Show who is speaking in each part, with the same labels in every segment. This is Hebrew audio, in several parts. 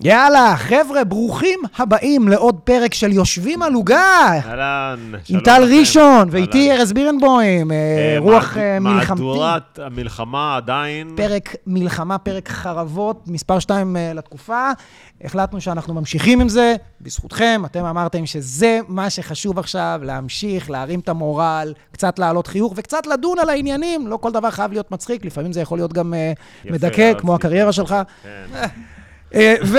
Speaker 1: יאללה, חבר'ה, ברוכים הבאים לעוד פרק של יושבים על עוגה!
Speaker 2: אהלן, שלום
Speaker 1: עם טל
Speaker 2: לכם.
Speaker 1: ראשון, ואיתי
Speaker 2: אהלן.
Speaker 1: ארז בירנבוים, אה,
Speaker 2: אה,
Speaker 1: רוח
Speaker 2: מהד-
Speaker 1: אה, מלחמתי.
Speaker 2: מהדורת המלחמה עדיין.
Speaker 1: פרק מלחמה, פרק חרבות, מספר 2 לתקופה. החלטנו שאנחנו ממשיכים עם זה, בזכותכם, אתם אמרתם שזה מה שחשוב עכשיו, להמשיך, להרים את המורל, קצת להעלות חיוך וקצת לדון על העניינים. לא כל דבר חייב להיות מצחיק, לפעמים זה יכול להיות גם אה,
Speaker 2: יפה,
Speaker 1: מדכא, כמו
Speaker 2: אהבתי.
Speaker 1: הקריירה שלך.
Speaker 2: כן.
Speaker 1: אה, ו...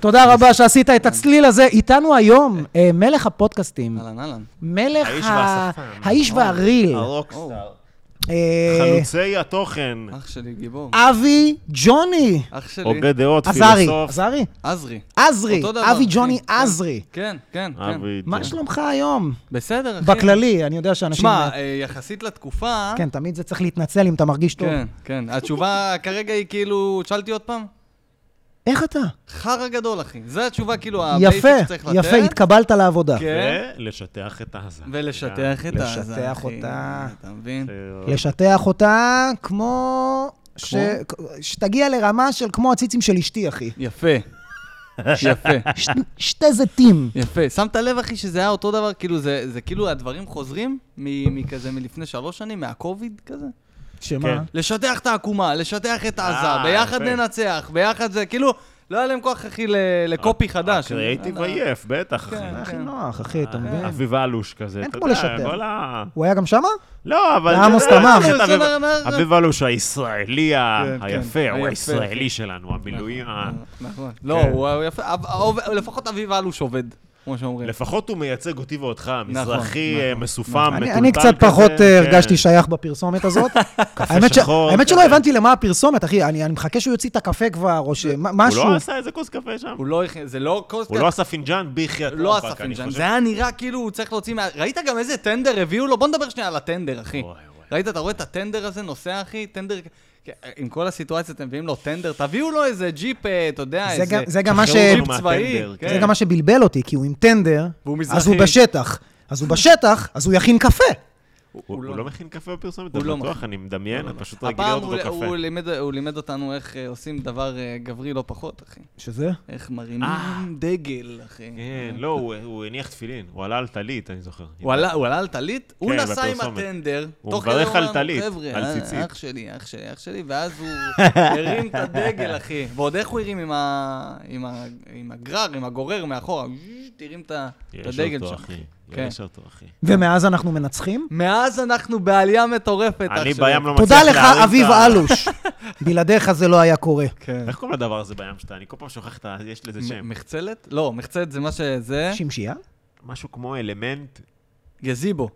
Speaker 1: תודה רבה שעשית את הצליל הזה. איתנו היום אה, מלך הפודקאסטים,
Speaker 3: אהלן, אהלן.
Speaker 1: מלך
Speaker 2: האיש נכון.
Speaker 1: ה-
Speaker 2: והשפן.
Speaker 1: האיש והריל,
Speaker 2: הרוקסטאר.
Speaker 1: אה,
Speaker 2: חלוצי התוכן.
Speaker 3: אח שלי גיבור.
Speaker 1: אבי ג'וני.
Speaker 3: אח שלי.
Speaker 2: הוגה דעות,
Speaker 1: עזרי,
Speaker 2: פילוסוף.
Speaker 1: עזרי?
Speaker 3: עזרי.
Speaker 1: אה, עזרי,
Speaker 3: אותו דבר,
Speaker 1: אבי
Speaker 3: אחי.
Speaker 1: ג'וני
Speaker 3: כן.
Speaker 1: עזרי.
Speaker 3: כן, כן, כן.
Speaker 2: אבי
Speaker 1: מה
Speaker 2: ג'ון.
Speaker 1: שלומך היום?
Speaker 3: בסדר, אחי.
Speaker 1: בכללי, אני יודע שאנשים...
Speaker 3: שמע, אה, יחסית לתקופה...
Speaker 1: כן, תמיד זה צריך להתנצל אם אתה מרגיש טוב.
Speaker 3: כן, כן. התשובה כרגע היא כאילו... שאלתי עוד פעם?
Speaker 1: איך אתה?
Speaker 3: חרא גדול, אחי. זו התשובה כאילו אה, הבייסיק
Speaker 1: יפה,
Speaker 3: שצריך לתת.
Speaker 1: יפה, התקבלת לעבודה.
Speaker 3: כן.
Speaker 2: ולשטח את עזה.
Speaker 3: ולשטח את
Speaker 1: לשטח
Speaker 3: העזה, אחי.
Speaker 1: אותה.
Speaker 3: אתה מבין?
Speaker 2: אה,
Speaker 1: לשטח אותה כמו... ש- שתגיע לרמה של כמו הציצים של אשתי, אחי.
Speaker 3: יפה. יפה.
Speaker 1: ש- שתי זיתים.
Speaker 3: יפה. שמת לב, אחי, שזה היה אותו דבר? כאילו, זה זה כאילו הדברים חוזרים מ- מכזה מלפני שלוש שנים, מהקוביד כזה?
Speaker 1: שמה?
Speaker 2: כן.
Speaker 3: לשטח את העקומה, לשטח את
Speaker 2: אה,
Speaker 3: עזה, ביחד
Speaker 2: יפה.
Speaker 3: ננצח, ביחד זה, כאילו, לא היה להם כוח, אחי, ל- לקופי חדש.
Speaker 2: הקריאייטיב
Speaker 3: אה,
Speaker 2: עייף, בטח. אחי.
Speaker 3: כן.
Speaker 1: היה הכי נוח, אחי, אתה מבין?
Speaker 2: אה, אביב אלוש כזה,
Speaker 1: אין
Speaker 2: אתה
Speaker 1: כמו
Speaker 2: יודע,
Speaker 1: לשטח.
Speaker 2: כל ה...
Speaker 1: הוא היה גם שמה?
Speaker 2: לא, אבל...
Speaker 1: לעמוס
Speaker 2: אתה יודע,
Speaker 1: תמם.
Speaker 2: יש את אביב-
Speaker 3: בסדר, נער.
Speaker 2: אביב אלוש הישראלי ה-
Speaker 3: כן, כן.
Speaker 2: היפה, הוא
Speaker 3: היפה.
Speaker 2: הישראלי שלנו, המילואים ה...
Speaker 3: נכון. לא,
Speaker 2: כן.
Speaker 3: הוא הוא יפה, אב- האוב- לפחות אביב אלוש עובד, כמו שאומרים.
Speaker 2: לפחות הוא מייצג אותי ואותך,
Speaker 3: כן. נכון,
Speaker 2: מזרחי,
Speaker 3: נכון.
Speaker 2: אה, מסופם,
Speaker 1: אני-
Speaker 2: מטולטל
Speaker 1: אני קצת פחות
Speaker 2: כזה,
Speaker 1: אה, הרגשתי
Speaker 2: כן.
Speaker 1: שייך בפרסומת הזאת. האמת ש-
Speaker 2: שחור כן.
Speaker 1: האמת שלא
Speaker 2: כזה.
Speaker 1: הבנתי למה הפרסומת, אחי. אני אני מחכה שהוא יוציא את הקפה כבר, או שמשהו.
Speaker 2: הוא לא עשה איזה כוס קפה שם?
Speaker 3: הוא לא, הכ- זה לא כל...
Speaker 2: הוא לא עשה פינג'אן בחייאת
Speaker 3: לא
Speaker 2: רבאק,
Speaker 3: עשה
Speaker 2: אני
Speaker 3: פינג'אן.
Speaker 2: חושב.
Speaker 3: זה היה נראה כאילו הוא צריך להוציא מה... ראית גם איזה טנדר הביאו לו? בוא נדבר שנייה על הטנדר, אחי.
Speaker 2: וואי, וואי.
Speaker 3: ראית, אתה רואה את הטנדר הזה נוסע, אחי? טנדר... כן, עם כל הסיטואציה, אתם מביאים לו טנדר, תביאו לו איזה ג'יפ, אה, אתה יודע,
Speaker 1: זה
Speaker 3: איזה...
Speaker 1: גם- זה גם מה ש-
Speaker 3: שחררו
Speaker 2: מהטנדר,
Speaker 3: ג'יפ צבאי.
Speaker 2: כן.
Speaker 1: זה גם מה שבלבל אותי, כי הוא עם טנדר,
Speaker 3: והוא
Speaker 1: אז
Speaker 3: מזרחי.
Speaker 1: הוא בשטח. אז הוא בשטח, אז הוא יכין קפה.
Speaker 2: הוא-
Speaker 3: הוא
Speaker 2: הוא
Speaker 3: לא-
Speaker 2: לא מכין קפה בפרסומת,
Speaker 3: הוא
Speaker 2: אתה
Speaker 3: לא
Speaker 2: בטוח,
Speaker 3: מכין.
Speaker 2: אני מדמיין, אני כן, פשוט רגיל
Speaker 3: הפעם
Speaker 2: לראות
Speaker 3: הוא,
Speaker 2: אותו
Speaker 3: הוא,
Speaker 2: קפה.
Speaker 3: לימד, הוא לימד אותנו איך אה, עושים דבר אה, גברי לא פחות, אחי.
Speaker 1: שזה?
Speaker 3: איך מרימים
Speaker 2: אה.
Speaker 3: דגל, אחי.
Speaker 2: כן, לא, הוא- הוא הניח תפילין, הוא עלה על טלית, אני זוכר.
Speaker 3: הוא עלה, הוא עלה על טלית, הוא נסע עם
Speaker 2: בפרסומת.
Speaker 3: הטנדר,
Speaker 2: כן, הוא
Speaker 3: תוך
Speaker 2: מברך
Speaker 3: כדי
Speaker 2: על
Speaker 3: אמרנו,
Speaker 2: טלית,
Speaker 3: "חבר'ה,
Speaker 2: על
Speaker 3: אה,
Speaker 2: ציצית."
Speaker 3: אח שלי, אח שלי, אח שלי, ואז הוא הרים את הדגל, אחי. ועוד איך הוא הרים עם, ה... עם, ה... עם הגרר, עם הגורר מאחורה, הרים את ה- את
Speaker 2: יש
Speaker 3: הדגל
Speaker 2: אותו,
Speaker 3: שם.
Speaker 2: אחי.
Speaker 3: כן.
Speaker 2: יש אותו, אחי.
Speaker 1: ומאז אנחנו מנצחים?
Speaker 3: מאז אנחנו בעלייה מטורפת, אח שלי.
Speaker 2: אני בים לא מצליח
Speaker 1: תודה
Speaker 2: להרים את
Speaker 1: לך,
Speaker 2: ה...
Speaker 1: אביב אלוש. בלעדיך זה לא היה קורה.
Speaker 3: כן.
Speaker 2: איך קוראים לדבר הזה בים שאתה? אני כל פעם שוכח את ה... יש לזה שם.
Speaker 3: מ- מחצלת? לא, מחצלת זה מה שזה...
Speaker 1: שמשייה?
Speaker 2: משהו כמו אלמנט,
Speaker 3: גזיבו.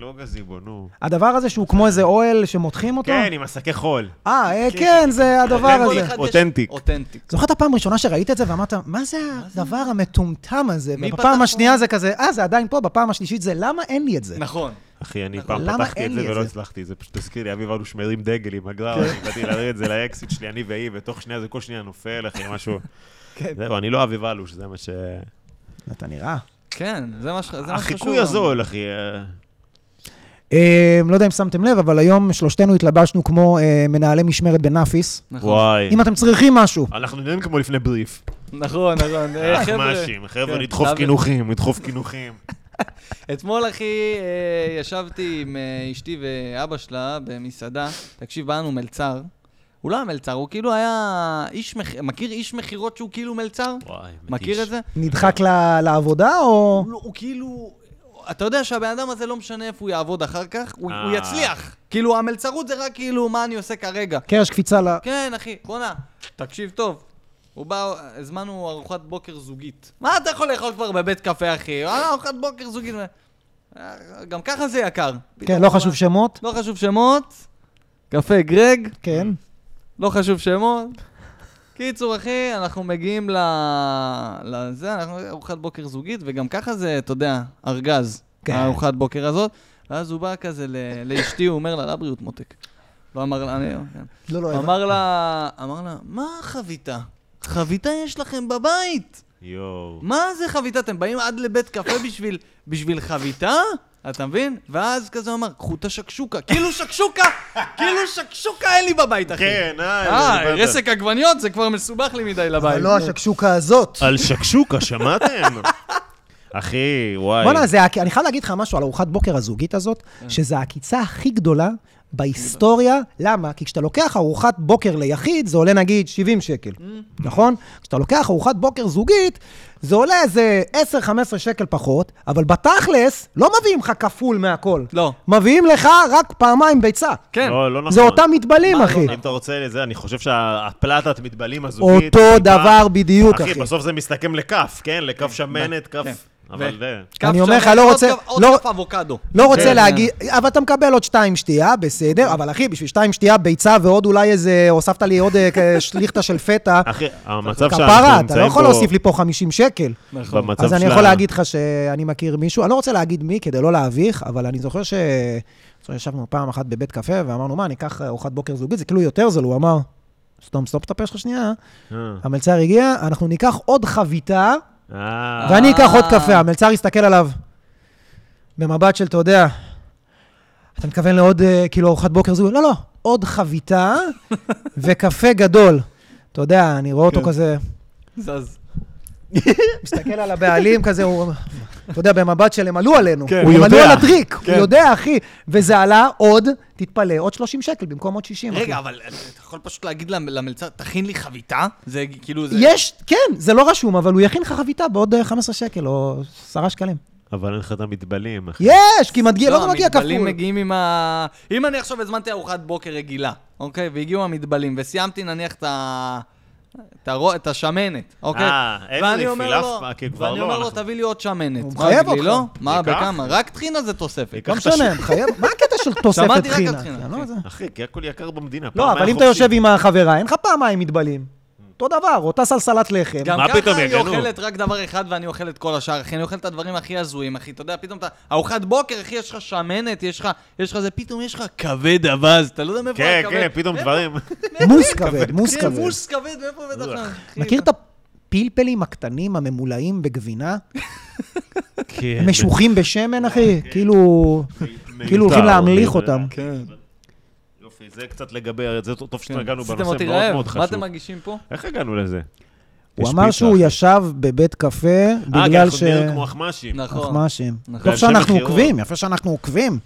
Speaker 2: לא גזיבו, נו.
Speaker 1: הדבר הזה שהוא כמו איזה אוהל שמותחים אותו?
Speaker 2: כן, עם השקי חול.
Speaker 1: אה, אה, כן, זה הדבר
Speaker 2: כן,
Speaker 1: הזה.
Speaker 3: כל אחד יש-
Speaker 2: אותנטיק.
Speaker 3: אותנטיק.
Speaker 1: זוכר את הפעם הראשונה שראית את זה ואמרת, מה זה הדבר המטומטם הזה?
Speaker 3: מי פתח
Speaker 1: ובפעם
Speaker 3: פה?
Speaker 1: השנייה זה כזה, אה, זה עדיין פה, בפעם השלישית זה, למה אין לי את זה?
Speaker 3: נכון.
Speaker 2: אחי, אני
Speaker 3: נכון.
Speaker 2: פעם
Speaker 1: למה
Speaker 2: פתחתי
Speaker 1: אין
Speaker 2: את זה
Speaker 1: לי את
Speaker 2: ולא
Speaker 1: זה? כן.
Speaker 2: הצלחתי, זה פשוט הזכיר לי, אביב אנו שמרים דגל עם הגרר, אני באתי להרים את זה לאקסיט שלי, אני והיא, ותוך שנייה זה כל שנייה נופל, אחי, משהו.
Speaker 1: כן.
Speaker 2: זהו, אני לא אביב אלוש, זה מה ש...
Speaker 3: נכון.
Speaker 1: אתה נראה.
Speaker 3: כן, זה מה ש- זה מה שחשוב.
Speaker 2: החיקוי הזול, אחי. אה,
Speaker 1: אה, לא יודע אם שמתם לב, אבל היום שלושתנו התלבשנו כמו אה, מנהלי משמרת בנאפיס.
Speaker 3: נכון.
Speaker 2: וואי.
Speaker 1: אם אתם צריכים משהו,
Speaker 2: אנחנו נראים כמו לפני בריף.
Speaker 3: נכון, נכון. אה,
Speaker 2: אך
Speaker 3: חבר'ה,
Speaker 2: מאשים, חבר'ה,
Speaker 3: כן,
Speaker 2: נדחוף
Speaker 3: דוד.
Speaker 2: קינוחים, נדחוף קינוחים.
Speaker 3: אתמול, אחי, אה, ישבתי עם אה, אשתי ואבא שלה במסעדה. תקשיב, באנו מלצר. הוא לא היה מלצר, הוא כאילו היה איש מכ... מכיר איש מכירות שהוא כאילו מלצר?
Speaker 2: וואי,
Speaker 3: מכיר את זה?
Speaker 1: נדחק ל- לעבודה או...
Speaker 3: הוא, לא- הוא כאילו... אתה יודע שהבן אדם הזה לא משנה איפה הוא יעבוד אחר כך, הוא,
Speaker 2: אה.
Speaker 3: הוא יצליח. כאילו, המלצרות זה רק כאילו מה אני עושה כרגע.
Speaker 1: קרש קפיצה ל...
Speaker 3: כן, אחי, בואנה, תקשיב טוב. הוא בא, הזמנו ארוחת בוקר זוגית. מה אתה יכול לאכול כבר בבית קפה, אחי? אה, ארוחת בוקר זוגית. אה, גם ככה זה יקר.
Speaker 1: כן,
Speaker 3: פתאום
Speaker 1: לא
Speaker 3: הוא
Speaker 1: חשוב
Speaker 3: בא-
Speaker 1: שמות.
Speaker 3: לא חשוב שמות. קפה גרג,
Speaker 1: כן.
Speaker 3: לא חשוב שמות. קיצור, אחי, אנחנו מגיעים ל... לזה, אנחנו ארוחת בוקר זוגית, וגם ככה זה, אתה יודע, ארגז,
Speaker 1: כן.
Speaker 3: כן. הארוחת בוקר הזאת. ואז הוא בא כזה ל... לאשתי, הוא אומר לה, לבריאות מותק. לא אמר לה, אני... כן.
Speaker 1: לא, לא,
Speaker 3: אמר לה, אמר לה, מה חביתה? חביתה יש לכם בבית.
Speaker 2: יואו.
Speaker 3: מה זה חביתה? אתם באים עד לבית קפה בשביל, בשביל חביתה? אתה מבין? ואז כזה הוא אמר, קחו את השקשוקה. כאילו שקשוקה! כאילו שקשוקה אין לי בבית, אחי.
Speaker 2: כן, אה,
Speaker 3: אה,
Speaker 2: דיברת.
Speaker 3: רסק עגבניות זה כבר מסובך לי מדי לבית.
Speaker 4: אבל לא השקשוקה הזאת.
Speaker 2: על שקשוקה, שמעתם? אחי, וואי.
Speaker 1: בוא'נה, זה הק- אני חייב להגיד לך משהו על ארוחת בוקר הזוגית הזאת,
Speaker 3: כן.
Speaker 1: שזה העקיצה הכי גדולה בהיסטוריה. למה? כי כשאתה לוקח ארוחת בוקר ליחיד, זה עולה נגיד 70 שקל,
Speaker 3: Mm.
Speaker 1: נכון? כשאתה לוקח ארוחת בוקר זוגית, זה עולה איזה 10-15 שקל פחות, אבל בתכלס לא מביאים לך כפול מהכל.
Speaker 3: לא.
Speaker 1: מביאים לך רק פעמיים ביצה.
Speaker 3: כן.
Speaker 2: לא, לא נכון.
Speaker 1: זה אותם מתבלים,
Speaker 3: מה לא
Speaker 1: אחי.
Speaker 2: אם אתה רוצה את זה, אני חושב שהפלטת מתבלים הזוגית...
Speaker 1: אותו
Speaker 2: טיפה-
Speaker 1: דבר בדיוק,
Speaker 2: אחי,
Speaker 1: אחי.
Speaker 2: בסוף זה מסתכם לכף, כן? לכף שמנת, כף...
Speaker 3: כן.
Speaker 2: אבל
Speaker 3: ו-
Speaker 2: זה...
Speaker 3: כף
Speaker 1: אני אומר לך,
Speaker 3: שמן,
Speaker 1: לא
Speaker 3: עוד
Speaker 1: רוצה-
Speaker 3: כף- עוד
Speaker 1: לא-
Speaker 3: כף אבוקדו.
Speaker 1: לא רוצה
Speaker 2: כן.
Speaker 1: להגיד, אבל אתה מקבל עוד שתיים שתייה, בסדר, אבל אחי, בשביל שתיים שתייה, ביצה ועוד אולי איזה, הוספת לי עוד אה, כ- שליכטה של פטה,
Speaker 2: אחי, המצב שאנחנו נמצאים פה...
Speaker 1: כפרה, אתה לא יכול להוסיף לי פה 50 שקל.
Speaker 3: נכון.
Speaker 2: במצב
Speaker 1: אז אני
Speaker 2: של
Speaker 1: יכול
Speaker 2: ה-
Speaker 1: להגיד לך שאני מכיר מישהו, אני לא רוצה להגיד מי כדי לא להביך, אבל אני זוכר ש... אני זוכר שישבנו פעם אחת בבית קפה ואמרנו, מה, אני אקח ארוחת בוקר זוגית, זה כאילו יותר זול, הוא אמר, סתום, סתום את הפה שלך שנייה.
Speaker 2: אה,
Speaker 1: המלצר הגיע, אנחנו ניקח עוד חביתה,
Speaker 2: אה,
Speaker 1: ואני אקח עוד
Speaker 3: אה.
Speaker 1: קפה. המלצר הסתכל עליו במבט של, אתה יודע, אתה מתכוון לעוד, אה, כאילו, ארוחת בוקר זו? לא, לא, עוד חביתה וקפה גדול. אתה יודע, אני רואה אותו
Speaker 3: כן.
Speaker 1: כזה,
Speaker 3: זז.
Speaker 1: מסתכל על הבעלים כזה, הוא... אתה יודע, במבט של הם עלו עלינו.
Speaker 3: כן,
Speaker 1: הוא
Speaker 3: הוא
Speaker 1: הם עלו
Speaker 3: יודע.
Speaker 1: על הטריק, הוא
Speaker 3: כן.
Speaker 1: יודע, אחי. וזה עלה עוד, תתפלא, עוד 30 שקל במקום עוד 60. אחי.
Speaker 3: רגע, אבל אתה יכול פשוט להגיד למ- למלצר, תכין לי חביתה? זה כאילו זה...
Speaker 1: יש, כן, זה לא רשום, אבל הוא יכין לך חביתה בעוד אה, 15 שקל או 10 שקלים.
Speaker 2: אבל אין לך את המתבלים, אחי.
Speaker 1: יש, כי מגיע, לא מגיע כפול.
Speaker 3: המתבלים מגיעים עם ה... אם אני עכשיו הזמנתי ארוחת בוקר רגילה, אוקיי? והגיעו המתבלים, וסיימתי נניח את ה... את הרו- את השמנת, אוקיי?
Speaker 2: אה, אין
Speaker 3: ואני
Speaker 2: לי
Speaker 3: אומר
Speaker 2: פילף,
Speaker 3: לו-
Speaker 2: אה, כי כבר
Speaker 3: ואני
Speaker 2: לא,
Speaker 3: אומר לו,
Speaker 2: אנחנו-
Speaker 3: תביא לי עוד שמנת.
Speaker 1: הוא
Speaker 3: מה,
Speaker 1: מחייב
Speaker 3: תגיד לי,
Speaker 1: אותך.
Speaker 3: לא? מה,
Speaker 2: ייקח?
Speaker 3: בכמה? רק טחינה זה תוספת.
Speaker 1: לא
Speaker 2: ייקח את הש-
Speaker 1: משנה, חייב, מה הקטע של תוספת
Speaker 3: שמעתי רק על
Speaker 1: חינם?
Speaker 3: טחינה,
Speaker 1: אתה לא
Speaker 3: כן.
Speaker 1: זה.
Speaker 2: אחי, כי הכל יקר במדינה.
Speaker 1: לא,
Speaker 2: פעם
Speaker 1: אבל
Speaker 2: היה
Speaker 1: אם אתה
Speaker 2: חופשי.
Speaker 1: יושב עם החברה, אין לך פעמיים מתבלים. אותו דבר, אותה סלסלת לחם.
Speaker 3: גם
Speaker 2: מה
Speaker 3: ככה
Speaker 2: פתאום,
Speaker 3: היא
Speaker 2: יגנו.
Speaker 3: אוכלת רק דבר אחד ואני אוכל את כל השאר, אחי, אני אוכל את הדברים הכי הזויים, אחי, אתה יודע, פתאום אתה... ארוחת בוקר, אחי, יש לך שמנת, יש לך... יש לך זה, פתאום יש לך כבד אווז, אתה לא יודע מאיפה
Speaker 2: כן,
Speaker 3: הכבד.
Speaker 2: כן, פתאום
Speaker 3: מאיפה-
Speaker 2: דברים.
Speaker 1: מוס כבד, מוס
Speaker 3: כן,
Speaker 1: כבד.
Speaker 3: מוס כן. כבד, מאיפה הבאת לך? אחי?
Speaker 1: מכיר את הפלפלים הקטנים הממולאים בגבינה?
Speaker 2: כן.
Speaker 1: משוחים בשמן, אחי? כאילו...
Speaker 2: מיותר,
Speaker 1: כאילו הולכים להמליך
Speaker 2: זה- לא-
Speaker 1: אותם.
Speaker 3: כן.
Speaker 2: יופי, זה קצת לגבי... זה טוב טוב שנגענו
Speaker 3: עשיתם
Speaker 2: בנושא
Speaker 3: אותי
Speaker 2: מאוד
Speaker 3: רעב,
Speaker 2: מאוד
Speaker 3: מה
Speaker 2: חשוב.
Speaker 3: אתם מרגישים פה?
Speaker 2: איך הגענו לזה?
Speaker 1: הוא
Speaker 2: יש
Speaker 1: אמר
Speaker 2: פיצה,
Speaker 1: שהוא
Speaker 2: אחי.
Speaker 1: ישב בבית קפה
Speaker 2: אה, כי
Speaker 1: בגלל
Speaker 2: אנחנו
Speaker 1: ש...
Speaker 2: נראים כמו אחמ"שים.
Speaker 3: נכון.
Speaker 1: אחמ"שים.
Speaker 3: נכון. כן.
Speaker 1: טוב
Speaker 2: ואנשי
Speaker 1: שאנחנו
Speaker 2: מכירות.
Speaker 1: עוקבים, יפה שאנחנו עוקבים.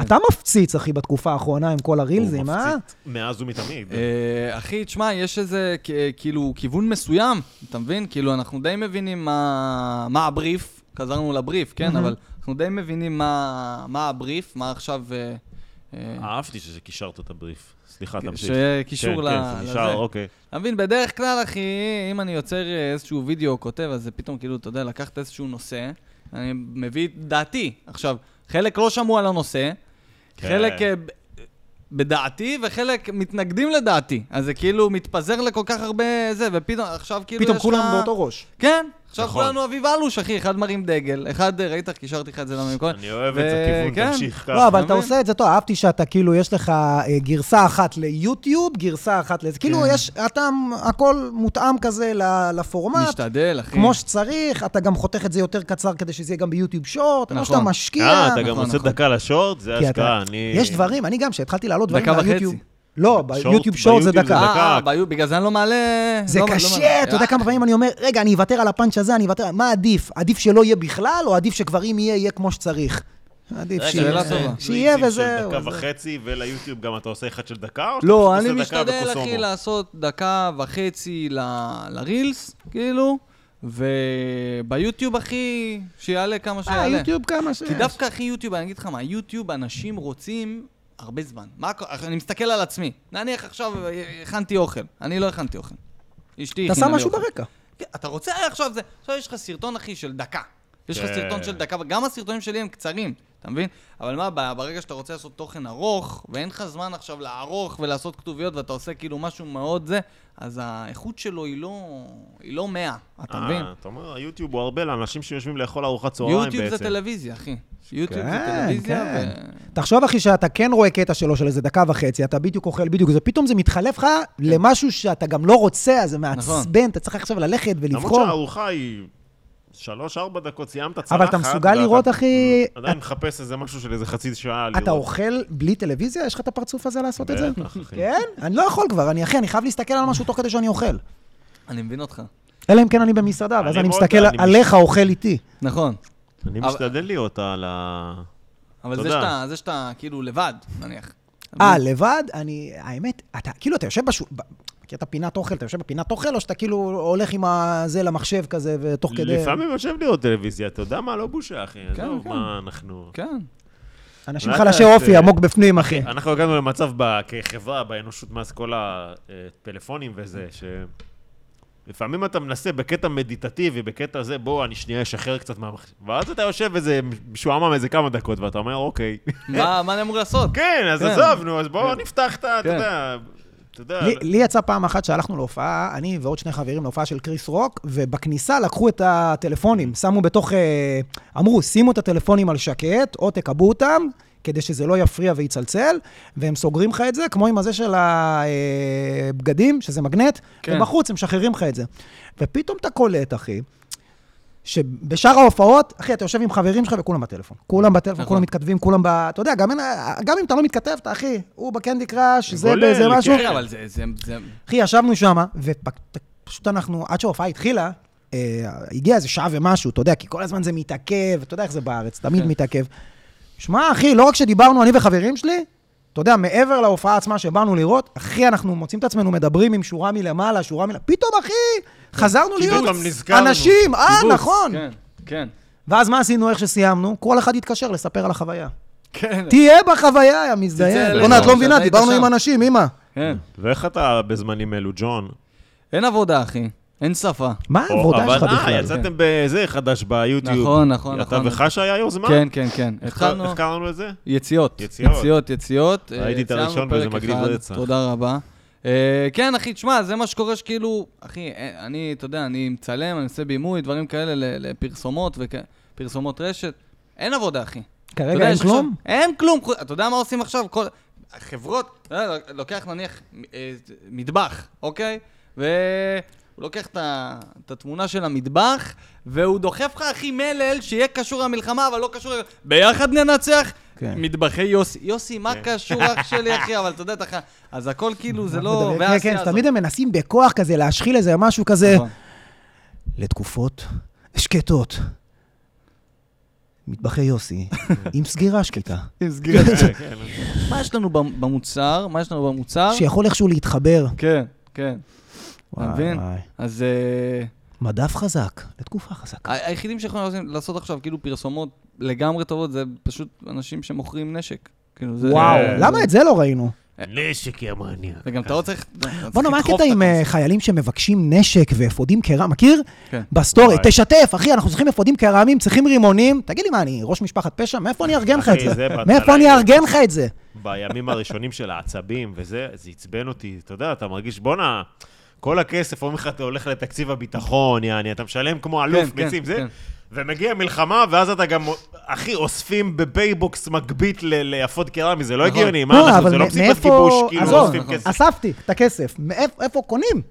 Speaker 1: אתה מפציץ, אחי, בתקופה האחרונה עם כל הרילזים,
Speaker 2: הוא
Speaker 1: אה?
Speaker 2: מפציץ מאז ומתמיד.
Speaker 3: אה, אחי, תשמע, יש איזה כ- כאילו כיוון מסוים, אתה מבין? כאילו, אנחנו די מבינים מה, מה הבריף, חזרנו לבריף, כן? אבל אנחנו די מבינים מה, מה הבריף, מה עכשיו... אה, אה,
Speaker 2: אהבתי שקישרת את הבריף. סליחה, תמשיך.
Speaker 3: שקישור
Speaker 2: כן,
Speaker 3: ל-
Speaker 2: כן,
Speaker 3: לזה.
Speaker 2: שנשאר, אוקיי.
Speaker 3: אתה מבין, בדרך כלל, אחי, אם אני יוצר אה, איזשהו וידאו או כותב, אז זה פתאום, כאילו, אתה יודע, לקחת איזשהו נושא, אני מביא את דעתי. עכשיו, חלק לא שמעו על הנושא,
Speaker 2: כן.
Speaker 3: חלק אה, ב- בדעתי וחלק מתנגדים לדעתי. אז זה כאילו מתפזר לכל כך הרבה זה, ופתאום, עכשיו כאילו
Speaker 1: פתאום
Speaker 3: יש
Speaker 1: כולם
Speaker 3: לך-
Speaker 1: באותו ראש.
Speaker 3: כן, עכשיו
Speaker 2: נכון.
Speaker 3: כולנו אביב אלוש, אחי, אחד מרים דגל, אחד, אה, ראית, איך קישרתי לך את זה למה עם כל...
Speaker 2: אני אוהב את זה, כיוון,
Speaker 3: ו- כן.
Speaker 2: תמשיך ככה.
Speaker 1: לא, אבל אתה
Speaker 3: מבין?
Speaker 1: עושה את זה טוב, אהבתי שאתה כאילו, יש לך אה, גרסה אחת ליוטיוב, גרסה אחת לזה. כאילו,
Speaker 3: כן.
Speaker 1: יש, אתה, הכל מותאם כזה ל- לפורמט,
Speaker 3: משתדל, אחי.
Speaker 1: כמו שצריך, אתה גם חותך את זה יותר קצר כדי שזה יהיה גם ביוטיוב שורט, כמו
Speaker 3: נכון.
Speaker 1: שאתה משקיע.
Speaker 2: אה, אתה גם
Speaker 3: נכון,
Speaker 2: עושה
Speaker 3: נכון.
Speaker 2: דקה לשורט? זה
Speaker 1: כאילו, כי אתה-
Speaker 2: השקעה, אני...
Speaker 1: יש דברים, אני גם, כשהתחלתי לעלות דברים
Speaker 3: דקה וחצי.
Speaker 1: ליוטיוב... לא, ביוטיוב
Speaker 2: שורט-
Speaker 1: שורט זה
Speaker 2: ביוטיוב זה
Speaker 1: דקה.
Speaker 2: דקה.
Speaker 3: אה, אה, ביו- בגלל זה אני לא מעלה...
Speaker 1: זה
Speaker 3: לא- לא מעלה.
Speaker 1: קשה, אתה יודע כמה פעמים אני אומר, רגע, אני אוותר על הפאנץ' הזה, אני אוותר, על-" מה עדיף? עדיף שלא יהיה בכלל, או עדיף שכבר אם יהיה, יהיה כמו שצריך? עדיף
Speaker 2: רגע,
Speaker 1: שיהיה,
Speaker 3: שאלה טובה.
Speaker 1: שיהיה
Speaker 2: ריצים של
Speaker 1: וזהו.
Speaker 2: דקה
Speaker 1: אז-
Speaker 2: וחצי, וליוטיוב גם אתה עושה אחד של דקה? או שאתה פשוט עושה
Speaker 3: לא, אני
Speaker 2: דקה
Speaker 3: משתדל,
Speaker 2: וקוסומו?
Speaker 3: אחי, לעשות דקה וחצי ל- לרילס, כאילו, וביוטיוב, אחי, שיעלה כמה שיעלה.
Speaker 1: אה, יוטיוב כמה ש...
Speaker 3: כי דווקא, אחי, יוטיוב, אני אגיד לך מה, יוטיוב, אנשים רוצים הרבה זמן. מה, הכ- אח- אני מסתכל על עצמי. נניח עכשיו אה, הכנתי אוכל, אני לא הכנתי אוכל. אשתי
Speaker 1: אתה
Speaker 3: הכינה
Speaker 1: שם
Speaker 3: לי
Speaker 1: משהו
Speaker 3: אוכל.
Speaker 1: ברקע.
Speaker 3: כן, אתה רוצה אה, עכשיו זה, עכשיו יש לך סרטון אחי של דקה. יש לך
Speaker 2: כן.
Speaker 3: סרטון של דקה, גם הסרטונים שלי הם קצרים, אתה מבין? אבל מה, ב- ברגע שאתה רוצה לעשות תוכן ארוך, ואין לך זמן עכשיו לערוך ולעשות כתוביות, ואתה עושה כאילו משהו מאוד זה, אז האיכות שלו היא לא... היא לא מאה, אתה מבין?
Speaker 2: אה, אתה אומר, היוטיוב הוא הרבה לאנשים שיושבים לאכול ארוחת צהריים בעצם.
Speaker 3: יוטיוב זה טלוויזיה, אחי. יוטיוב זה
Speaker 1: כן,
Speaker 3: טלוויזיה,
Speaker 1: כן.
Speaker 3: ו...
Speaker 1: תחשוב, אחי, שאתה כן רואה קטע שלו של איזה דקה וחצי, אתה בדיוק אוכל, בדיוק זה, פתאום זה מתחלף לך למשהו שאתה גם לא רוצה, אז זה
Speaker 3: כן. נכון.
Speaker 1: מעצבן, אתה צריך עכשיו ללכת
Speaker 2: למרות
Speaker 1: ולבחור.
Speaker 2: שהארוחה היא שלוש-ארבע דקות סיימת צלחת.
Speaker 1: אבל אתה מסוגל
Speaker 2: ואתה
Speaker 1: לראות, אחי...
Speaker 2: עדיין מחפש איזה משהו של איזה חצי שעה
Speaker 1: אתה
Speaker 2: לראות.
Speaker 1: אוכל בלי טלוויזיה? יש לך את הפרצוף הזה לעשות את זה?
Speaker 2: בטח, אחי.
Speaker 1: כן? אני לא יכול כבר, אני אחי, אני חייב להסתכל על משהו תוך כדי שאני אוכל.
Speaker 3: אני מבין אותך.
Speaker 1: אלא אם כן אני במסעדה, ואז
Speaker 2: אני
Speaker 1: אני
Speaker 2: מאוד-
Speaker 1: מסתכל
Speaker 2: אני מש-
Speaker 1: עליך אוכל איתי.
Speaker 3: נכון.
Speaker 2: אני
Speaker 3: אבל-
Speaker 2: משתדל להיות על ה...
Speaker 3: אבל זה
Speaker 2: תודה.
Speaker 3: שאתה, זה שאתה כאילו לבד, נניח.
Speaker 1: אה, לבד? אני... האמת, אתה כאילו, אתה יושב בשול... ב- מכיר את הפינת אוכל? אתה יושב בפינת אוכל, או שאתה כאילו הולך עם הזה למחשב כזה, ותוך כדי...
Speaker 2: לפעמים יושב לראות טלוויזיה, אתה יודע מה? לא בושה, אחי.
Speaker 3: כן,
Speaker 2: עזוב,
Speaker 3: כן.
Speaker 2: מה אנחנו...
Speaker 3: כן.
Speaker 1: אנשים
Speaker 2: לאט
Speaker 1: חלשי
Speaker 2: לאט,
Speaker 1: אופי,
Speaker 2: אה,
Speaker 1: עמוק בפנים, אחי.
Speaker 2: אנחנו הגענו למצב ב- כחברה, באנושות, מאז כל הפלאפונים וזה, ש... לפעמים אתה מנסה בקטע מדיטטיבי, בקטע זה, בוא, אני שנייה אשחרר קצת מהמחשב. ואז אתה יושב איזה משועמם איזה כמה דקות, ואתה אומר, אוקיי.
Speaker 3: מה מה אני אמור לעשות?
Speaker 2: כן, אז
Speaker 3: כן.
Speaker 2: עזוב, נו, אז בואו
Speaker 3: כן.
Speaker 2: נפתח את ה... אתה
Speaker 3: כן.
Speaker 2: יודע... אתה יודע...
Speaker 1: לי- לי יצא פעם אחת שהלכנו להופעה, אני ועוד שני חברים להופעה של קריס רוק, ובכניסה לקחו את הטלפונים, שמו בתוך... אה, אמרו, שימו את הטלפונים על שקט, או תכבו אותם, כדי שזה לא יפריע ויצלצל, והם סוגרים לך את זה, כמו עם הזה של הבגדים, שזה מגנט,
Speaker 3: כן.
Speaker 1: ובחוץ הם משחררים לך את זה. ופתאום אתה קולט, אחי, שבשאר ההופעות, אחי, אתה יושב עם חברים שלך וכולם בטלפון. כולם בטלפון,
Speaker 3: נכון.
Speaker 1: כולם מתכתבים, כולם ב... אתה יודע, גם, אין, גם אם אתה לא מתכתב, אתה אחי, הוא בקנדי קראש, זה
Speaker 2: גולל,
Speaker 1: באיזה משהו.
Speaker 2: כן.
Speaker 3: כן, אבל זה... זה- זה-
Speaker 1: אחי, ישבנו שם, ופשוט אנחנו, עד שההופעה התחילה, אה, הגיע איזה שעה ומשהו, אתה יודע, כי כל הזמן זה מתעכב, אתה יודע איך זה בארץ, תמיד
Speaker 3: כן.
Speaker 1: מתעכב. שמע, אחי, לא רק שדיברנו אני וחברים שלי, אתה יודע, מעבר להופעה עצמה שבאנו לראות, אחי, אנחנו מוצאים את עצמנו מדברים עם שורה מלמעלה, שורה מלמעלה, פתאום, אחי,
Speaker 3: כן,
Speaker 1: חזרנו
Speaker 2: כי
Speaker 1: להיות
Speaker 2: פתאום נזכרנו.
Speaker 1: אנשים, אה,
Speaker 3: קיבוץ.
Speaker 1: נכון.
Speaker 3: כן, כן.
Speaker 1: ואז מה עשינו, איך שסיימנו? כל אחד התקשר לספר על החוויה.
Speaker 3: כן.
Speaker 1: תהיה בחוויה, יא מזדיין.
Speaker 3: אלינו,
Speaker 1: בוא'נה, את לא
Speaker 3: שאתה
Speaker 1: מבינה,
Speaker 3: היית
Speaker 1: דיברנו
Speaker 3: שם.
Speaker 1: עם אנשים, אמא.
Speaker 3: כן.
Speaker 2: ואיך אתה בזמנים אלו, ג'ון?
Speaker 3: אין עבודה, אחי. אין שפה.
Speaker 1: מה העבודה שלך
Speaker 2: אבל אה,
Speaker 1: בכלל?
Speaker 2: יצאתם בזה חדש ביוטיוב.
Speaker 3: נכון, נכון,
Speaker 2: אתה
Speaker 3: נכון.
Speaker 2: וחש היה יוזמה?
Speaker 3: כן, כן, כן.
Speaker 2: איך
Speaker 3: התחלנו...
Speaker 2: איך קראנו לזה?
Speaker 3: יציאות.
Speaker 2: יציאות.
Speaker 3: יציאות, יציאות. אה,
Speaker 2: ראיתי את
Speaker 3: סיימנו
Speaker 2: הראשון
Speaker 3: פרק
Speaker 2: וזה מגניב לא
Speaker 3: אחד,
Speaker 2: רצח.
Speaker 3: תודה רבה. אה, כן, אחי, תשמע, זה מה שקורה שכאילו, אחי, אה, אני, אתה יודע, אני מצלם, אני עושה בימוי, דברים כאלה ל- לפרסומות, וכ- פרסומות רשת. אין עבודה, אחי. אתה
Speaker 1: כרגע
Speaker 3: יודע,
Speaker 1: אין
Speaker 3: יש עכשיו-
Speaker 1: כלום?
Speaker 3: אין כלום. חו- אתה יודע מה עושים עכשיו? כל... החברות, אה, לוקח נניח אה, מטבח, אוקיי? והוא לוקח את ה- את התמונה של המטבח, והוא דוחף לך, אחי, מלל שיהיה קשור למלחמה, אבל לא קשור... ל- ביחד ננצח?
Speaker 1: כן.
Speaker 3: מטבחי יוסי. יוסי, מה קשור אח שלי, אחי? אבל אתה יודע, אתה... ח- אז הכל כאילו, זה לא...
Speaker 1: מדבר- כן,
Speaker 3: והעשייה
Speaker 1: כן,
Speaker 3: הזאת.
Speaker 1: תמיד הם מנסים בכוח כזה להשחיל איזה משהו כזה,
Speaker 3: נכון.
Speaker 1: לתקופות שקטות. מטבחי יוסי, עם סגירה שקטה,
Speaker 2: כן, כן.
Speaker 3: מה יש לנו במ- במוצר? מה יש לנו במוצר?
Speaker 1: שיכול איכשהו להתחבר.
Speaker 3: כן, כן.
Speaker 1: וואי,
Speaker 3: אתה מבין?
Speaker 1: וואי.
Speaker 3: אז... אה,
Speaker 1: מדף חזק, לתקופה חזקה.
Speaker 3: ה- היחידים שיכולים לעשות, לעשות עכשיו כאילו פרסומות לגמרי טובות זה פשוט אנשים שמוכרים נשק. כאילו, זה...
Speaker 1: וואו,
Speaker 2: אה,
Speaker 1: למה את זה לא ראינו?
Speaker 2: נשק יא מניאק.
Speaker 3: וגם אתה לא צריך... אתה צריך
Speaker 1: בואנה, מה
Speaker 3: לדחוף
Speaker 1: הקטע
Speaker 3: את
Speaker 1: עם אה,
Speaker 3: הקונספט.
Speaker 1: חיילים שמבקשים נשק ואפודים קרם? מכיר?
Speaker 3: כן.
Speaker 1: בסטורי,
Speaker 2: וואי.
Speaker 1: תשתף, אחי, אנחנו צריכים אפודים קרמים, צריכים רימונים. תגיד לי, מה, אני ראש משפחת פשע? מאיפה אני אארגן לך את
Speaker 2: אחי,
Speaker 1: זה?
Speaker 2: זה בהתחלה
Speaker 1: מאיפה אני
Speaker 2: הייתי-
Speaker 1: אארגן לך את זה?
Speaker 2: בימים הראשונים של העצבים וזה, זה עצבן אותי. אתה יודע, אתה מרגיש, בואנה, כל הכסף, אומרים לך, אתה הולך לתקציב הביטחון, יעני, אתה משלם כמו אלוף,
Speaker 3: כן,
Speaker 2: ביצים, זה,
Speaker 3: כן.
Speaker 2: ומגיע מלחמה, ואז אתה גם, אחי, אוספים בפייבוקס מקביט ל- לאפוד קרמי, זה לא
Speaker 3: נכון.
Speaker 2: הגיוני,
Speaker 1: לא,
Speaker 2: מה אנחנו,
Speaker 1: אבל
Speaker 2: זה לא
Speaker 1: מא-
Speaker 2: מסיבת
Speaker 1: מאיפה-
Speaker 2: כיבוש, כאילו,
Speaker 1: עזוב,
Speaker 2: אוספים
Speaker 3: נכון.
Speaker 2: כסף.
Speaker 1: אספתי את הכסף, מאיפה איפה קונים?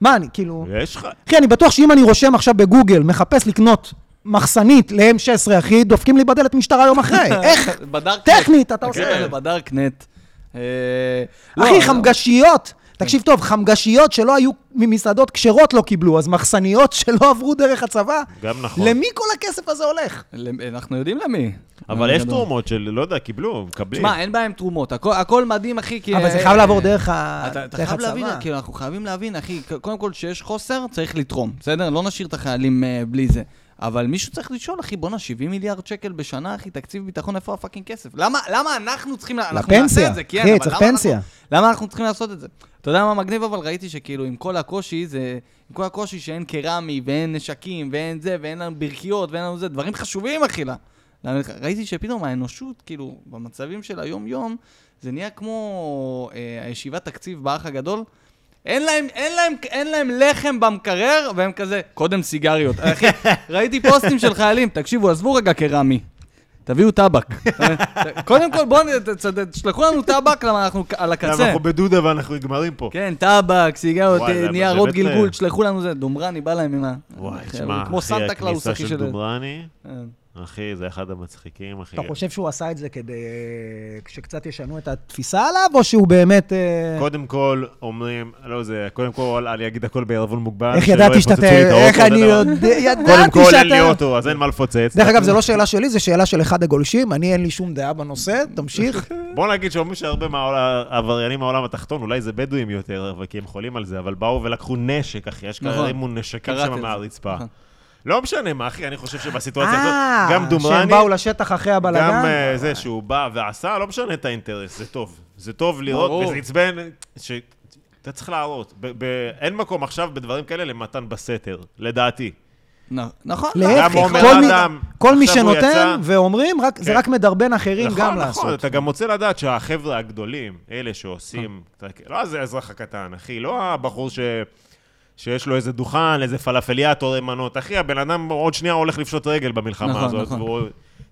Speaker 1: מה, אני כאילו...
Speaker 2: ויש לך,
Speaker 1: אחי, אני בטוח שאם אני רושם עכשיו בגוגל, מחפש לקנות מחסנית ל-M16, אחי, דופקים לי בדלת משטרה יום אחרי.
Speaker 3: אה,
Speaker 1: איך?
Speaker 3: בדארקנט.
Speaker 1: טכנית, אתה
Speaker 2: כן.
Speaker 3: הקטע
Speaker 1: עושה...
Speaker 3: הזה בדארקנט. כן. אה, לא,
Speaker 1: אחי,
Speaker 3: לא.
Speaker 1: חמגשיות. תקשיב טוב, חמגשיות שלא היו ממסעדות כשרות לא קיבלו, אז מחסניות שלא עברו דרך הצבא.
Speaker 2: גם נכון.
Speaker 1: למי כל הכסף הזה הולך?
Speaker 3: לא. למ- אנחנו יודעים למי.
Speaker 2: אבל יש
Speaker 3: גדול.
Speaker 2: תרומות של, לא יודע, קיבלו, מקבלים.
Speaker 3: שמע, אין בעיה עם תרומות, הכל- הכל מדהים, אחי, כי...
Speaker 1: אבל זה
Speaker 3: אה,
Speaker 1: חייב לעבור דרך ה-
Speaker 3: אתה, אתה
Speaker 1: דרך
Speaker 3: חייב להבין,
Speaker 1: הצבא.
Speaker 3: כאילו, אנחנו חייבים להבין, אחי, ק- קודם כל, שיש חוסר, צריך לתרום, בסדר? לא נשאיר את החיילים אה, בלי זה. אבל מישהו צריך לשאול, אחי, בואנה, 70 מיליארד שקל בשנה, אחי, תקציב ביטחון, איפה הפאקינג כסף? למה, למה אנחנו צריכים... לה- אנחנו
Speaker 1: לפנסיה.
Speaker 3: נעשה את זה, כן,
Speaker 1: אחי,
Speaker 3: אבל
Speaker 1: צריך
Speaker 3: למה
Speaker 1: פנסיה.
Speaker 3: אנחנו, למה אנחנו צריכים לעשות את זה? אתה יודע מה מגניב, אבל ראיתי שכאילו, עם כל הקושי, זה... עם כל הקושי שאין קרמי, ואין נשקים, ואין זה, ואין לנו ברכיות, ואין לנו זה, דברים חשובים, אחי, לה. ראיתי שפתאום האנושות, כאילו, במצבים של היום-יום, זה נהיה כמו אה, הישיבת תקציב באח הגדול. אין להם, אין, להם, אין להם לחם במקרר, והם כזה, קודם סיגריות. אחי, ראיתי פוסטים של חיילים, תקשיבו, עזבו רגע קרמי. תביאו טבק. קודם כל, בואו, נ- ת- ת- תשלחו לנו טבק, למה אנחנו כ- על
Speaker 2: למה
Speaker 3: הקצה.
Speaker 2: אנחנו בדודה ואנחנו נגמרים פה.
Speaker 3: כן, טבק, סיגריות,
Speaker 2: וואי, זה- זה
Speaker 3: ניירות
Speaker 2: באמת,
Speaker 3: גלגול,
Speaker 2: אה,
Speaker 3: תשלחו לנו זה. דומרני בא להם עם ה...
Speaker 2: וואי,
Speaker 3: הוא
Speaker 2: תשמע,
Speaker 3: כן, כמו
Speaker 2: אחי,
Speaker 3: סנטה קלאוס,
Speaker 2: הכניסה
Speaker 3: אחי
Speaker 2: של
Speaker 3: של...
Speaker 2: דומרני,
Speaker 3: כן.
Speaker 2: אחי, זה אחד המצחיקים, אחי.
Speaker 1: אתה חושב שהוא עשה את זה כדי שקצת ישנו את התפיסה עליו, או שהוא באמת... אה,
Speaker 2: קודם כל, אומרים, לא, זה, קודם כל, אל יגיד הכל בערבון מוגבל.
Speaker 1: איך
Speaker 2: שלא
Speaker 1: ידעתי
Speaker 2: יפוצצו
Speaker 1: שאתה...
Speaker 2: לי את האוטו,
Speaker 1: איך
Speaker 2: אתה
Speaker 1: אני
Speaker 2: יודע מה?
Speaker 1: יודע...
Speaker 2: קודם
Speaker 1: ידעתי
Speaker 2: כל, אין לי
Speaker 1: שאתה...
Speaker 2: אוטו, אז אין מה לפוצץ.
Speaker 1: דרך אגב, זו לא שאלה שלי, זו שאלה של אחד הגולשים, אני אין לי שום דעה בנושא, תמשיך.
Speaker 2: בוא נגיד שאומרים שהרבה מהעבריינים מהעולם התחתון, אולי זה בדואים יותר, אבל כי הם חולים על זה, אבל באו ולקחו נשק, אחי, יש כאלה
Speaker 3: נכון.
Speaker 2: הרימו נשקים
Speaker 3: קראתי את
Speaker 2: שם
Speaker 3: זה.
Speaker 2: מהרצפה.
Speaker 3: נכון.
Speaker 2: לא משנה מה, אחי, אני חושב שבסיטואציה הזאת,
Speaker 1: אה,
Speaker 2: גם
Speaker 1: שהם
Speaker 2: דומרני,
Speaker 1: באו לשטח אחרי
Speaker 2: גם
Speaker 1: הבלאגן?
Speaker 2: אה, זה שהוא בא ועשה, לא משנה את האינטרס, זה טוב. זה טוב לראות,
Speaker 3: ברור.
Speaker 2: וזה עצבן, ש- אתה צריך להראות. ב- ב- אין מקום עכשיו בדברים כאלה למתן בסתר, לדעתי.
Speaker 3: נ- נכון.
Speaker 1: להפך,
Speaker 2: גם עומר
Speaker 1: כל מי-
Speaker 2: אדם,
Speaker 1: כל מי
Speaker 2: עכשיו הוא יצא.
Speaker 1: שנותן ואומרים, רק- זה
Speaker 2: כן.
Speaker 1: רק מדרבן אחרים גם
Speaker 2: נכון, נכון,
Speaker 1: לעשות.
Speaker 2: אתה גם רוצה לדעת שהחבר'ה הגדולים, אלה שעושים,
Speaker 3: אה.
Speaker 2: אתה- לא זה האזרח הקטן, אחי, לא הבחור ש... שיש לו איזה דוכן, איזה פלאפליאטור עם מנות. אחי, הבן אדם עוד שנייה הולך לפשוט רגל במלחמה
Speaker 3: נכון,
Speaker 2: הזאת.
Speaker 3: נכון.
Speaker 2: והוא-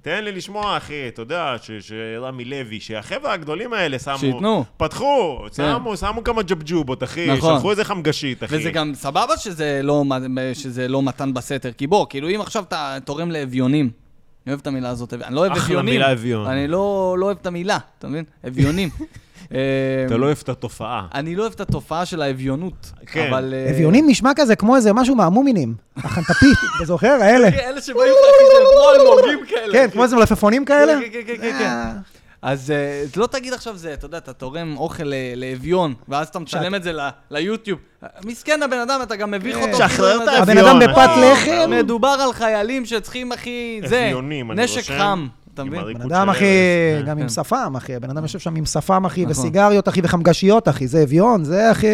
Speaker 2: תן לי לשמוע, אחי, אתה יודע, ש- שרמי לוי, שהחבר'ה הגדולים האלה שמו...
Speaker 3: שייתנו.
Speaker 2: פתחו, שמו, שמו כמה ג'בג'ובות, אחי.
Speaker 3: כן. נכון.
Speaker 2: שלחו איזה חמגשית, אחי.
Speaker 3: וזה גם סבבה שזה לא, מ- שזה לא מתן בסתר, כי בוא, כאילו אם עכשיו אתה תורם לאביונים, אני אוהב את המילה הזאת, אני לא אוהב
Speaker 2: אחלה
Speaker 3: אביונים.
Speaker 2: מילה, אביון.
Speaker 3: אני לא, לא אוהב את המילה, אתה מבין? אביונים. אה,
Speaker 2: אתה לא אוהב את התופעה.
Speaker 3: אני לא אוהב את התופעה של האביונות,
Speaker 2: כן.
Speaker 3: אבל... אה,
Speaker 1: אביונים נשמע כזה כמו איזה משהו מהמומינים, החנטפית, אתה זוכר? האלה.
Speaker 3: כן, אלה שבאים חלקים של פרול, הורגים כאלה.
Speaker 1: כן, כמו איזה מלפפונים כאלה?
Speaker 3: כן, כן, כן, כן, כן. אז אה, לא תגיד עכשיו זה, אתה יודע, אתה תורם אוכל ל- לאביון, ואז אתה משלם את זה ל- ליוטיוב. מסכן הבן אדם, אתה גם מביך אותו.
Speaker 2: שחרר
Speaker 3: כאילו,
Speaker 2: את
Speaker 3: אתה-
Speaker 1: אה, הבן
Speaker 2: אביון,
Speaker 1: אדם
Speaker 2: אחי.
Speaker 1: בפת לחם?
Speaker 3: מדובר על חיילים שצריכים, אחי, זה,
Speaker 2: אביונים, אני
Speaker 3: נשק
Speaker 2: רושם.
Speaker 3: חם, אתה
Speaker 2: עם
Speaker 3: מבין?
Speaker 2: הריקוד
Speaker 1: בן אדם,
Speaker 2: של
Speaker 1: אחי,
Speaker 2: ארז.
Speaker 1: גם עם
Speaker 3: כן.
Speaker 1: שפם, אחי. הבן אדם יושב שם עם שפם, אחי,
Speaker 3: נכון.
Speaker 1: וסיגריות, אחי, וחמגשיות, אחי. זה אביון, זה, אחי.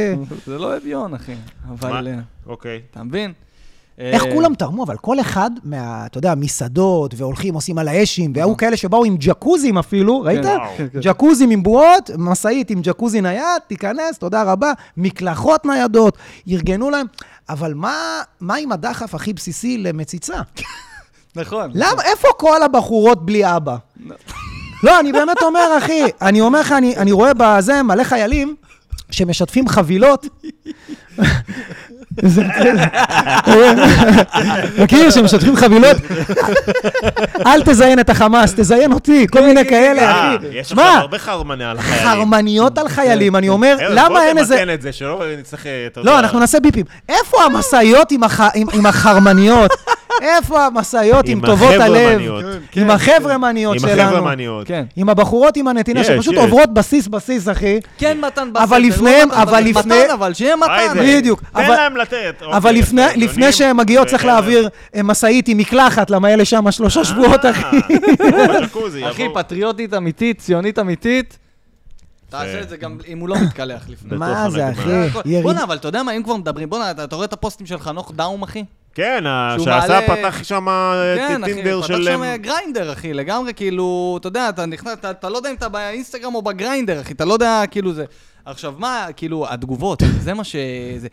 Speaker 3: זה לא אביון, אחי, אבל,
Speaker 2: מה?
Speaker 3: אה,
Speaker 2: אוקיי.
Speaker 3: אתה מבין?
Speaker 1: איך
Speaker 3: אה,
Speaker 1: כולם תרמו, אבל כל אחד מה, אתה יודע, מסעדות, והולכים, עושים על האשים, והיו כאלה שבאו עם ג'קוזים אפילו, ראית?
Speaker 2: וואו.
Speaker 3: נכון. כן, כן.
Speaker 1: ג'קוזים עם בועות, משאית עם ג'קוזי נייד, תיכנס, תודה רבה, מקלחות ניידות, ארגנו להם. אבל מה, מה עם הדחף הכי בסיסי למציצה?
Speaker 3: נכון.
Speaker 1: למה, איפה כל הבחורות בלי אבא? לא, אני באמת אומר, אחי, אני אומר לך, אני, אני רואה בזה מלא חיילים שמשתפים חבילות. זה- מכיר שמשתפים חבילות? אל תזיין את החמאס, תזיין אותי, כל מיני כאלה,
Speaker 2: אה,
Speaker 1: אחי.
Speaker 2: יש
Speaker 1: שמע,
Speaker 2: עכשיו הרבה חרמנה על החיילים.
Speaker 1: חרמניות על חיילים, אני אומר,
Speaker 2: ארז,
Speaker 1: למה אין
Speaker 2: בוא
Speaker 1: איזה...
Speaker 2: תמתן את זה, שלא נצטרך... אה, אתה
Speaker 1: לא,
Speaker 2: יודע,
Speaker 1: אנחנו נעשה ביפים. איפה המשאיות עם הח- עם- עם החרמניות? איפה המשאיות עם
Speaker 2: עם
Speaker 1: טובות הלב?
Speaker 2: החברמניות.
Speaker 3: כן,
Speaker 1: עם
Speaker 3: כן.
Speaker 1: החברמניות
Speaker 2: עם החבר'ה
Speaker 1: שלנו.
Speaker 2: המעניות.
Speaker 3: כן.
Speaker 1: עם הבחורות עם הנתינה,
Speaker 2: יש,
Speaker 1: שפשוט
Speaker 2: יש. אוקיי,
Speaker 1: עוברות בסיס-בסיס, אחי.
Speaker 3: כן מתן בסתר.
Speaker 1: אבל
Speaker 3: לא
Speaker 1: לפניהם-
Speaker 3: מתן
Speaker 1: אבל
Speaker 3: בסתר.
Speaker 1: לפני-
Speaker 3: מתן, אבל שיהיה מתן.
Speaker 2: היידה.
Speaker 1: בדיוק.
Speaker 2: תן
Speaker 1: אבל-
Speaker 2: להם לתת.
Speaker 1: אבל
Speaker 2: אוקיי,
Speaker 1: לפני-
Speaker 2: אתם
Speaker 1: לפני
Speaker 2: יודעים? כן,
Speaker 1: שהן מגיעות צריך
Speaker 2: וחרם.
Speaker 1: להעביר אה, משאית עם מקלחת, למה אלה שם שלושה שבועות, אחי.
Speaker 2: אה, בג'קוזי,
Speaker 3: אחי,
Speaker 2: יבואו.
Speaker 3: פטריוטית אמיתית, ציונית אמיתית. תעשה את זה גם אם הוא לא מתקלח לפני.
Speaker 2: בטוח
Speaker 1: מה זה,
Speaker 2: הנגמ"ש.
Speaker 1: אחי?
Speaker 3: אה,
Speaker 1: יריד-
Speaker 3: בואנה, אבל אתה יודע מה, אם כבר מדברים, בואנה, אתה אתה רואה את הפוסטים של חנוך דאום, אחי?
Speaker 2: כן, ה-
Speaker 3: שהוא
Speaker 2: שעשה
Speaker 3: מעלה-
Speaker 2: פתח שם אה,
Speaker 3: כן, אחי,
Speaker 2: טינדר
Speaker 3: פתח
Speaker 2: של...
Speaker 3: שם
Speaker 2: אה,
Speaker 3: אה, גריינדר, אחי, לגמרי, כאילו, אתה יודע, אתה נכנס, אתה- אתה לא יודע אם אתה באינסטגרם או בגריינדר, אחי, אתה לא יודע, כאילו זה... עכשיו, מה, כאילו, התגובות, זה מה ש... זה-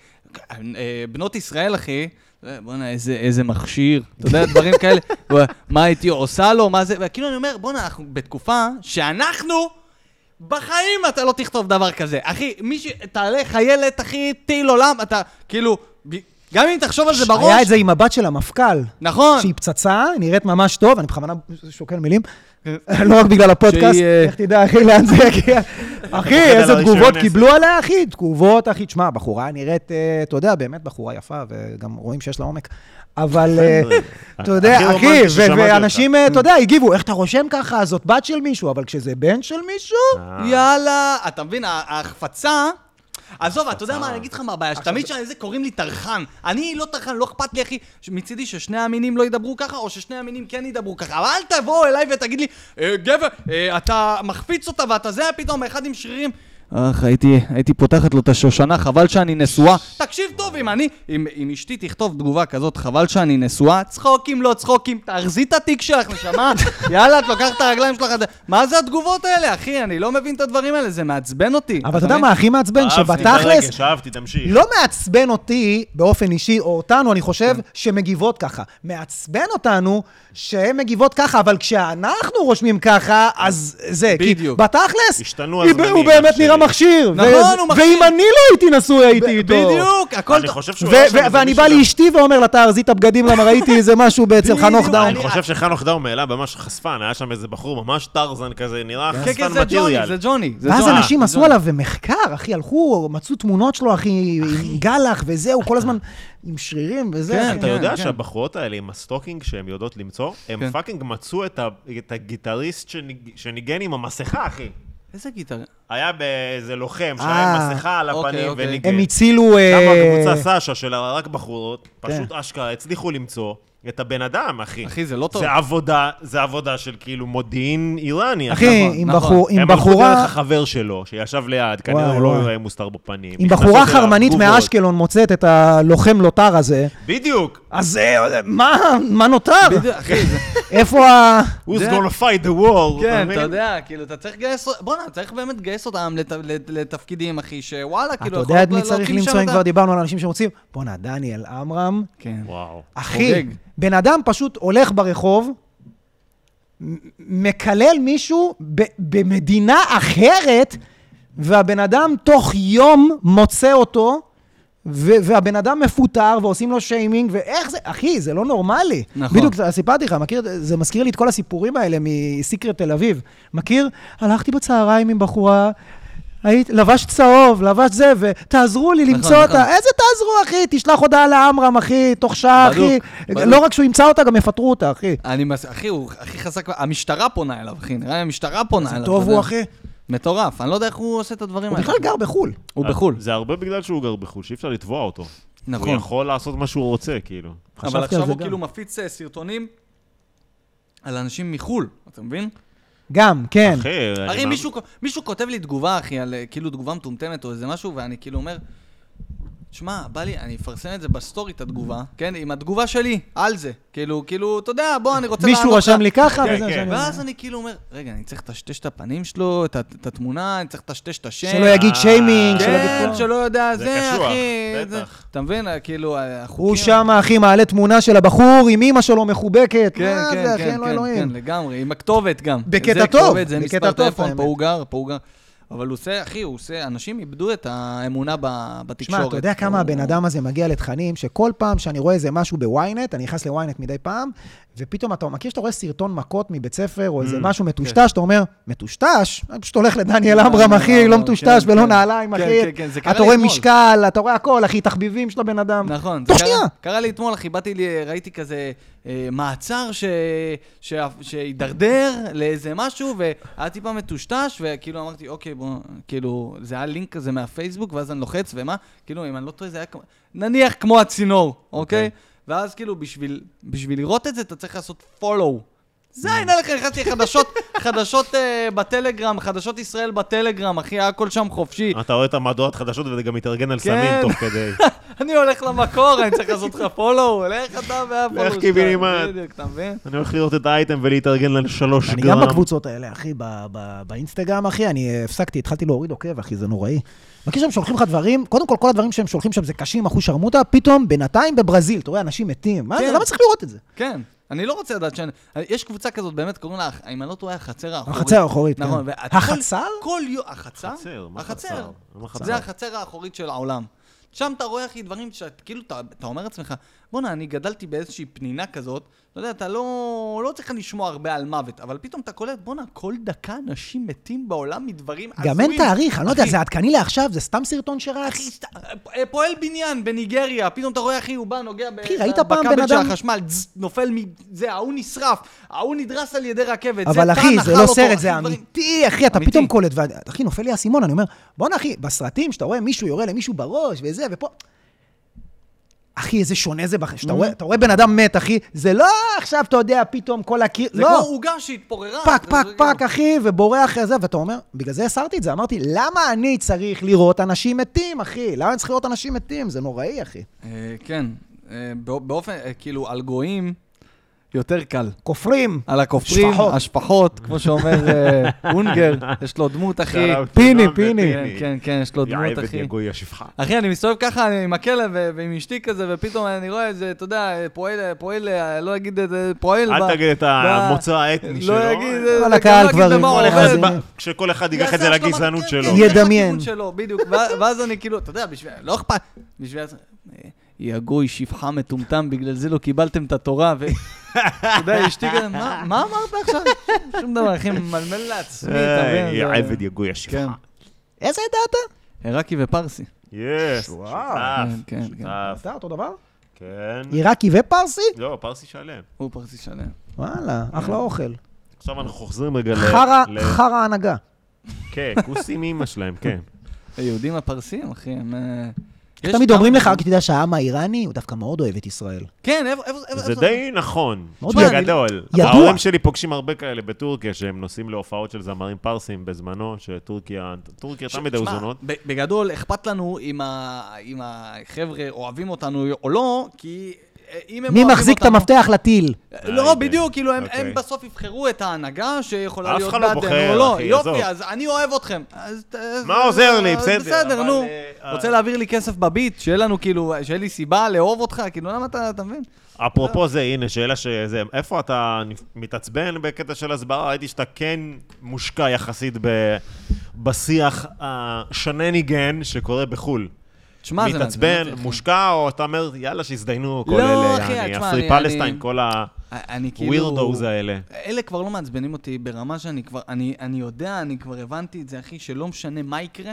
Speaker 3: אה, בנות ישראל, אחי, אה, בואנה, איזה, איזה מכשיר, אתה יודע, דברים כאלה, ו- מה הייתי עושה לו, מה זה, וכאילו, אני אומר, בואנה, אנחנו בתקופה שאנחנו... בחיים אתה לא תכתוב דבר כזה. אחי, מי ש... תעלה חיילת, אחי, טיל עולם, אתה כאילו... ב- גם אם תחשוב על זה בראש...
Speaker 1: היה את זה עם הבת של המפכ"ל.
Speaker 3: נכון.
Speaker 1: שהיא פצצה, נראית ממש טוב, אני בכוונה שוקל מילים. לא רק בגלל הפודקאסט,
Speaker 3: שהיא, אה,
Speaker 1: איך תדע, אחי, לאן זה יגיע. אחי,
Speaker 2: על
Speaker 1: איזה
Speaker 2: הרישיון
Speaker 1: תגובות
Speaker 2: עסק.
Speaker 1: קיבלו עליה, אחי, תגובות, אחי. תשמע, הבחורה נראית, אה, אתה יודע, באמת בחורה יפה, וגם רואים שיש לה עומק. אבל, אה, אתה
Speaker 2: הכי
Speaker 1: יודע,
Speaker 2: רומנטי
Speaker 1: אחי, ו-
Speaker 2: ששמעתי
Speaker 1: ואנשים, אה, אתה יודע, הגיבו, איך אתה רושם ככה, זאת בת של מישהו, אבל כשזה בן של מישהו,
Speaker 2: אה,
Speaker 3: יאללה, אתה מבין, ה- ההחפצה... עזוב, אתה יודע מה, אני אגיד לך מה הבעיה, שתמיד שזה קוראים לי טרחן. אני לא טרחן, לא אכפת לי, אחי, ש- מצידי ששני המינים לא ידברו ככה, או ששני המינים כן ידברו ככה. אבל אל תבוא אליי ותגיד לי, "אה, גבר, אה, אתה מחפיץ אותה ואתה זה, פתאום אחד עם שרירים. אך, הייתי, הייתי פותחת לו את השושנה, חבל שאני נשואה. תקשיב טוב, אם אני, אם, אם אשתי תכתוב תגובה כזאת, חבל שאני נשואה, צחוקים, לא צחוקים, תארזי את התיק שלך, נשמה. יאללה, את לוקחת את הרגליים שלך, את- מה זה התגובות האלה, אחי? אני לא מבין את הדברים האלה, זה מעצבן אותי.
Speaker 1: אבל אתה יודע מה הכי מעצבן?
Speaker 2: אהבתי את
Speaker 1: שבתכלס,
Speaker 2: הרגש, אהבתי, תמשיך.
Speaker 1: לא מעצבן אותי באופן אישי, או אותנו, אני
Speaker 3: כן.
Speaker 1: חושב, שמגיבות ככה. מעצבן אותנו שהן מגיבות ככה, אבל כשאנחנו רושמים ככה, אז זה.
Speaker 3: בדיוק.
Speaker 1: כי בתכלס,
Speaker 2: השתנו
Speaker 1: היא-
Speaker 2: הזמנים,
Speaker 1: הוא באמת
Speaker 2: מכשירים.
Speaker 1: נראה מכשיר. ו-
Speaker 3: נכון, הוא מכשיר.
Speaker 1: ואם אני לא הייתי נשוי, הייתי איתו.
Speaker 3: בדיוק, הכל...
Speaker 2: אני
Speaker 3: טוב.
Speaker 2: חושב
Speaker 1: ו-
Speaker 2: שהוא לא
Speaker 1: ו- ואני בא לאשתי ואומר לה, תארזי את הבגדים, למה ראיתי איזה משהו אצל חנוך
Speaker 3: בדיוק,
Speaker 1: דאון.
Speaker 2: אני חושב שחנוך דאום העלה ממש חשפן, היה שם איזה בחור ממש טרזן כזה, נראה
Speaker 3: כן, כן,
Speaker 2: חשפן
Speaker 3: זה ג'וני, זה
Speaker 2: מטריאל.
Speaker 3: ג'וני. זה
Speaker 1: ואז
Speaker 3: ג'וני. לא,
Speaker 1: אנשים
Speaker 3: זה
Speaker 1: עשו
Speaker 3: ג'וני.
Speaker 1: עליו מחקר, אחי, הלכו, מצאו תמונות שלו, אחי, עם גלח וזהו, כל הזמן עם שרירים וזה.
Speaker 3: כן,
Speaker 1: אחי.
Speaker 2: אתה
Speaker 3: כן.
Speaker 2: יודע שהבחורות האלה עם הסטוקינג שהן יודעות למצוא,
Speaker 3: כן.
Speaker 2: הם פאקינג מצאו את ה- את הגיטריסט שניג- שניגן עם המסכה, אחי.
Speaker 3: איזה גיטרה?
Speaker 2: היה באיזה לוחם שהיה
Speaker 1: אה,
Speaker 2: עם מסכה על
Speaker 3: אוקיי,
Speaker 2: הפנים
Speaker 3: אוקיי.
Speaker 2: וניגן.
Speaker 1: הם הצילו...
Speaker 2: למה
Speaker 1: אה,
Speaker 2: הקבוצה סשה של רק בחורות, פשוט אשכרה הצליחו למצוא את הבן אדם, אחי.
Speaker 3: כן. אחי, זה לא טוב.
Speaker 2: זה עבודה, זה עבודה של כאילו מודיעין איראני.
Speaker 1: אחי,
Speaker 3: נכון,
Speaker 1: עם
Speaker 3: נכון.
Speaker 1: בחור- עם
Speaker 2: הם הלכו
Speaker 1: בחורה...
Speaker 2: דרך החבר שלו, שישב ליד, כנראה
Speaker 1: וואי,
Speaker 2: הוא לא
Speaker 1: וואי.
Speaker 2: יראה מוסתר בפנים.
Speaker 1: אם
Speaker 2: נכנסות
Speaker 1: בחורה
Speaker 2: אליו
Speaker 1: חרמנית
Speaker 2: תגובות.
Speaker 1: מאשקלון מוצאת את הלוחם לוטר הזה,
Speaker 2: בדיוק.
Speaker 1: אז אה, מה, מה נותר?
Speaker 3: בדיוק, אחי, זה...
Speaker 1: איפה ה...
Speaker 2: Who's
Speaker 3: זה-
Speaker 2: gonna fight the war?
Speaker 3: כן,
Speaker 2: מבין?
Speaker 3: אתה יודע, כאילו, אתה צריך לגייס... בואנה, צריך באמת לגייס אותם לת- לת- לתפקידים, אחי, שוואלה,
Speaker 1: אתה
Speaker 3: כאילו,
Speaker 1: יודע את
Speaker 3: יכולות
Speaker 1: מי
Speaker 3: לה-
Speaker 1: צריך
Speaker 3: להקים שם
Speaker 1: למצוא, אם
Speaker 3: את ה-
Speaker 1: כבר דיברנו על אנשים שרוצים? בואנה, דניאל עמרם,
Speaker 3: כן.
Speaker 2: וואו.
Speaker 1: אחי,
Speaker 3: חוגג.
Speaker 1: בן אדם פשוט הולך ברחוב, מ- מקלל מישהו ב- במדינה אחרת, והבן אדם תוך יום מוצא אותו, ו- והבן אדם מפוטר, ועושים לו שיימינג, ואיך זה, אחי, זה לא נורמלי.
Speaker 3: נכון.
Speaker 1: בדיוק, זה- סיפרתי לך, מכיר, זה מזכיר לי את כל הסיפורים האלה מסיקרט תל אביב. מכיר? הלכתי בצהריים עם בחורה... היית, לבש צהוב, לבש זה, ותעזרו לי
Speaker 3: נכון,
Speaker 1: למצוא אותה.
Speaker 3: נכון.
Speaker 1: איזה תעזרו, אחי? תשלח הודעה לעמרם, אחי, תוך שעה, אחי,
Speaker 3: בדוק, בדוק.
Speaker 1: לא רק שהוא ימצא אותה, גם יפטרו אותה, אחי.
Speaker 3: אני מס... אחי, הוא הכי חזק... המשטרה פונה אליו, אחי, נראה לי המשטרה פונה אליו.
Speaker 1: טוב
Speaker 3: לא, אתה
Speaker 1: הוא,
Speaker 3: יודע.
Speaker 1: אחי.
Speaker 3: מטורף, אני לא יודע איך הוא עושה את הדברים
Speaker 1: הוא
Speaker 3: האלה.
Speaker 1: בכלל גר בחו"ל.
Speaker 3: הוא בחו"ל,
Speaker 2: אה, זה הרבה בגלל שהוא גר בחו"ל, שאי אפשר לתבוע אותו. הוא
Speaker 3: נכון.
Speaker 2: יכול לעשות מה שהוא רוצה, כאילו.
Speaker 1: חשבתי על
Speaker 3: אבל עכשיו
Speaker 1: זה
Speaker 3: הוא
Speaker 1: גם.
Speaker 3: כאילו מפיץ אה, סרטונים על אנשים מחו"ל, אתה מבין?
Speaker 1: גם, כן.
Speaker 2: אחי, אני
Speaker 3: הרי
Speaker 2: מאמין-
Speaker 3: מישהו, מישהו כותב לי תגובה, אחי, על אה, כאילו תגובה מטומטמת או איזה משהו, ואני כאילו אומר, שמע, בא לי, אני אפרסם את זה בסטורי, את התגובה, כן? עם התגובה שלי, על זה. כאילו, כאילו, אתה יודע, בוא, אני רוצה
Speaker 1: מישהו
Speaker 3: לענות
Speaker 1: רשם
Speaker 3: לך.
Speaker 1: לי ככה,
Speaker 2: כן,
Speaker 1: וזה מה
Speaker 2: כן.
Speaker 1: שאני אומר.
Speaker 3: ואז אני כאילו אומר, רגע, אני צריך לטשטש את הפנים שלו, את ה- את התמונה, אני צריך לטשטש את השם.
Speaker 1: שלא יגיד
Speaker 2: אה,
Speaker 1: שיימינג, שלא
Speaker 3: כן,
Speaker 1: יגיד פה.
Speaker 3: שלא יודע
Speaker 2: זה
Speaker 3: זה,
Speaker 2: קשוח,
Speaker 3: אחי. זה-
Speaker 2: בטח.
Speaker 3: אתה מבין, כאילו, החוקים...
Speaker 1: הוא שם, אחי, מעלה תמונה של הבחור עם אימא שלו מחובקת.
Speaker 3: כן,
Speaker 1: מה
Speaker 3: כן,
Speaker 1: זה, אחי,
Speaker 3: כן,
Speaker 1: אין לו
Speaker 3: כן, כן,
Speaker 1: אלוהים.
Speaker 3: לגמרי, עם הכתובת גם.
Speaker 1: בקטע
Speaker 3: זה
Speaker 1: טוב,
Speaker 3: כתובת, זה
Speaker 1: בקטע
Speaker 3: מספר
Speaker 1: טוב,
Speaker 3: טלפון, פה
Speaker 1: האמת.
Speaker 3: הוא גר, פה הוא גר. אבל הוא עושה, אחי, הוא עושה, אנשים איבדו את האמונה ב- בתקשורת.
Speaker 1: תשמע, אתה יודע כמה
Speaker 3: הוא-
Speaker 1: הבן אדם הזה מגיע לתכנים, שכל פעם שאני רואה איזה משהו בוויינט, אני נכנס לוויינט מדי פעם, ופתאום אתה מכיר שאתה רואה סרטון מכות מבית ספר, או איזה
Speaker 2: Mm,
Speaker 1: משהו מטושטש, אתה אומר, מטושטש? אני פשוט הולך לדניאל
Speaker 3: כן,
Speaker 1: עמרם, אחי,
Speaker 3: כן,
Speaker 1: לא מטושטש
Speaker 3: כן,
Speaker 1: ולא
Speaker 3: כן.
Speaker 1: נעליים,
Speaker 3: כן,
Speaker 1: אחי.
Speaker 3: כן, כן, זה קרה
Speaker 1: אתה רואה
Speaker 3: אתמול.
Speaker 1: משקל, אתה רואה הכל, אחי, תחביבים של הבן אדם.
Speaker 3: נכון. זה
Speaker 1: תוך
Speaker 3: קרה-
Speaker 1: שנייה.
Speaker 3: קרה לי אתמול, אחי, באתי, לי- ראיתי כזה אה, מעצר ש- ש- שהידרדר לאיזה משהו, והיה טיפה מטושטש, וכאילו אמרתי, אוקיי, בוא, כאילו, זה היה לינק כזה מהפייסבוק, ואז אני לוחץ, ומה? כאילו, אם אני לא טועה, זה היה כמו, נניח כמו הצינור, אוקיי? ואז כאילו, בשביל, בשביל לראות את זה, אתה צריך לעשות follow. זין עליך, נכנסתי חדשות, חדשות אה, בטלגרם, חדשות ישראל בטלגרם, אחי, הכל שם חופשי.
Speaker 2: אתה רואה את המהדורת חדשות ואתה גם מתארגן על סמים
Speaker 3: כן.
Speaker 2: תוך כדי.
Speaker 3: אני הולך למקור, אני צריך לעשות לך פולו, לך אתה והפולו
Speaker 2: לך קיבינימט.
Speaker 3: בדיוק, אתה מבין?
Speaker 2: אני הולך לראות את האייטם ולהתארגן על שלוש גרם.
Speaker 1: אני גם בקבוצות האלה, אחי, ב- ב- באינסטגרם, אחי, אני אה, הפסקתי, התחלתי להוריד עוקב, אחי, זה נוראי. מכיר שהם שולחים לך דברים, קודם כל, כל הדברים שהם שולחים שם זה קשים, אחוז שרמוטה, פתאום, בינתיים בברזיל, אתה רואה, אנשים מתים. מה זה,
Speaker 3: כן.
Speaker 1: למה צריך לראות את זה?
Speaker 3: כן, אני לא רוצה לדעת שאני... יש קבוצה כזאת, באמת, קוראים לה, אם אני לא טועה, החצר האחורית.
Speaker 1: החצר האחורית, כן.
Speaker 3: נכון, ואתה יכול-
Speaker 1: החצר?
Speaker 3: כל יום... החצר?
Speaker 2: חצר, מה
Speaker 3: החצר.
Speaker 2: חצר? מה חצר?
Speaker 3: זה החצר האחורית של העולם. שם אתה רואה, אחי, דברים שאתה כאילו, אתה אתה אומר לעצמך, בואנה, אני גדלתי באיזושהי פנינה כזאת, אתה יודע, אתה לא לא צריך לשמוע הרבה על מוות, אבל פתאום אתה קולט, בואנה, כל דקה אנשים מתים בעולם מדברים
Speaker 1: גם אין
Speaker 3: הזויים."
Speaker 1: תאריך, אני לא יודע,
Speaker 3: אחי,
Speaker 1: זה עדכני לעכשיו, זה סתם סרטון שרץ.
Speaker 3: אחי, סת- אה, פועל בניין בניגריה, פתאום אתה רואה, אחי, הוא בא, נוגע ב-
Speaker 1: אחי, ראית פעם בן
Speaker 3: בכבל של
Speaker 1: אדם-
Speaker 3: החשמל, צז, נופל מזה, ההוא נשרף, ההוא נדרס על ידי רכבת,
Speaker 1: אבל
Speaker 3: זה
Speaker 1: אחי,
Speaker 3: טען,
Speaker 1: זה
Speaker 3: אכל
Speaker 1: לא
Speaker 3: אותו,
Speaker 1: סרט,
Speaker 3: אחי,
Speaker 1: זה
Speaker 3: דברים-
Speaker 1: אמיתי, אחי, אתה
Speaker 3: אמיתי.
Speaker 1: פתאום קולט, ו- אחי, נופל לי האסימון, אני אומר, בואנה, אחי, בסרטים שאתה רואה מישהו יורה למישהו בראש וזה, ופה... אחי, איזה שונה זה בחיים.
Speaker 3: Mm.
Speaker 1: שאתה רואה- אתה רואה בן אדם מת, אחי, זה לא עכשיו, אתה יודע, פתאום כל הקיר...
Speaker 3: זה
Speaker 1: לא.
Speaker 3: כמו עוגה שהתפוררה.
Speaker 1: פק,
Speaker 3: אתה
Speaker 1: פק,
Speaker 3: זורק
Speaker 1: פק,
Speaker 3: אותה.
Speaker 1: אחי, ובורח זה, ואתה אומר, בגלל זה הסרתי את זה, אמרתי, למה אני צריך לראות אנשים מתים, אחי? למה אני צריך לראות אנשים מתים? זה נוראי, אחי.
Speaker 3: אה, כן, אה, בא- באופן, אה, כאילו, על גויים יותר קל.
Speaker 1: כופרים,
Speaker 3: על הכופרים,
Speaker 1: השפחות.
Speaker 3: השפחות, כמו שאומר אה, אונגר, יש לו דמות, אחי.
Speaker 2: שלום,
Speaker 1: פיני,
Speaker 2: שלום,
Speaker 1: פיני.
Speaker 2: ופיני.
Speaker 3: כן, כן, כן, יש לו
Speaker 2: יא
Speaker 3: דמות,
Speaker 2: עבד,
Speaker 3: אחי.
Speaker 2: יא גוי, יא שפחה.
Speaker 3: אחי, אני מסתובב ככה אני עם הכלב ו- ועם אשתי כזה, ופתאום אני רואה איזה, אתה יודע, פועל, פועל, אה, לא אגיד את זה, פועל. ב-
Speaker 2: אל תגיד את
Speaker 3: ב-
Speaker 2: המוצא האתני שלו.
Speaker 3: לא אגיד, אה,
Speaker 1: כל
Speaker 3: גם
Speaker 1: הקהל
Speaker 3: לא
Speaker 1: כבר
Speaker 3: אגיד במה
Speaker 1: עם
Speaker 3: הוא
Speaker 1: כל
Speaker 3: עובד.
Speaker 1: אחד.
Speaker 2: אז מה, כשכל אחד ייקח את זה
Speaker 3: יעשה השלמה,
Speaker 2: לגזענות
Speaker 3: כן,
Speaker 2: שלו.
Speaker 3: כן, כן,
Speaker 1: ידמיין.
Speaker 3: לכיוון שלו, בדיוק, ו- ואז אני כאילו, אתה יודע, בשביל, לא אכפת, בשביל... אה, יא גוי, שפחה מטומטם, בגלל זה לא קיבלתם את התורה, ו... אתה יודע, אשתי כזה, "מה- מה אמרת עכשיו? שום דבר, אחי, ממלמל לעצמי, אתה
Speaker 2: אה,
Speaker 3: מבין?
Speaker 2: יא
Speaker 3: זה-
Speaker 2: עבד, יא גוי, יא
Speaker 3: כן.
Speaker 2: שפחה.
Speaker 1: איזה עדה אתה?
Speaker 3: עיראקי ופרסי.
Speaker 2: יס, שותף, אה,
Speaker 1: וואו.
Speaker 3: כן, כן, כן.
Speaker 2: שותף,
Speaker 1: אתה אותו דבר?
Speaker 2: כן.
Speaker 1: עיראקי ופרסי?
Speaker 2: לא, פרסי שלם.
Speaker 3: הוא פרסי שלם.
Speaker 1: וואלה, אחלה אוכל.
Speaker 2: עכשיו אנחנו חוזרים רגע ל...
Speaker 1: חרא,
Speaker 2: ל-
Speaker 1: חרא הנהגה.
Speaker 2: כן, כוסים אימא שלהם, כן.
Speaker 3: היהודים הפרסים, אחי, הם... אה, יש
Speaker 1: תמיד
Speaker 3: כמה-
Speaker 1: אומרים לך, רק תדע שהעם האיראני, הוא דווקא מאוד אוהב את ישראל.
Speaker 3: כן, איפה... איפה- איפה-
Speaker 2: זה
Speaker 3: איפה-
Speaker 2: די נכון.
Speaker 3: לא
Speaker 1: מאוד
Speaker 2: תשמע,
Speaker 1: ידוע.
Speaker 2: גדול.
Speaker 1: ידוע.
Speaker 2: ההורים שלי פוגשים הרבה כאלה בטורקיה, שהם נוסעים להופעות של זמרים פרסים בזמנו, שטורקיה, טורקיה
Speaker 3: ש-
Speaker 2: תמיד
Speaker 3: שמע,
Speaker 2: האוזונות.
Speaker 3: ב- בגדול, אכפת לנו אם ה- אם החבר'ה אוהבים אותנו או לא, כי אה, אם הם
Speaker 1: מי
Speaker 3: אוהבים
Speaker 1: מחזיק את
Speaker 3: אותנו-
Speaker 1: המפתח לטיל?
Speaker 3: לא,
Speaker 2: אוקיי.
Speaker 3: בדיוק, כאילו, הם-
Speaker 2: אוקיי.
Speaker 3: הם בסוף יבחרו את ההנהגה שיכולה
Speaker 2: אף
Speaker 3: להיות
Speaker 2: אחד לא בוחר,
Speaker 3: או לא.
Speaker 2: אחי, עזוב.
Speaker 3: יופי, אז אני אוהב אתכם. אז ת- אז-
Speaker 2: מה עוזר לי?
Speaker 3: אז
Speaker 2: בסדר,
Speaker 3: בסדר,
Speaker 2: אבל,
Speaker 3: נו.
Speaker 2: אה,
Speaker 3: רוצה
Speaker 2: אה.
Speaker 3: להעביר לי כסף בביט? שיהיה לנו, כאילו, שיהיה לי סיבה לאהוב אותך? כאילו, למה אתה, אתה מבין?
Speaker 2: אפרופו זה, הנה, שאלה שזה, איפה אתה מתעצבן בקטע של הסברה? ראיתי שאתה כן מושקע יחסית ב- בשיח השנניגן שקורה בחו"ל.
Speaker 3: תשמע, זה מעצבן
Speaker 2: מתעצבן,
Speaker 3: אותי, אחי.
Speaker 2: אחי. או אתה אומר, יאללה, שיזדיינו, כל
Speaker 3: לא,
Speaker 2: אלה,
Speaker 3: אחי,
Speaker 2: יעני,
Speaker 3: תשמע,
Speaker 2: הפרי
Speaker 3: אני-
Speaker 2: פלסטיין,
Speaker 3: אני-
Speaker 2: כל
Speaker 3: אני כאילו...
Speaker 2: ה-weirdos האלה.
Speaker 3: אלה כבר לא מעצבנים אותי ברמה שאני כבר, אני, אני יודע, אני כבר הבנתי את זה, אחי, שלא משנה מה יקרה,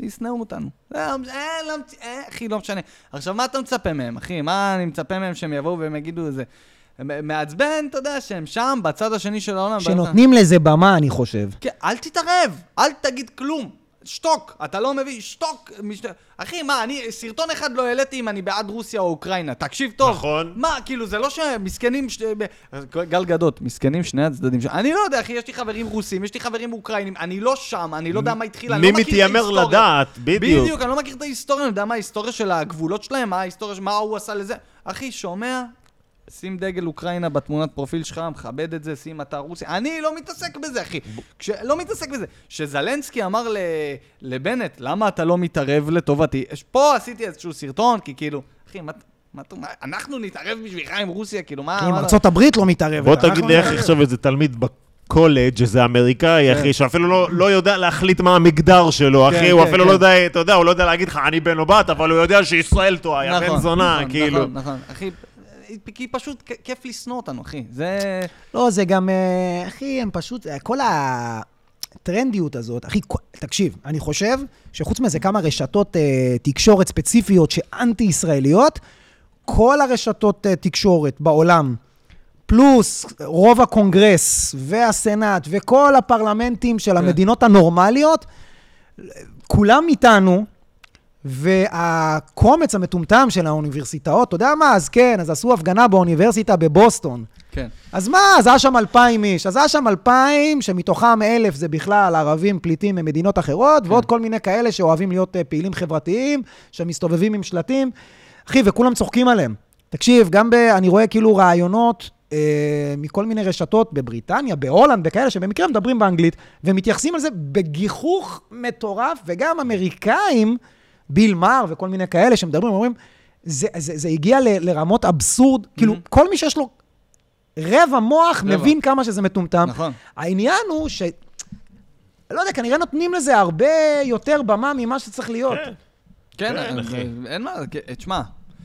Speaker 3: ישנאו אותנו. לא, אה, לא, מצ- אה, אחי, לא משנה. עכשיו, מה אתה מצפה מהם, אחי? מה אני מצפה מהם שהם יבואו והם יגידו את זה? מ- מעצבן, אתה יודע, שהם שם, בצד השני של העולם.
Speaker 1: שנותנים לזה במה, אני חושב.
Speaker 3: כן, אל תתערב, אל תגיד כלום. שתוק, אתה לא מבין, שתוק. מש... אחי, מה, אני, סרטון אחד לא העליתי אם אני בעד רוסיה או אוקראינה. תקשיב טוב.
Speaker 2: נכון.
Speaker 3: מה, כאילו, זה לא שמסכנים, ש... גל גדות, מסכנים שני הצדדים. ש... אני לא יודע, אחי, יש לי חברים רוסים, יש לי חברים אוקראינים, אני לא שם, אני לא יודע מה התחיל, אני
Speaker 2: מי
Speaker 3: לא מכיר את
Speaker 2: מתיימר
Speaker 3: ההיסטוריה.
Speaker 2: לדעת, בדיוק.
Speaker 3: בדיוק, אני לא מכיר את ההיסטוריה, אני יודע מה ההיסטוריה של הגבולות שלהם, מה ההיסטוריה, של- מה הוא עשה לזה. אחי, שומע? שים דגל אוקראינה בתמונת פרופיל שלך, מכבד את זה, שים אתה רוסי. אני לא מתעסק בזה, אחי. כש... לא מתעסק בזה. כשזלנסקי אמר ל... לבנט, למה אתה לא מתערב לטובתי? יש- פה עשיתי איזשהו סרטון, כי כאילו, אחי, מה... מה אתה אומר? אנחנו נתערב בשבילך עם רוסיה, כאילו, מה...
Speaker 1: אם
Speaker 3: מה-
Speaker 1: ארצות הברית לא מתערבת.
Speaker 2: בוא
Speaker 1: אנחנו
Speaker 2: תגיד לי איך
Speaker 1: נתערב.
Speaker 2: יחשוב איזה תלמיד בקולג' איזה אמריקאי,
Speaker 1: כן.
Speaker 2: אחי, שאפילו לא- לא יודע להחליט מה המגדר שלו,
Speaker 3: כן,
Speaker 2: אחי, הוא
Speaker 3: כן,
Speaker 2: אפילו
Speaker 3: כן.
Speaker 2: לא יודע, אתה יודע, הוא לא יודע להגיד לך, אני בן או בת, אבל הוא יודע שישראל טועה, יא בן
Speaker 3: נכון,
Speaker 2: זונה,
Speaker 3: נכון,
Speaker 2: כאילו.
Speaker 3: נכון, נכון, אחי, כי פשוט כ- כיף לשנוא אותנו, אחי. זה...
Speaker 1: לא, זה גם, אה, אחי, הם פשוט, אה, כל הטרנדיות הזאת, אחי, כל- תקשיב, אני חושב שחוץ מזה כמה רשתות אה, תקשורת ספציפיות שאנטי-ישראליות, כל הרשתות אה, תקשורת בעולם, פלוס רוב הקונגרס והסנאט וכל הפרלמנטים של המדינות הנורמליות, כולם איתנו, והקומץ המטומטם של האוניברסיטאות, אתה יודע מה, אז כן, אז עשו הפגנה באוניברסיטה בבוסטון.
Speaker 3: כן.
Speaker 1: אז מה, אז היה שם 2,000 איש. אז היה שם 2,000, שמתוכם 1,000 זה בכלל ערבים פליטים ממדינות אחרות, ועוד כל מיני כאלה שאוהבים להיות אה, פעילים חברתיים, שמסתובבים עם שלטים. אחי, וכולם צוחקים עליהם. תקשיב, גם ב... אני רואה כאילו רעיונות אה, מכל מיני רשתות בבריטניה, בהולנד, בכאלה שבמקרה מדברים באנגלית, ומתייחסים על זה בגיחוך מטורף, וגם אמריקאים, ביל מאר וכל מיני כאלה שמדברים, אומרים, זה, זה, זה הגיע ל, לרמות אבסורד, כאילו, כל מי שיש לו רבע מוח
Speaker 3: רבע.
Speaker 1: מבין כמה שזה מטומטם.
Speaker 3: נכון.
Speaker 1: העניין הוא ש... לא יודע, כנראה נותנים לזה הרבה יותר במה ממה שצריך להיות.
Speaker 2: כן.
Speaker 3: כן,
Speaker 2: כן,
Speaker 3: אה,
Speaker 2: אחי.
Speaker 3: אה, אין מה, כ- תשמע,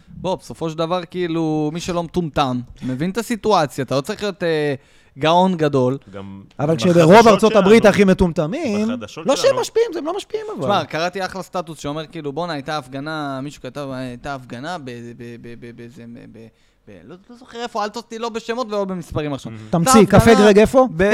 Speaker 3: בוא, בסופו של דבר, כאילו, מי שלא מטומטם, מבין את הסיטואציה, אתה לא צריך להיות אה, גאון גדול.
Speaker 2: גם...
Speaker 1: אבל
Speaker 2: בחדשות
Speaker 1: כשברוב ארצות
Speaker 2: שלנו-
Speaker 1: הברית הכי מטומטמים,
Speaker 2: בחדשות
Speaker 1: לא שהם
Speaker 2: שלנו.
Speaker 1: משפיעים, זה הם לא משפיעים אבל.
Speaker 3: תשמע, קראתי אחלה סטטוס שאומר, כאילו, בואנה, הייתה הפגנה, מישהו כתב, הייתה הפגנה ב- ב- ב- ב- באיזה... ב- ב- ב- לא לא זוכר איפה, אל תוציא לא בשמות ולא במספרים עכשיו.
Speaker 1: תמציא,
Speaker 3: הייתה
Speaker 1: קפה
Speaker 3: הפגנה
Speaker 1: גרג איפה?
Speaker 3: ב...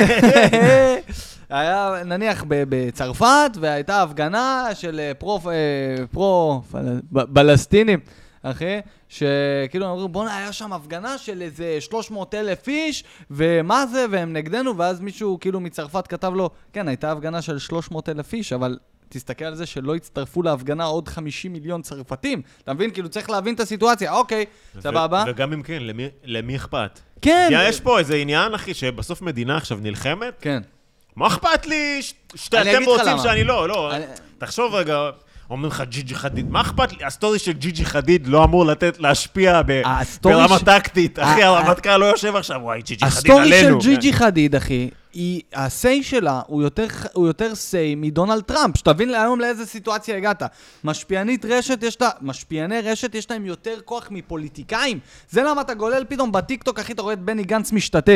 Speaker 3: היה, נניח, ב- בצרפת, והייתה הפגנה של אה, פרו... אה, פרו... פל- ב- פלסטינים. אחי, שכאילו הם אומרים, בואנה, היה שם הפגנה של איזה 300 אלף איש, ומה זה, והם נגדנו, ואז מישהו כאילו מצרפת כתב לו, כן, הייתה הפגנה של 300 אלף איש, אבל... תסתכל על זה שלא הצטרפו להפגנה עוד 50 מיליון צרפתים. אתה מבין? כאילו, צריך להבין את הסיטואציה. אוקיי, סבבה.
Speaker 2: ו- וגם אם כן, למי, למי אכפת?
Speaker 3: כן.
Speaker 2: יא, יש פה איזה עניין, אחי, שבסוף מדינה עכשיו נלחמת,
Speaker 3: כן.
Speaker 2: מה אכפת לי ש-
Speaker 3: אני אגיד
Speaker 2: שאתם
Speaker 3: לך
Speaker 2: רוצים
Speaker 3: למה.
Speaker 2: שאני לא, לא,
Speaker 3: אני-
Speaker 2: תחשוב רגע, אומרים לך ג'יג'י חדיד, מה אכפת לי? הסטורי של ג'יג'י חדיד לא אמור לתת להשפיע ב-
Speaker 3: הסטורי
Speaker 2: ברמה
Speaker 3: ש-
Speaker 2: טקטית, אחי,
Speaker 3: ה- ה-
Speaker 2: הרמטכ"ל לא יושב עכשיו, וואי, ג'יג'י חדיד עלינו. כן.
Speaker 3: הסטורי של ג'יג'י חדיד, אחי, היא, הסיי שלה הוא יותר, ח- הוא יותר סיי מדונלד טראמפ, שתבין היום לאיזה סיטואציה הגעת. משפיענית רשת יש לה, משפיעני רשת יש להם יותר כוח מפוליטיקאים. זה למה אתה גולל פתאום בטיקטוק, אחי, אתה רואה את בני גנץ משתתה.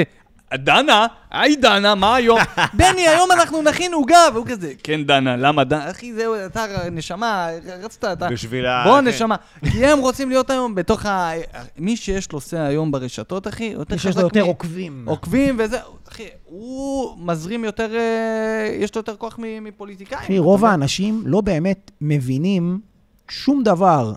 Speaker 3: דנה, היי דנה, מה היום? בני, היום אנחנו נכין עוגה, והוא כזה, כן דנה, למה דנה? אחי, זהו, אתה נשמה, רצת, אתה...
Speaker 2: בשביל ה-
Speaker 3: בוא,
Speaker 2: כן.
Speaker 3: נשמה. כי הם רוצים להיות היום בתוך ה... מי שיש לו סי היום ברשתות, אחי, יותר
Speaker 1: מי
Speaker 3: חזק
Speaker 1: שיש לו יותר
Speaker 3: מ-
Speaker 1: עוקבים.
Speaker 3: עוקבים וזה, אחי, הוא מזרים יותר, אה, יש לו יותר כוח מ- מפוליטיקאים.
Speaker 1: אחי, רוב האנשים לא באמת מבינים שום דבר.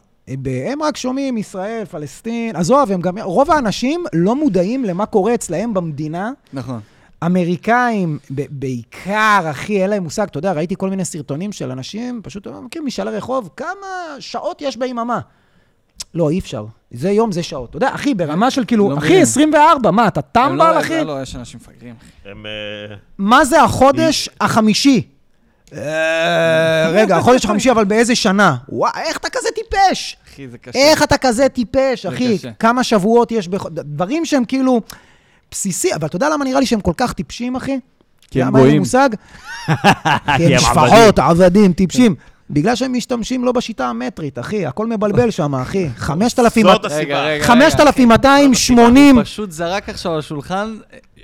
Speaker 1: הם רק שומעים ישראל, פלסטין, עזוב, הם גם... רוב האנשים לא מודעים למה קורה אצלהם במדינה.
Speaker 3: נכון.
Speaker 1: אמריקאים, ב- בעיקר, אחי, אין להם מושג. אתה יודע, ראיתי כל מיני סרטונים של אנשים, פשוט, אתה מכיר, משאלי רחוב, כמה שעות יש ביממה? לא, אי אפשר. זה יום, זה שעות. אתה יודע, אחי, ברמה של
Speaker 3: לא
Speaker 1: כאילו, אחי,
Speaker 3: מבינים.
Speaker 1: 24, מה, אתה טמבל, אחי?
Speaker 3: לא, יש אנשים מפגרים, אחי.
Speaker 2: הם... אה,
Speaker 1: מה זה החודש החמישי? אה, רגע, החודש החמישי, אבל באיזה שנה? וואי, איך אתה כזה טיפש?
Speaker 3: אחי, זה קשה.
Speaker 1: איך אתה כזה טיפש, אחי?
Speaker 3: קשה.
Speaker 1: כמה שבועות יש בכל... דברים שהם כאילו בסיסי, אבל אתה יודע למה נראה לי שהם כל כך טיפשים, אחי?
Speaker 3: כי הם
Speaker 1: למה אין לי
Speaker 3: גויים. אה,
Speaker 1: מושג? כי
Speaker 2: הם
Speaker 1: הם
Speaker 2: עבדים.
Speaker 1: שפחות, עבדים, טיפשים.
Speaker 3: כן.
Speaker 1: בגלל שהם משתמשים לא בשיטה המטרית, אחי. הכל מבלבל שם, אחי. 5,000
Speaker 2: זאת הסיבה.
Speaker 3: רגע, רגע, רגע.
Speaker 1: 5,280.
Speaker 3: הוא לא פשוט זרק עכשיו על השולחן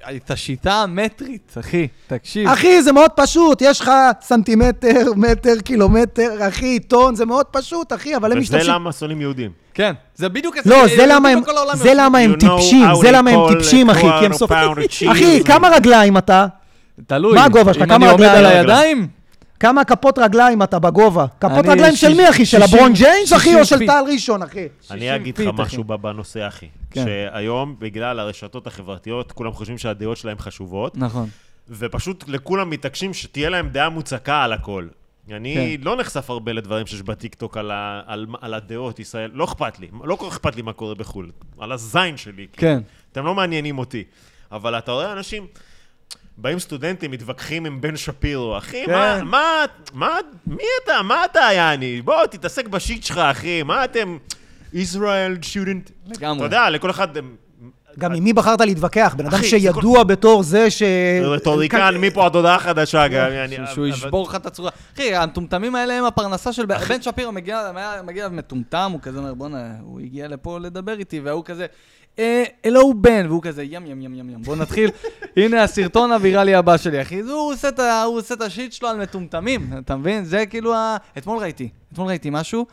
Speaker 3: אה, את השיטה המטרית, אחי. תקשיב.
Speaker 1: אחי, זה מאוד פשוט. יש לך סנטימטר, מטר, קילומטר, אחי, טון, זה מאוד פשוט, אחי, אבל הם
Speaker 2: וזה
Speaker 1: משתמשים...
Speaker 2: למה שונאים יהודים.
Speaker 3: כן. זה בדיוק...
Speaker 1: לא, זה למה הם,
Speaker 3: אה, בכל העולם לא
Speaker 1: זה
Speaker 3: יושבים.
Speaker 1: למה הם
Speaker 2: You know
Speaker 1: טיפשים,
Speaker 2: how
Speaker 1: זה
Speaker 2: they
Speaker 1: למה הם
Speaker 2: call
Speaker 1: טיפשים, אחי, כי הם
Speaker 2: quarter
Speaker 1: סוחרים.
Speaker 2: pound cheese.
Speaker 1: אחי, כמה רגליים אתה?
Speaker 3: תלוי.
Speaker 1: מה הגובה שלך?
Speaker 3: אם
Speaker 1: כמה
Speaker 3: אני עומד
Speaker 1: רגליים?
Speaker 3: על הידיים?
Speaker 1: כמה כפות רגליים אתה בגובה? כפות
Speaker 3: אני
Speaker 1: רגליים של
Speaker 3: שיש-
Speaker 1: מי, אחי? של
Speaker 3: שישים-
Speaker 1: הברון ג'יינס, אחי, או
Speaker 3: שישים
Speaker 1: של
Speaker 3: פיט.
Speaker 1: טל ראשון, אחי?
Speaker 3: 60
Speaker 2: אני אגיד לך
Speaker 3: פיט, אחי.
Speaker 2: משהו ב- בנושא, אחי.
Speaker 3: כן.
Speaker 2: שהיום, בגלל הרשתות החברתיות, כולם חושבים שהדעות שלהם חשובות,
Speaker 3: נכון.
Speaker 2: ופשוט לכולם מתעקשים שתהיה להם דעה מוצקה על הכל. אני
Speaker 3: כן.
Speaker 2: לא נחשף הרבה לדברים שיש בטיקטוק על ה- על- על הדעות ישראל, לא אכפת לי, לא כל כך אכפת לי מה קורה בחו"ל, על הזין שלי. כאילו.
Speaker 3: כן.
Speaker 2: אתם לא מעניינים אותי. אבל אתה רואה אנשים, באים סטודנטים, מתווכחים עם בן שפירו, אחי,
Speaker 3: כן.
Speaker 2: מה, מה, מה, מי אתה, מה אתה, יעני? בוא, תתעסק בשיט שלך, אחי, מה אתם... ישראל shouldn't...
Speaker 3: לגמרי.
Speaker 2: אתה יודע, לכל אחד... הם-
Speaker 1: גם עם מי בחרת להתווכח? בן אדם
Speaker 2: אחי, זה
Speaker 1: שידוע בתור זה ש...
Speaker 3: אה,
Speaker 1: כן,
Speaker 2: רטוריקן, מפה עד הודעה חדשה,
Speaker 3: כן.
Speaker 2: גם. יעני, כן,
Speaker 3: שהוא-
Speaker 2: אבל-
Speaker 3: שהוא ישבור לך את הצורה. אחי, המטומטמים האלה הם הפרנסה של... בן שפירו מגיע, היה- מגיע מטומטם, הוא כזה אומר, בואנה, הוא הגיע לפה לדבר איתי, וההוא כזה, "אה, הלו הוא בן, והוא כזה, ים, ים, ים, ים, ים. בוא נתחיל. הנה הסרטון הוויראלי הבא שלי, אחי. זה הוא עושה את ה- הוא עושה את השיט שלו על מטומטמים, אתה מבין? זה כאילו ה... אתמול ראיתי, אתמול ראיתי משהו.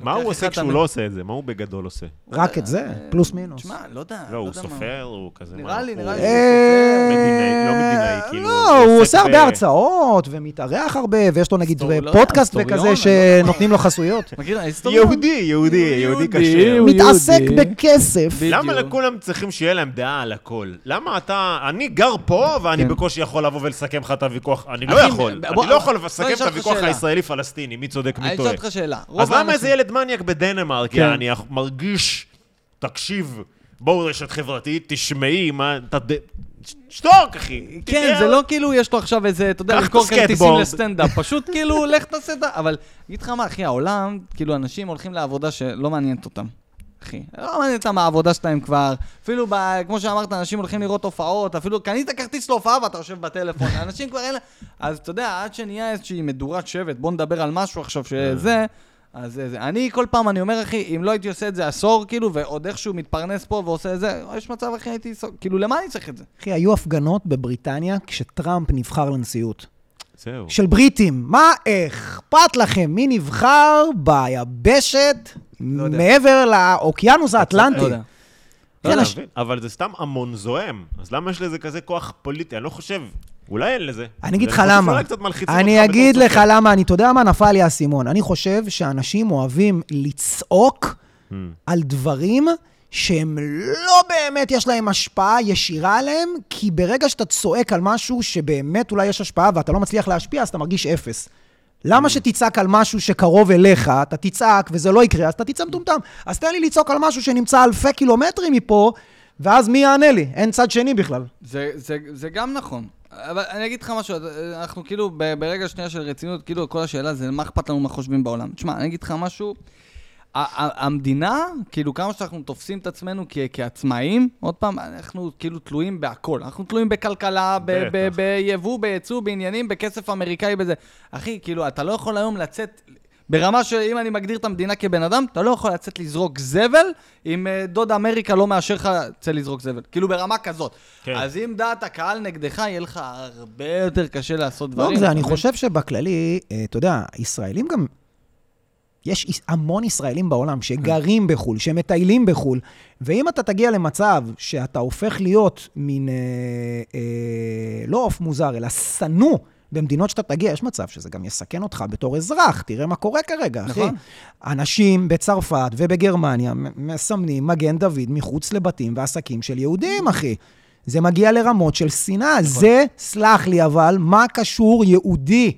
Speaker 2: מה
Speaker 3: לוקח
Speaker 2: הוא עושה
Speaker 3: אחד
Speaker 2: כשהוא
Speaker 3: המ-
Speaker 2: לא עושה את זה? מה הוא בגדול עושה?
Speaker 1: כן. רק את אה, זה, פלוס מינוס.
Speaker 3: תשמע, לא יודע,
Speaker 2: לא, הוא
Speaker 3: יודע מה.
Speaker 2: סופר, הוא כזה...
Speaker 3: נראה
Speaker 2: מה,
Speaker 3: לי,
Speaker 2: הוא-
Speaker 3: נראה לי.
Speaker 1: אה,
Speaker 2: לא מדינאי, לא מדינאי, כאילו,
Speaker 1: לא,
Speaker 2: הוא
Speaker 1: הוא
Speaker 2: עוסק
Speaker 1: עושה
Speaker 2: ב-
Speaker 1: הרבה הרצאות, ומתארח הרבה, ויש לו נגיד
Speaker 3: היסטורי- לא יודע,
Speaker 1: פודקאסט
Speaker 3: היסטוריון,
Speaker 1: וכזה
Speaker 3: אני לא
Speaker 1: שנותנים לו חסויות.
Speaker 3: מכיר? ההיסטוריה?
Speaker 2: יהודי, יהודי, יהודי כשר.
Speaker 3: הוא
Speaker 1: מתעסק
Speaker 3: יהודי.
Speaker 1: בכסף.
Speaker 3: בדיוק.
Speaker 2: למה לכולם צריכים שיהיה להם דעה על הכל? למה אתה... אני גר פה, ואני
Speaker 3: כן.
Speaker 2: בקושי יכול לבוא ולסכם לך את הוויכוח. אני לא
Speaker 3: אחי,
Speaker 2: יכול.
Speaker 3: ב-
Speaker 2: אני
Speaker 3: בוא-
Speaker 2: לא יכול
Speaker 3: בוא,
Speaker 2: לסכם
Speaker 3: אני
Speaker 2: את
Speaker 3: אשאל אותך
Speaker 2: הוויכוח
Speaker 3: שאלה.
Speaker 2: הישראלי-פלסטיני, מי צודק,
Speaker 3: אני
Speaker 2: מי
Speaker 3: אשאל
Speaker 2: טועה.
Speaker 3: אותך שאלה. רוב
Speaker 2: אז למה
Speaker 3: האנשים-
Speaker 2: איזה ילד מניאק בדנמרק,
Speaker 3: כן.
Speaker 2: יעני, אח- מרגיש, תקשיב, בואו רשת חברתית, תשמעי מה... אתה ד- ש- שתוק, אחי.
Speaker 3: כן,
Speaker 2: תראה,
Speaker 3: זה לא כאילו יש לו עכשיו איזה, אתה יודע,
Speaker 2: קח את
Speaker 3: למכור כרטיסים
Speaker 2: הסקטבורד.
Speaker 3: לסטנדאפ, פשוט כאילו, לך תעשה את ה... אבל אגיד לך מה, אחי, העולם, כאילו, אנשים הולכים לעבודה שלא מעניינת אותם. אחי, לא מעניין אותם העבודה שלהם כבר, אפילו, ב, כמו שאמרת, אנשים הולכים לראות הופעות, אפילו קנית כרטיס להופעה ואתה יושב בטלפון, אנשים כבר אין לה... אז אתה יודע, עד שנהיה איזושהי מדורת שבט, בוא נדבר על משהו עכשיו שזה, אז זה, זה. אני כל פעם, אני אומר, אחי, אם לא הייתי עושה את זה עשור, כאילו, ועוד איכשהו מתפרנס פה ועושה את זה, יש מצב, אחי, הייתי... סוג- כאילו, למה אני צריך את זה?
Speaker 1: אחי, היו הפגנות בבריטניה כשטראמפ נבחר לנשיאות.
Speaker 2: זהו.
Speaker 1: של בריטים. מה אכפת לכם מי נבחר ביבשת
Speaker 3: לא יודע.
Speaker 1: מעבר לאוקיינוס האטלנטי?
Speaker 3: לא יודע.
Speaker 2: לא
Speaker 1: כן,
Speaker 2: להבין,
Speaker 1: אש-
Speaker 2: אבל זה סתם המון זועם. אז למה יש לזה כזה כוח פוליטי? אני לא חושב, אולי אין לזה.
Speaker 1: אני אגיד
Speaker 2: זה-
Speaker 1: לך
Speaker 2: חושב
Speaker 1: למה.
Speaker 2: שאולי קצת מלחיצים
Speaker 1: אני
Speaker 2: אותך בתור
Speaker 1: אגיד לך
Speaker 2: צופה.
Speaker 1: למה. אני, אתה יודע מה? נפל לי האסימון. אני חושב שאנשים אוהבים לצעוק
Speaker 2: Hmm.
Speaker 1: על דברים שהם לא באמת יש להם השפעה ישירה עליהם, כי ברגע שאתה צועק על משהו שבאמת אולי יש השפעה ואתה לא מצליח להשפיע, אז אתה מרגיש אפס.
Speaker 2: Hmm.
Speaker 1: למה שתצעק על משהו שקרוב אליך, אתה תצעק וזה לא יקרה, אז אתה תצא מטומטם. אז תן לי לצעוק על משהו שנמצא אלפי קילומטרים מפה, ואז מי יענה לי? אין צד שני בכלל.
Speaker 3: זה, זה, זה גם נכון. אבל אני אגיד לך משהו, אנחנו כאילו ב- ברגע שנייה של רצינות, כאילו כל השאלה זה מה אכפת לנו מה חושבים בעולם. תשמע, אני אגיד לך משהו, ה- ה- המדינה, כאילו כמה שאנחנו תופסים את עצמנו כ- כעצמאים, עוד פעם, אנחנו כאילו תלויים בהכל. אנחנו תלויים בכלכלה, ב-
Speaker 2: בטח.
Speaker 3: ב- ביבוא, בייצוא, בעניינים, בכסף אמריקאי, בזה. אחי, כאילו, אתה לא יכול היום לצאת... ברמה שאם אני מגדיר את המדינה כבן אדם, אתה לא יכול לצאת לזרוק זבל אם אה, דוד אמריקה לא מאשר לך לצאת לזרוק זבל. כאילו ברמה כזאת.
Speaker 2: כן.
Speaker 3: אז אם דעת הקהל נגדך, יהיה לך הרבה יותר קשה לעשות
Speaker 1: לא
Speaker 3: דברים.
Speaker 1: רק זה,
Speaker 3: אתה
Speaker 1: אני
Speaker 3: מבין?
Speaker 1: חושב שבכללי, אה, אתה יודע, ישראלים גם... יש יש- המון ישראלים בעולם שגרים בחו"ל, שמטיילים בחו"ל, ואם אתה תגיע למצב שאתה הופך להיות מין, אה, אה, לא עוף מוזר, אלא שנוא במדינות שאתה תגיע, יש מצב שזה גם יסכן אותך בתור אזרח, תראה מה קורה כרגע, אחי.
Speaker 3: נכון.
Speaker 1: אנשים בצרפת ובגרמניה מ- מסמנים מגן דוד מחוץ לבתים ועסקים של יהודים, אחי. זה מגיע לרמות של שנאה. זה, סלח לי אבל, מה קשור יהודי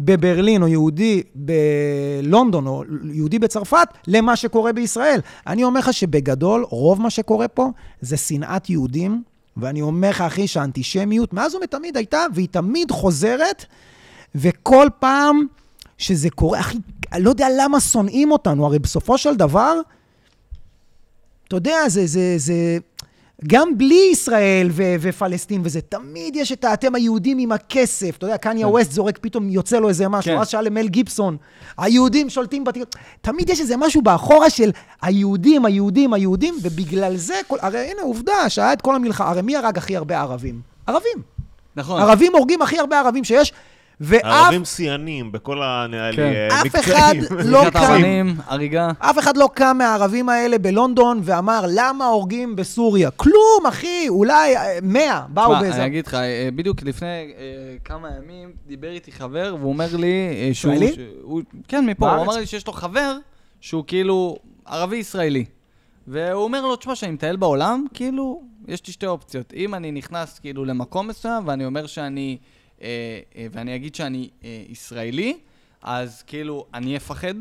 Speaker 1: בברלין או יהודי בלונדון או יהודי בצרפת למה שקורה בישראל? אני אומר לך שבגדול, רוב מה שקורה פה זה שנאת יהודים, ואני אומר לך, אחי, שהאנטישמיות מאז ומתמיד הייתה, והיא תמיד חוזרת. וכל פעם שזה קורה, אחי, אני לא יודע למה שונאים אותנו, הרי בסופו של דבר, אתה יודע, זה, זה, זה, גם בלי ישראל ו- ופלסטין וזה, תמיד יש את האתם היהודים עם הכסף. אתה יודע, קניה ווסט זורק, פתאום יוצא לו איזה משהו,
Speaker 3: כן.
Speaker 1: אז שאל למל גיבסון, היהודים שולטים בתקשורת. תמיד יש איזה משהו באחורה של היהודים, היהודים, היהודים, ובגלל זה, כל, הרי הנה עובדה, שהיה את כל המלחמה, הרי מי הרג הכי הרבה ערבים? ערבים.
Speaker 3: נכון.
Speaker 1: ערבים הורגים הכי הרבה ערבים שיש, ואף
Speaker 2: ערבים שיאנים בכל הנהלים.
Speaker 3: כן.
Speaker 2: אה,
Speaker 1: אף
Speaker 2: מקצועיים.
Speaker 1: אחד לא
Speaker 3: זריקת
Speaker 1: קם.
Speaker 3: אבנים, הריגה.
Speaker 1: אף אחד לא קם מהערבים האלה בלונדון ואמר, למה הורגים בסוריה? כלום, אחי, אולי אה, 100 באו
Speaker 3: תשמע,
Speaker 1: באיזה...
Speaker 3: אני אגיד לך, אה, בדיוק לפני אה, כמה ימים דיבר איתי חבר, והוא אומר לי אה, שהוא...
Speaker 1: ישראלי?
Speaker 3: שהוא- כן, מפה. הוא
Speaker 1: בארץ?
Speaker 3: אמר לי שיש לו חבר שהוא כאילו ערבי-ישראלי. והוא אומר לו, תשמע, כשאני מטייל בעולם, כאילו, יש לי שתי אופציות. אם אני נכנס כאילו למקום מסוים, ואני אומר שאני... אה, אה, ואני אגיד שאני אה, ישראלי, אז כאילו, אני אפחד.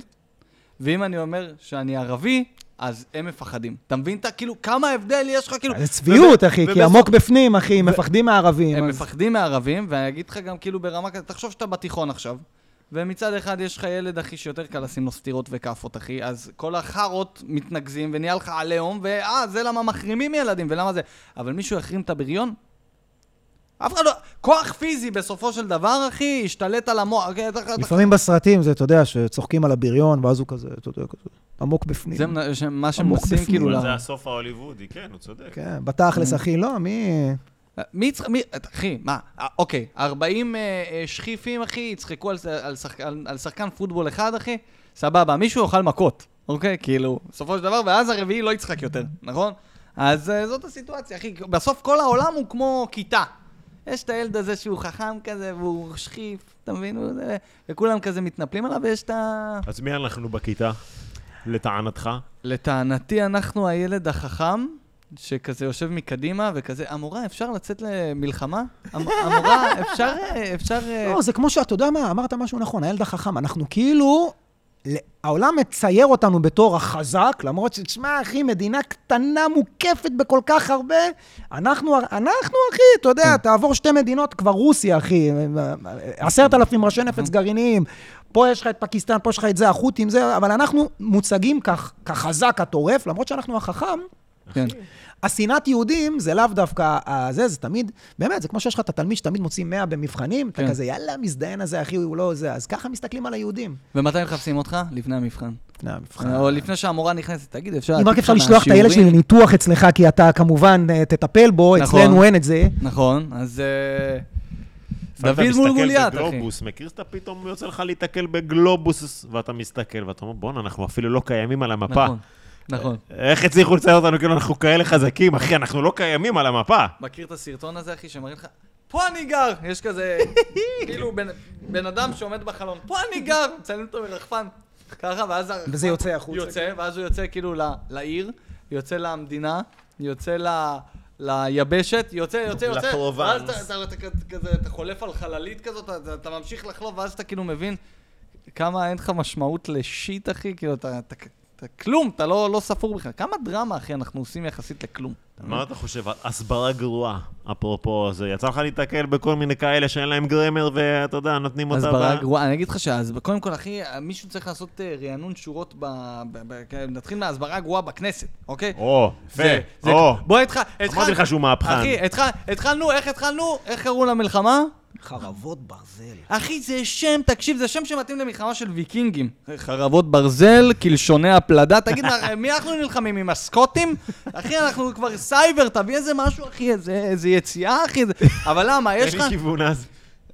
Speaker 3: ואם אני אומר שאני ערבי, אז הם מפחדים. אתה מבין? אתה כאילו, כמה הבדל יש לך, כאילו...
Speaker 1: אה, זה צביעות, אחי, כי
Speaker 2: ובסוף-
Speaker 1: עמוק בפנים, אחי, מפחדים מהערבים.
Speaker 3: הם
Speaker 1: אז-
Speaker 3: מפחדים מערבים, ואני אגיד לך גם כאילו ברמה כזאת, תחשוב שאתה בתיכון עכשיו, ומצד אחד יש לך ילד, אחי, שיותר קל לשים לו סטירות וכאפות, אחי, אז כל החארות מתנקזים, ונהיה לך עליהום, ואה, זה למה מחרימים ילדים, ולמה זה... אבל מישהו יחרים את הבריון? אף אחד לא... כוח פיזי בסופו של דבר, אחי, השתלט על המוח. אוקיי, אתה- אתה-
Speaker 1: לפעמים בסרטים זה, אתה יודע, שצוחקים על הבריון, ואז הוא כזה, אתה יודע, כזה, עמוק בפנים.
Speaker 3: זה מנ- ש- מה
Speaker 1: עמוק
Speaker 3: שמנסים
Speaker 1: בפנים.
Speaker 3: כאילו...
Speaker 2: אבל
Speaker 3: לה-
Speaker 2: זה הסוף ההוליוודי, כן, הוא צודק.
Speaker 1: כן, בתכלס,
Speaker 3: אה.
Speaker 1: אחי, לא, מי...
Speaker 3: מי יצחק... מי... אחי, מה? אה, אוקיי, 40 אה, אה, שכיפים, אחי, יצחקו על, ש- על, שחק... על, על שחקן פוטבול אחד, אחי? סבבה, מישהו יאכל מכות, אוקיי? כאילו, בסופו של דבר, ואז הרביעי לא יצחק יותר, נכון? אז אה, זאת הסיטואציה, אחי. בסוף כל העולם הוא כמו כיתה. יש את הילד הזה שהוא חכם כזה, והוא שכיף, אתה מבין? הוא זה- וכולם כזה מתנפלים עליו, ויש את ה...
Speaker 2: אז מי אנחנו בכיתה, לטענתך?
Speaker 3: לטענתי, אנחנו הילד החכם, שכזה יושב מקדימה וכזה, המורה, אפשר לצאת למלחמה? המ- המורה, אפשר... אה, אפשר... אה,
Speaker 1: לא, זה כמו שאתה יודע מה, אמרת משהו נכון, הילד החכם. אנחנו כאילו, ל- העולם מצייר אותנו בתור החזק, למרות שתשמע, אחי, מדינה קטנה מוקפת בכל כך הרבה. אנחנו, אנחנו אחי, אתה יודע, תעבור שתי מדינות, כבר רוסיה, אחי, עשרת אלפים ראשי נפץ גרעיניים. פה יש לך את פקיסטן, פה יש לך את זה, החות'ים, זה, אבל אנחנו מוצגים כך- כחזק, הטורף, למרות שאנחנו החכם,
Speaker 3: כן.
Speaker 1: השנאת יהודים זה לאו דווקא ה- זה, זה תמיד, באמת, זה כמו שיש לך את התלמיד שתמיד מוציא 100 במבחנים, אתה
Speaker 3: כן.
Speaker 1: כזה, יאללה, המזדיין הזה, אחי, הוא לא זה. אז ככה מסתכלים על היהודים.
Speaker 3: ומתי מחפשים אותך? לפני המבחן.
Speaker 2: לא,
Speaker 1: לפני המבחן.
Speaker 3: או לפני שהמורה נכנסת, תגיד, אפשר...
Speaker 1: אה. אם רק
Speaker 3: לתת
Speaker 1: אפשר
Speaker 3: לך
Speaker 1: לשלוח את הילד שלי
Speaker 3: מהשיעורים?
Speaker 1: לניתוח אצלך, כי אתה כמובן אה, תטפל בו,
Speaker 3: נכון.
Speaker 1: אצלנו אין את זה.
Speaker 3: נכון, אז... אה,
Speaker 2: ואתה
Speaker 3: דוד מול
Speaker 2: מסתכל
Speaker 3: גוליית, אחי.
Speaker 2: בגלובוס, מכיר שאתה פתאום יוצא לך להיתקל בגלובוס, ואתה מסתכל, ואתה אומר, בואנה, אנחנו אפילו לא קיימים על המפה.
Speaker 3: נכון, נכון.
Speaker 2: איך הצליחו לצייר אותנו כאילו אנחנו כאלה חזקים, אחי, אנחנו לא קיימים על המפה.
Speaker 3: מכיר את הסרטון הזה, אחי, שמראה לך, פה אני גר! יש כזה, כאילו, בן, בן אדם שעומד בחלון, פה אני גר! מצלם אותו מרחפן. ככה, ואז... ה-
Speaker 1: וזה יוצא החוצה. כן.
Speaker 3: יוצא, ואז הוא יוצא כאילו ל- לעיר, יוצא למדינה, יוצא ל... ליבשת, יוצא, יוצא, יוצא.
Speaker 2: לפרובנס.
Speaker 3: ואז אתה, אתה, אתה כזה, אתה חולף על חללית כזאת, אתה, אתה ממשיך לחלוף, ואז אתה כאילו מבין כמה אין לך משמעות לשיט, אחי, כאילו, אתה, אתה, אתה כלום, אתה לא, לא ספור בכלל. כמה דרמה, אחי, אנחנו עושים יחסית לכלום.
Speaker 2: מה אתה חושב? הסברה גרועה, אפרופו זה. יצא לך להתקל בכל מיני כאלה שאין להם גרמר ואתה יודע, נותנים אותה...
Speaker 3: הסברה
Speaker 2: ב-
Speaker 3: גרועה, אני אגיד לך שאז, קודם כל, אחי, מישהו צריך לעשות אה, רענון שורות ב... ב- ב- כן, נתחיל מההסברה הגרועה בכנסת, אוקיי?
Speaker 2: או,
Speaker 3: זה-
Speaker 2: יפה,
Speaker 3: זה-
Speaker 2: או.
Speaker 3: בוא התחל...
Speaker 2: אמרתי לך שהוא מהפכן.
Speaker 3: אחי, התחל- התחלנו, איך התחלנו? איך קראו למלחמה?
Speaker 1: חרבות ברזל.
Speaker 3: אחי, זה שם, תקשיב, זה שם שמתאים למלחמה של ויקינגים. חרבות ברזל, כלשוני הפלדה. תגיד, מה, מי אנחנו נלחמים? עם הסקוטים? אחי, אנחנו כבר סייבר, תביא איזה משהו, אחי, איזה- איזה יציאה, אחי. זה- אבל למה, יש
Speaker 2: אין
Speaker 3: לך...
Speaker 2: לי כיוון אז.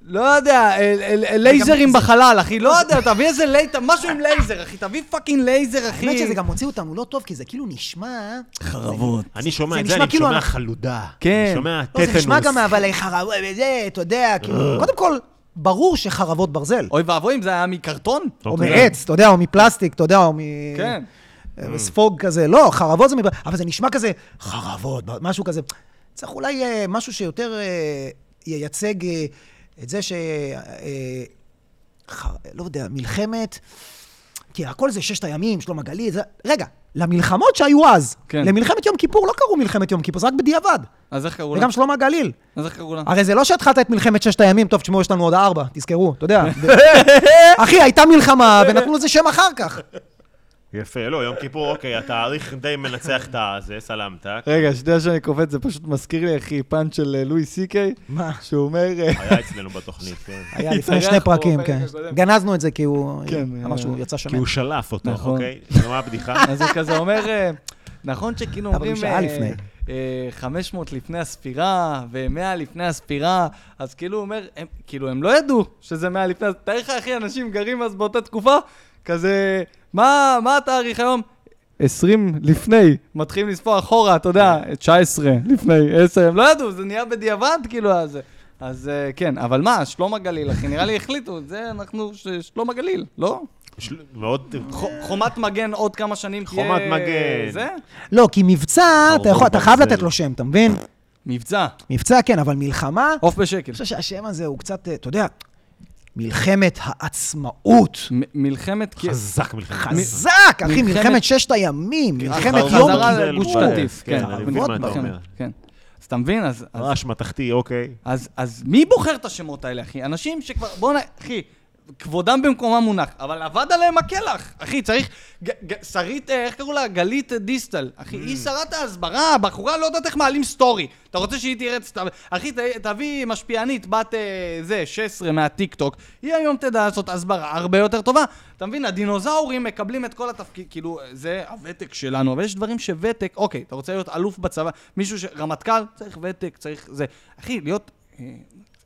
Speaker 3: לא יודע, אל- אל- אל- לייזרים בחלל, אחי, לא יודע, תביא איזה לייזר, משהו עם לייזר, אחי, תביא פאקינג לייזר, אחי.
Speaker 1: האמת שזה גם הוציא אותנו לא טוב, כי זה כאילו נשמע...
Speaker 3: חרבות.
Speaker 2: אני שומע
Speaker 1: זה
Speaker 2: את זה,
Speaker 1: נשמע
Speaker 2: אני
Speaker 1: כאילו
Speaker 2: שומע
Speaker 1: אנחנו-
Speaker 2: חלודה.
Speaker 3: כן.
Speaker 2: אני שומע
Speaker 1: לא, זה נשמע גם
Speaker 2: טטנוס. אה.
Speaker 1: אבל חרבות, זה, אתה יודע, כאילו... קודם כל, ברור שחרבות ברזל.
Speaker 3: אוי ואבוי אם זה היה מקרטון.
Speaker 1: או
Speaker 2: אתה יודע.
Speaker 1: מעץ, אתה יודע, או מפלסטיק, אתה יודע, או מ...
Speaker 3: כן.
Speaker 1: אה, ספוג כזה, לא, חרבות זה מ... אבל זה נשמע כזה, חרבות, משהו כזה. צריך אולי אה, משהו שיותר אה, ייצג אה, את זה ש... אה, ח- לא יודע, מלחמת... כי הכל זה ששת הימים, שלום הגליל, זה... רגע, למלחמות שהיו אז,
Speaker 3: כן.
Speaker 1: למלחמת יום כיפור לא קראו מלחמת יום כיפור, זה רק בדיעבד.
Speaker 3: אז איך קראו לה?
Speaker 1: וגם שלום הגליל.
Speaker 3: אז איך קראו לה?
Speaker 1: הרי זה לא שהתחלת את מלחמת ששת הימים, טוב, תשמעו, יש לנו עוד ארבע, תזכרו, אתה יודע. אחי, הייתה מלחמה, ונתנו לזה שם אחר כך.
Speaker 2: יפה, לא, יום כיפור, אוקיי, התאריך די מנצח את הזה, סלמטה.
Speaker 4: רגע, שנייה שאני קופץ, זה פשוט מזכיר לי, אחי, פאנץ' של אה, לואי סי קיי,
Speaker 1: מה?
Speaker 4: שהוא אומר... אה,
Speaker 2: היה אצלנו בתוכנית, כן.
Speaker 1: היה לפני
Speaker 3: התארח
Speaker 1: שני
Speaker 3: פה
Speaker 1: פרקים,
Speaker 3: בפרק
Speaker 1: כן.
Speaker 3: הקודם.
Speaker 1: גנזנו את זה כי הוא
Speaker 4: כן,
Speaker 1: אמר
Speaker 4: אה,
Speaker 1: שהוא יצא שמן.
Speaker 2: כי הוא שלף אותו,
Speaker 3: נכון.
Speaker 2: אוקיי? זה מה הבדיחה?
Speaker 3: אז הוא כזה אומר, אה, נכון שכאילו
Speaker 1: אבל
Speaker 3: אומרים...
Speaker 1: הוא שעה
Speaker 3: אה,
Speaker 1: לפני.
Speaker 3: אה, 500 לפני הספירה, ו-100 לפני הספירה, אז כאילו הוא אומר, הם- כאילו הם לא ידעו שזה 100 לפני, אז תאר לך, אחי, אנשים גרים אז באותה תקופה, כזה, מה מה התאריך היום? 20 לפני, מתחילים לספור אחורה, אתה יודע,
Speaker 1: כן.
Speaker 3: 19 לפני, 10, הם לא ידעו, זה נהיה בדיעבד, כאילו, אז... אז אה, כן, אבל מה, שלום הגליל, אחי, נראה לי החליטו, זה אנחנו, ש- שלום הגליל, לא?
Speaker 2: של- מאוד...
Speaker 3: ח- חומת מגן עוד כמה שנים תהיה...
Speaker 2: חומת מגן.
Speaker 3: זה?
Speaker 1: לא, כי מבצע, אתה יכול- אתה חייב
Speaker 2: ברזל.
Speaker 1: לתת לו שם, אתה מבין?
Speaker 3: מבצע.
Speaker 1: מבצע כן, אבל מלחמה, אני
Speaker 3: עוף בשקל.
Speaker 1: חושב שהשם הזה הוא קצת, אה, אתה יודע, מלחמת העצמאות.
Speaker 3: מ- מלחמת... קי-
Speaker 2: חזק מלחמת.
Speaker 1: חזק, אחי,
Speaker 3: מלחמת-
Speaker 1: מלחמת ששת הימים, מלחמת
Speaker 3: חזרה
Speaker 1: יום
Speaker 3: חזרה
Speaker 1: כיפור.
Speaker 3: לגוש קטיף, כן.
Speaker 2: כן, אני מבין מה אתה
Speaker 1: מאוד
Speaker 2: אומר.
Speaker 3: כן. אז אתה מבין? אז... אז-
Speaker 2: רעש מתכתי, אוקיי.
Speaker 3: אז, אז מי בוחר את השמות האלה, אחי? אנשים שכבר... בוא'נה, אחי, כבודם במקומם מונח, אבל עבד עליהם הקלח. אחי, צריך... ג, ג, שרית, אה, איך קראו לה? גלית דיסטל. אחי,
Speaker 2: Mm.
Speaker 3: היא שרת ההסברה, הבחורה לא יודעת איך מעלים סטורי. אתה רוצה שהיא תראה... את סט- אחי, ת, תביא משפיענית, בת אה, זה, 16 מהטיקטוק, היא היום תדע לעשות הסברה הרבה יותר טובה. אתה מבין, הדינוזאורים מקבלים את כל התפקיד, כאילו, זה הוותק שלנו, אבל יש דברים שוותק, אוקיי, אתה רוצה להיות אלוף בצבא, מישהו ש... רמטכ"ל, צריך ותק, צריך זה. אחי, להיות אה,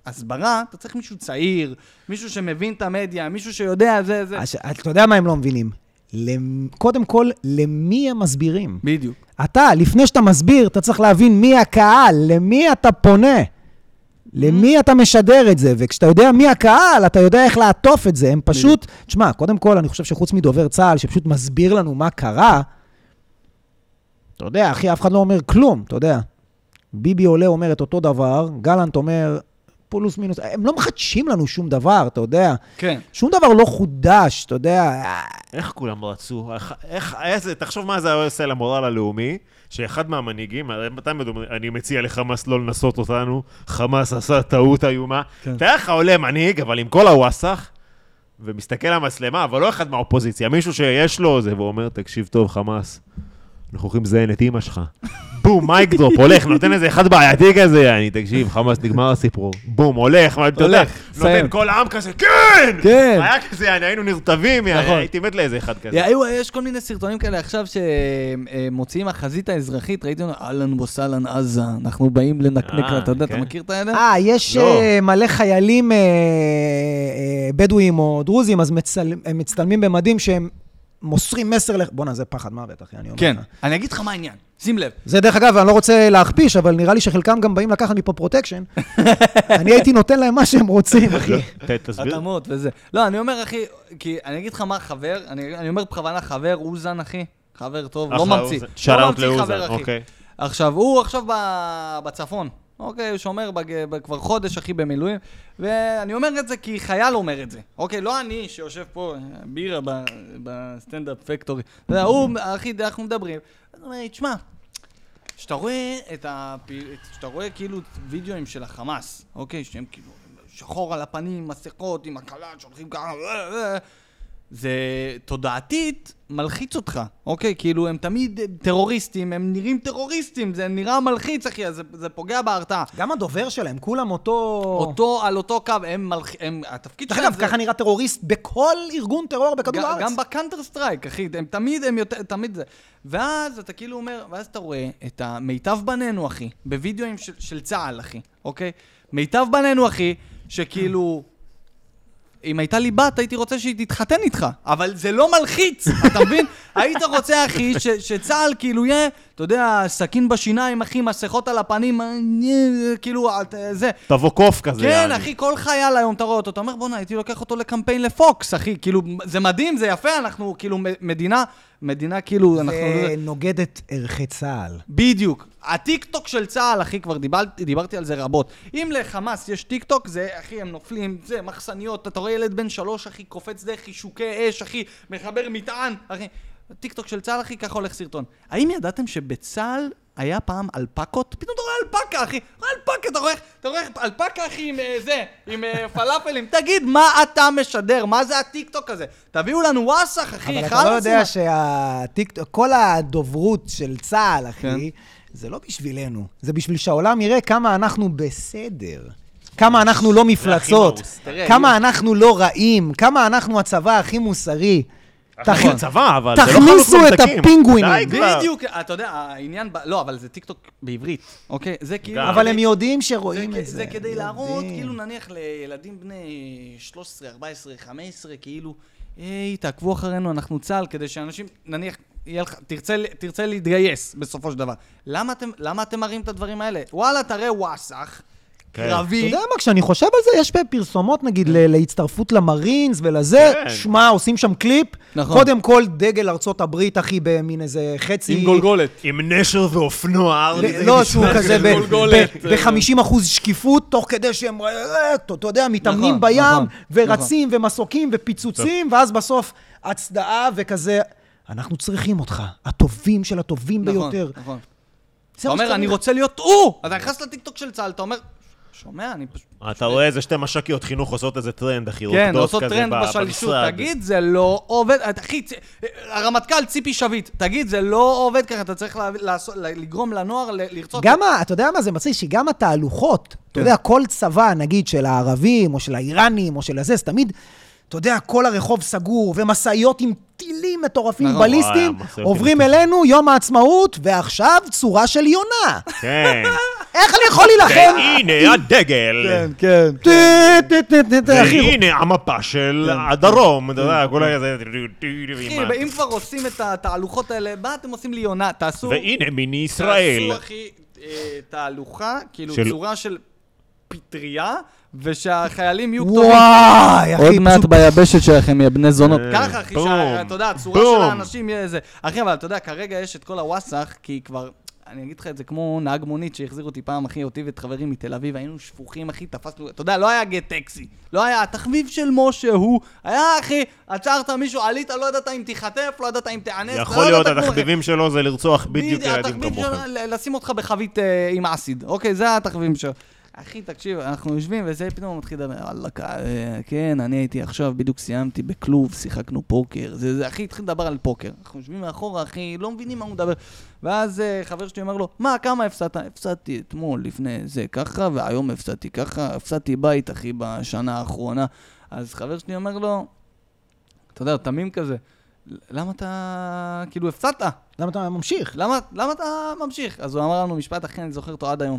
Speaker 3: הסברה, אתה צריך מישהו צעיר, מישהו שמבין את המדיה, מישהו שיודע זה, זה.
Speaker 1: אז אתה יודע מה הם לא מבינים? למ- קודם כל, למי הם מסבירים?
Speaker 3: בדיוק.
Speaker 1: אתה, לפני שאתה מסביר, אתה צריך להבין מי הקהל, למי אתה פונה, למי אתה משדר את זה, וכשאתה יודע מי הקהל, אתה יודע איך לעטוף את זה. הם פשוט, תשמע, קודם כל, אני חושב שחוץ מדובר צה"ל, שפשוט מסביר לנו מה קרה, אתה יודע, אחי, אף אחד לא אומר כלום, אתה יודע. ביבי עולה אומר את אותו דבר, גלנט אומר פולוס מינוס, הם לא מחדשים לנו שום דבר, אתה יודע.
Speaker 3: כן.
Speaker 1: שום דבר לא חודש, אתה יודע.
Speaker 2: איך כולם רצו? איך, איך, איזה, תחשוב מה זה היה עושה למורל הלאומי, שאחד מהמנהיגים, הרי מתי הם מדברים, אני מציע לחמאס לא לנסות אותנו, חמאס עשה טעות איומה.
Speaker 3: כן.
Speaker 2: תאר לך עולה מנהיג, אבל עם כל הוואסאח, ומסתכל על המצלמה, אבל לא אחד מהאופוזיציה, מישהו שיש לו זה, ואומר, תקשיב טוב, חמאס, אנחנו הולכים לזיין את אימא שלך. בום, מייק דרופ, הולך, נותן איזה אחד בעייתי כזה, אני, תקשיב, חמאס, נגמר הסיפור. בום, הולך, מה, אתה יודע,
Speaker 3: הולך,
Speaker 2: נותן
Speaker 3: מסיים.
Speaker 2: כל העם כזה, כן!
Speaker 3: כן.
Speaker 2: היה כזה, יעני, היינו נרטבים, יעני,
Speaker 3: נכון.
Speaker 2: הייתי מת לאיזה אחד כזה.
Speaker 3: היו, אה, יש כל מיני סרטונים כאלה עכשיו שמוציאים החזית האזרחית, ראיתי אותם, אהלן וסהלן עזה, אנחנו באים לנקנק,
Speaker 2: אה,
Speaker 3: אתה יודע, אתה
Speaker 2: כן.
Speaker 3: מכיר את האלה?
Speaker 1: אה, יש
Speaker 2: לא.
Speaker 1: אה, מלא חיילים אה, אה, בדואים או דרוזים, אז מצל- הם מצטלמים במדים שהם מוסרים מסר, לח- בואנה, זה פחד מוות, אחי, אני אומר
Speaker 3: כן.
Speaker 1: לך.
Speaker 3: אני אגיד לך מה העניין, שים לב.
Speaker 1: זה דרך אגב, אני לא רוצה להכפיש, אבל נראה לי שחלקם גם באים לקחת מפה פרוטקשן. אני הייתי נותן להם מה שהם רוצים, אחי.
Speaker 2: לא, ת- תסביר.
Speaker 3: התאמות וזה. לא, אני אומר, אחי, כי אני אגיד לך מה חבר, אני אני אומר בכוונה חבר, אוזן, אחי. חבר טוב, לא
Speaker 2: אחלה,
Speaker 3: ממציא.
Speaker 2: אוזן.
Speaker 3: לא
Speaker 2: שאט-אאוט
Speaker 3: ממציא
Speaker 2: לאוזן,
Speaker 3: חבר, אחי.
Speaker 2: אוקיי.
Speaker 3: עכשיו, הוא עכשיו ב- בצפון. אוקיי, הוא שומר בג... ב- כבר חודש, אחי, במילואים. ואני אומר את זה כי חייל אומר את זה. אוקיי, לא אני שיושב פה, אה, בירה ב- בסטנדאפ פקטורי. אתה יודע, הוא, אחי, אנחנו מדברים. אז הוא אומר לי, תשמע, כשאתה רואה את הפעיל... כשאתה רואה כאילו וידאוים של החמאס, אוקיי, שהם כאילו שחור על הפנים, מסכות, עם הקלט, שולחים ככה, אה, אה, זה תודעתית מלחיץ אותך, אוקיי? כאילו, הם תמיד הם טרוריסטים, הם נראים טרוריסטים, זה נראה מלחיץ, אחי, אז זה, זה פוגע בהרתעה.
Speaker 1: גם הדובר שלהם, כולם אותו...
Speaker 3: אותו, על אותו קו, הם מלחיצים, התפקיד
Speaker 1: דרך
Speaker 3: שלהם
Speaker 1: אגב,
Speaker 3: זה...
Speaker 1: ככה נראה טרוריסט בכל ארגון טרור בכדור
Speaker 3: גם-
Speaker 1: הארץ.
Speaker 3: גם בקאנטר סטרייק, אחי, הם תמיד, הם יותר, תמיד זה. ואז אתה כאילו אומר, ואז אתה רואה את המיטב בנינו, אחי, בווידאוים של, של צה"ל, אחי, אוקיי? מיטב בנינו, אחי, שכאילו... אם הייתה לי בת, הייתי רוצה שהיא תתחתן איתך, אבל זה לא מלחיץ, אתה מבין? היית רוצה, אחי, ש- שצה"ל כאילו יהיה, אתה יודע, סכין בשיניים, אחי, מסכות על הפנים, אה, אה, כאילו, אה, זה.
Speaker 2: תבוא קוף כזה.
Speaker 3: כן,
Speaker 2: יעני.
Speaker 3: אחי, כל חייל היום אתה רואה אותו, אתה אומר, בואנה, הייתי לוקח אותו לקמפיין לפוקס, אחי, כאילו, זה מדהים, זה יפה, אנחנו כאילו מ- מדינה, מדינה כאילו, אנחנו...
Speaker 1: זה נוגד את ערכי צה"ל.
Speaker 3: בדיוק. הטיקטוק של צה"ל, אחי, כבר דיברתי, דיברתי על זה רבות. אם לחמאס יש טיקטוק, זה, אחי, הם נופלים, זה, מחסניות, אתה רואה ילד בן שלוש, אחי, קופץ דרך חישוקי אש, אחי, מחבר מטען, אחי. טיקטוק של צה"ל, אחי, ככה הולך סרטון. האם ידעתם שבצה"ל היה פעם אלפקות? פתאום אתה רואה אלפקה, אחי. רואה אלפקה, אתה רואה, אתה רואה אלפקה, אחי, עם אה, זה, עם אה, פלאפלים. תגיד, מה אתה משדר? מה זה הטיקטוק הזה? תביאו לנו וואסאח, אחי,
Speaker 1: אבל אתה לא
Speaker 3: חלאס עם
Speaker 1: יודע שהטיקטוק, כל הדוברות של צה"ל,
Speaker 3: כן.
Speaker 1: אחי, זה לא בשבילנו. זה בשביל שהעולם יראה כמה אנחנו בסדר. כמה אנחנו לא מפלצות,
Speaker 2: מאוס.
Speaker 3: תראה,
Speaker 1: כמה אנחנו לא רעים, כמה אנחנו הצבא הכי מוסרי.
Speaker 2: אנחנו
Speaker 1: תכ-
Speaker 2: בצבא, אבל זה לא
Speaker 1: תכניסו
Speaker 2: חנות
Speaker 1: את
Speaker 2: ממתקים.
Speaker 1: הפינגווינים.
Speaker 2: די כבר.
Speaker 3: בדיוק, אתה יודע, העניין, ב- לא, אבל זה טיקטוק בעברית, אוקיי? זה כאילו...
Speaker 2: גם.
Speaker 1: אבל הם יודעים
Speaker 3: זה
Speaker 1: שרואים
Speaker 3: כ-
Speaker 1: את זה.
Speaker 3: זה כדי
Speaker 1: יודעים.
Speaker 3: להראות, כאילו נניח לילדים בני 13, 14, 15, כאילו, היי, תעקבו אחרינו, אנחנו צה"ל, כדי שאנשים, נניח, יהיה לך, תרצה, ל- תרצה להתגייס בסופו של דבר. למה אתם, למה אתם מראים את הדברים האלה? וואלה, תראה וואסאח,
Speaker 2: כן.
Speaker 1: אתה
Speaker 3: קרבי,
Speaker 1: יודע מה, כשאני חושב על זה, יש פרסומות, נגיד, ל- להצטרפות למרינס ולזה,
Speaker 2: כן.
Speaker 1: שמע, עושים שם קליפ,
Speaker 3: נכון.
Speaker 1: קודם כל דגל ארצות הברית, אחי, במין איזה חצי...
Speaker 4: עם גולגולת.
Speaker 2: עם נשר ואופנוע.
Speaker 1: ל-
Speaker 2: ארלי, זה
Speaker 1: לא,
Speaker 2: נשמע
Speaker 1: שהוא כזה
Speaker 4: גולגולת.
Speaker 1: ב-50% שקיפות, תוך כדי שהם, אה, אה, אתה אתה יודע, מתאמנים
Speaker 3: נכון,
Speaker 1: בים,
Speaker 3: נכון,
Speaker 1: ורצים, ומסוקים, ופיצוצים, ואז בסוף הצדעה וכזה, אנחנו צריכים אותך, הטובים של הטובים
Speaker 3: נכון,
Speaker 1: ביותר.
Speaker 3: נכון.
Speaker 1: זה
Speaker 3: אתה
Speaker 1: מה
Speaker 3: אומר,
Speaker 1: שאתה
Speaker 3: אני רוצה להיות הוא! אתה נכנס לטיקטוק של צה"ל, אתה אומר, שומע, אני פשוט...
Speaker 2: אתה רואה איזה שתי מש"קיות חינוך עושות איזה טרנד, אחי.
Speaker 3: כן,
Speaker 2: רוקדות
Speaker 3: לעשות
Speaker 2: כזה
Speaker 3: טרנד
Speaker 2: ב-
Speaker 3: בשלישות,
Speaker 2: במשרד.
Speaker 3: תגיד, זה לא עובד, את- אחי, צ- הרמטכ"ל ציפי שביט, תגיד, זה לא עובד ככה, אתה צריך לה- לעשות- לגרום לנוער ל- לרצות...
Speaker 1: גם, ה- אתה יודע מה זה מצחיק? שגם התהלוכות,
Speaker 3: כן.
Speaker 1: אתה יודע, כל צבא, נגיד, של הערבים, או של האיראנים, או של הזה, זה תמיד, אתה יודע, כל הרחוב סגור, ומשאיות עם טילים מטורפים,
Speaker 3: נכון.
Speaker 1: בליסטים,
Speaker 2: וואי, המשאיות
Speaker 1: עוברים
Speaker 2: עם
Speaker 1: אלינו, יום העצמאות, ועכשיו צורה של יונה.
Speaker 2: כן.
Speaker 1: איך אני יכול להילחם?
Speaker 2: והנה הדגל.
Speaker 4: כן, כן.
Speaker 1: טה, טה, טה, טה, טה, אחי,
Speaker 2: והנה המפה של הדרום. אתה יודע, כל הזה...
Speaker 3: אחי, אם כבר עושים את התהלוכות האלה, מה אתם עושים לי יונה? תעשו...
Speaker 2: והנה מיני ישראל.
Speaker 3: תעשו, אחי, אה, תהלוכה, כאילו
Speaker 2: של-
Speaker 3: צורה של פטריה, ושהחיילים יהיו כתובים.
Speaker 1: וואי, אחי, פשוט...
Speaker 3: ביבשת שלכם, יא בני זונות. ככה, אחי,
Speaker 2: אה, בום.
Speaker 3: שה- אתה יודע, הצורה של
Speaker 2: בום.
Speaker 3: האנשים יהיה זה. אחי, אבל אתה יודע, כרגע יש את כל הוואסאח, כי כבר... אני אגיד לך את זה כמו נהג מונית שהחזיר אותי פעם, אחי, אותי ואת חברים מתל אביב, היינו שפוכים, אחי, תפסנו, אתה יודע, לא היה גט טקסי, לא היה, התחביב של משה הוא, היה, אחי, עצרת מישהו, עלית, לא ידעת אם תיחטף, לא ידעת אם תיאנס, אתה
Speaker 2: יכול
Speaker 3: לא
Speaker 2: להיות,
Speaker 3: ידעת כלום, אחי.
Speaker 2: התחביבים שלו זה לרצוח בדיוק
Speaker 3: בדיוק,
Speaker 2: ילדים
Speaker 3: התחביב שלו,
Speaker 2: כמוכם.
Speaker 3: ל- לשים אותך בחבית אה, עם אסיד. אוקיי, זה התחביב שלו. אחי, תקשיב, אנחנו יושבים וזה פתאום הוא מתחיל לדבר, וואלה, כ- אה, כן, אני הייתי עכשיו, בדיוק סיימתי בכלוב, שיחקנו פוקר. זה, זה, אחי, התחיל לדבר על פוקר. אנחנו יושבים מאחורה, אחי, לא מבינים מה הוא מדבר. ואז אה, חבר שלי אומר לו, מה, כמה הפסדת? הפסדתי אתמול, לפני זה ככה, והיום הפסדתי ככה, הפסדתי בית, אחי, בשנה האחרונה. אז חבר שלי אומר לו, אתה יודע, הוא תמים כזה, למה אתה, כאילו, הפסדת?
Speaker 1: למה אתה ממשיך?
Speaker 3: למה, למה אתה ממשיך? אז הוא אמר לנו משפט, אחי, אני זוכר אותו עד היום.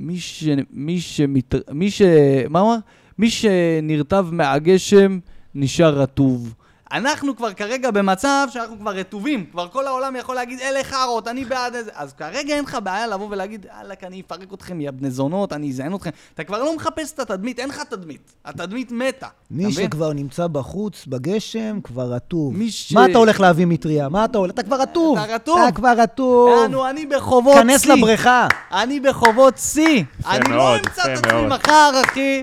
Speaker 3: מי ש... מי שמת... מי ש... מה הוא אמר? מי שנרטב מהגשם נשאר רטוב. אנחנו כבר כרגע במצב שאנחנו כבר רטובים, כבר כל העולם יכול להגיד, אלה חארות, אני בעד איזה... אז כרגע אין לך בעיה לבוא ולהגיד, וואלכ, אני אפרק אתכם, יא בני זונות, אני אזיין אתכם. אתה כבר לא מחפש את התדמית, אין לך תדמית. התדמית מתה.
Speaker 1: מי
Speaker 3: אתה מבין?
Speaker 1: שכבר נמצא בחוץ, בגשם, כבר רטוב.
Speaker 3: מי ש-
Speaker 1: מה אתה הולך להביא מטריה? מה אתה הולך? אתה כבר רטוב.
Speaker 3: אתה רטוב.
Speaker 1: אתה כבר רטוב.
Speaker 3: יענו, אני בחובות שיא.
Speaker 1: כנס לבריכה.
Speaker 3: אני בחובות שיא. אני לא
Speaker 2: מאוד,
Speaker 3: אמצא
Speaker 2: יפה
Speaker 3: את עצמי
Speaker 2: מאוד.
Speaker 3: מחר, אחי.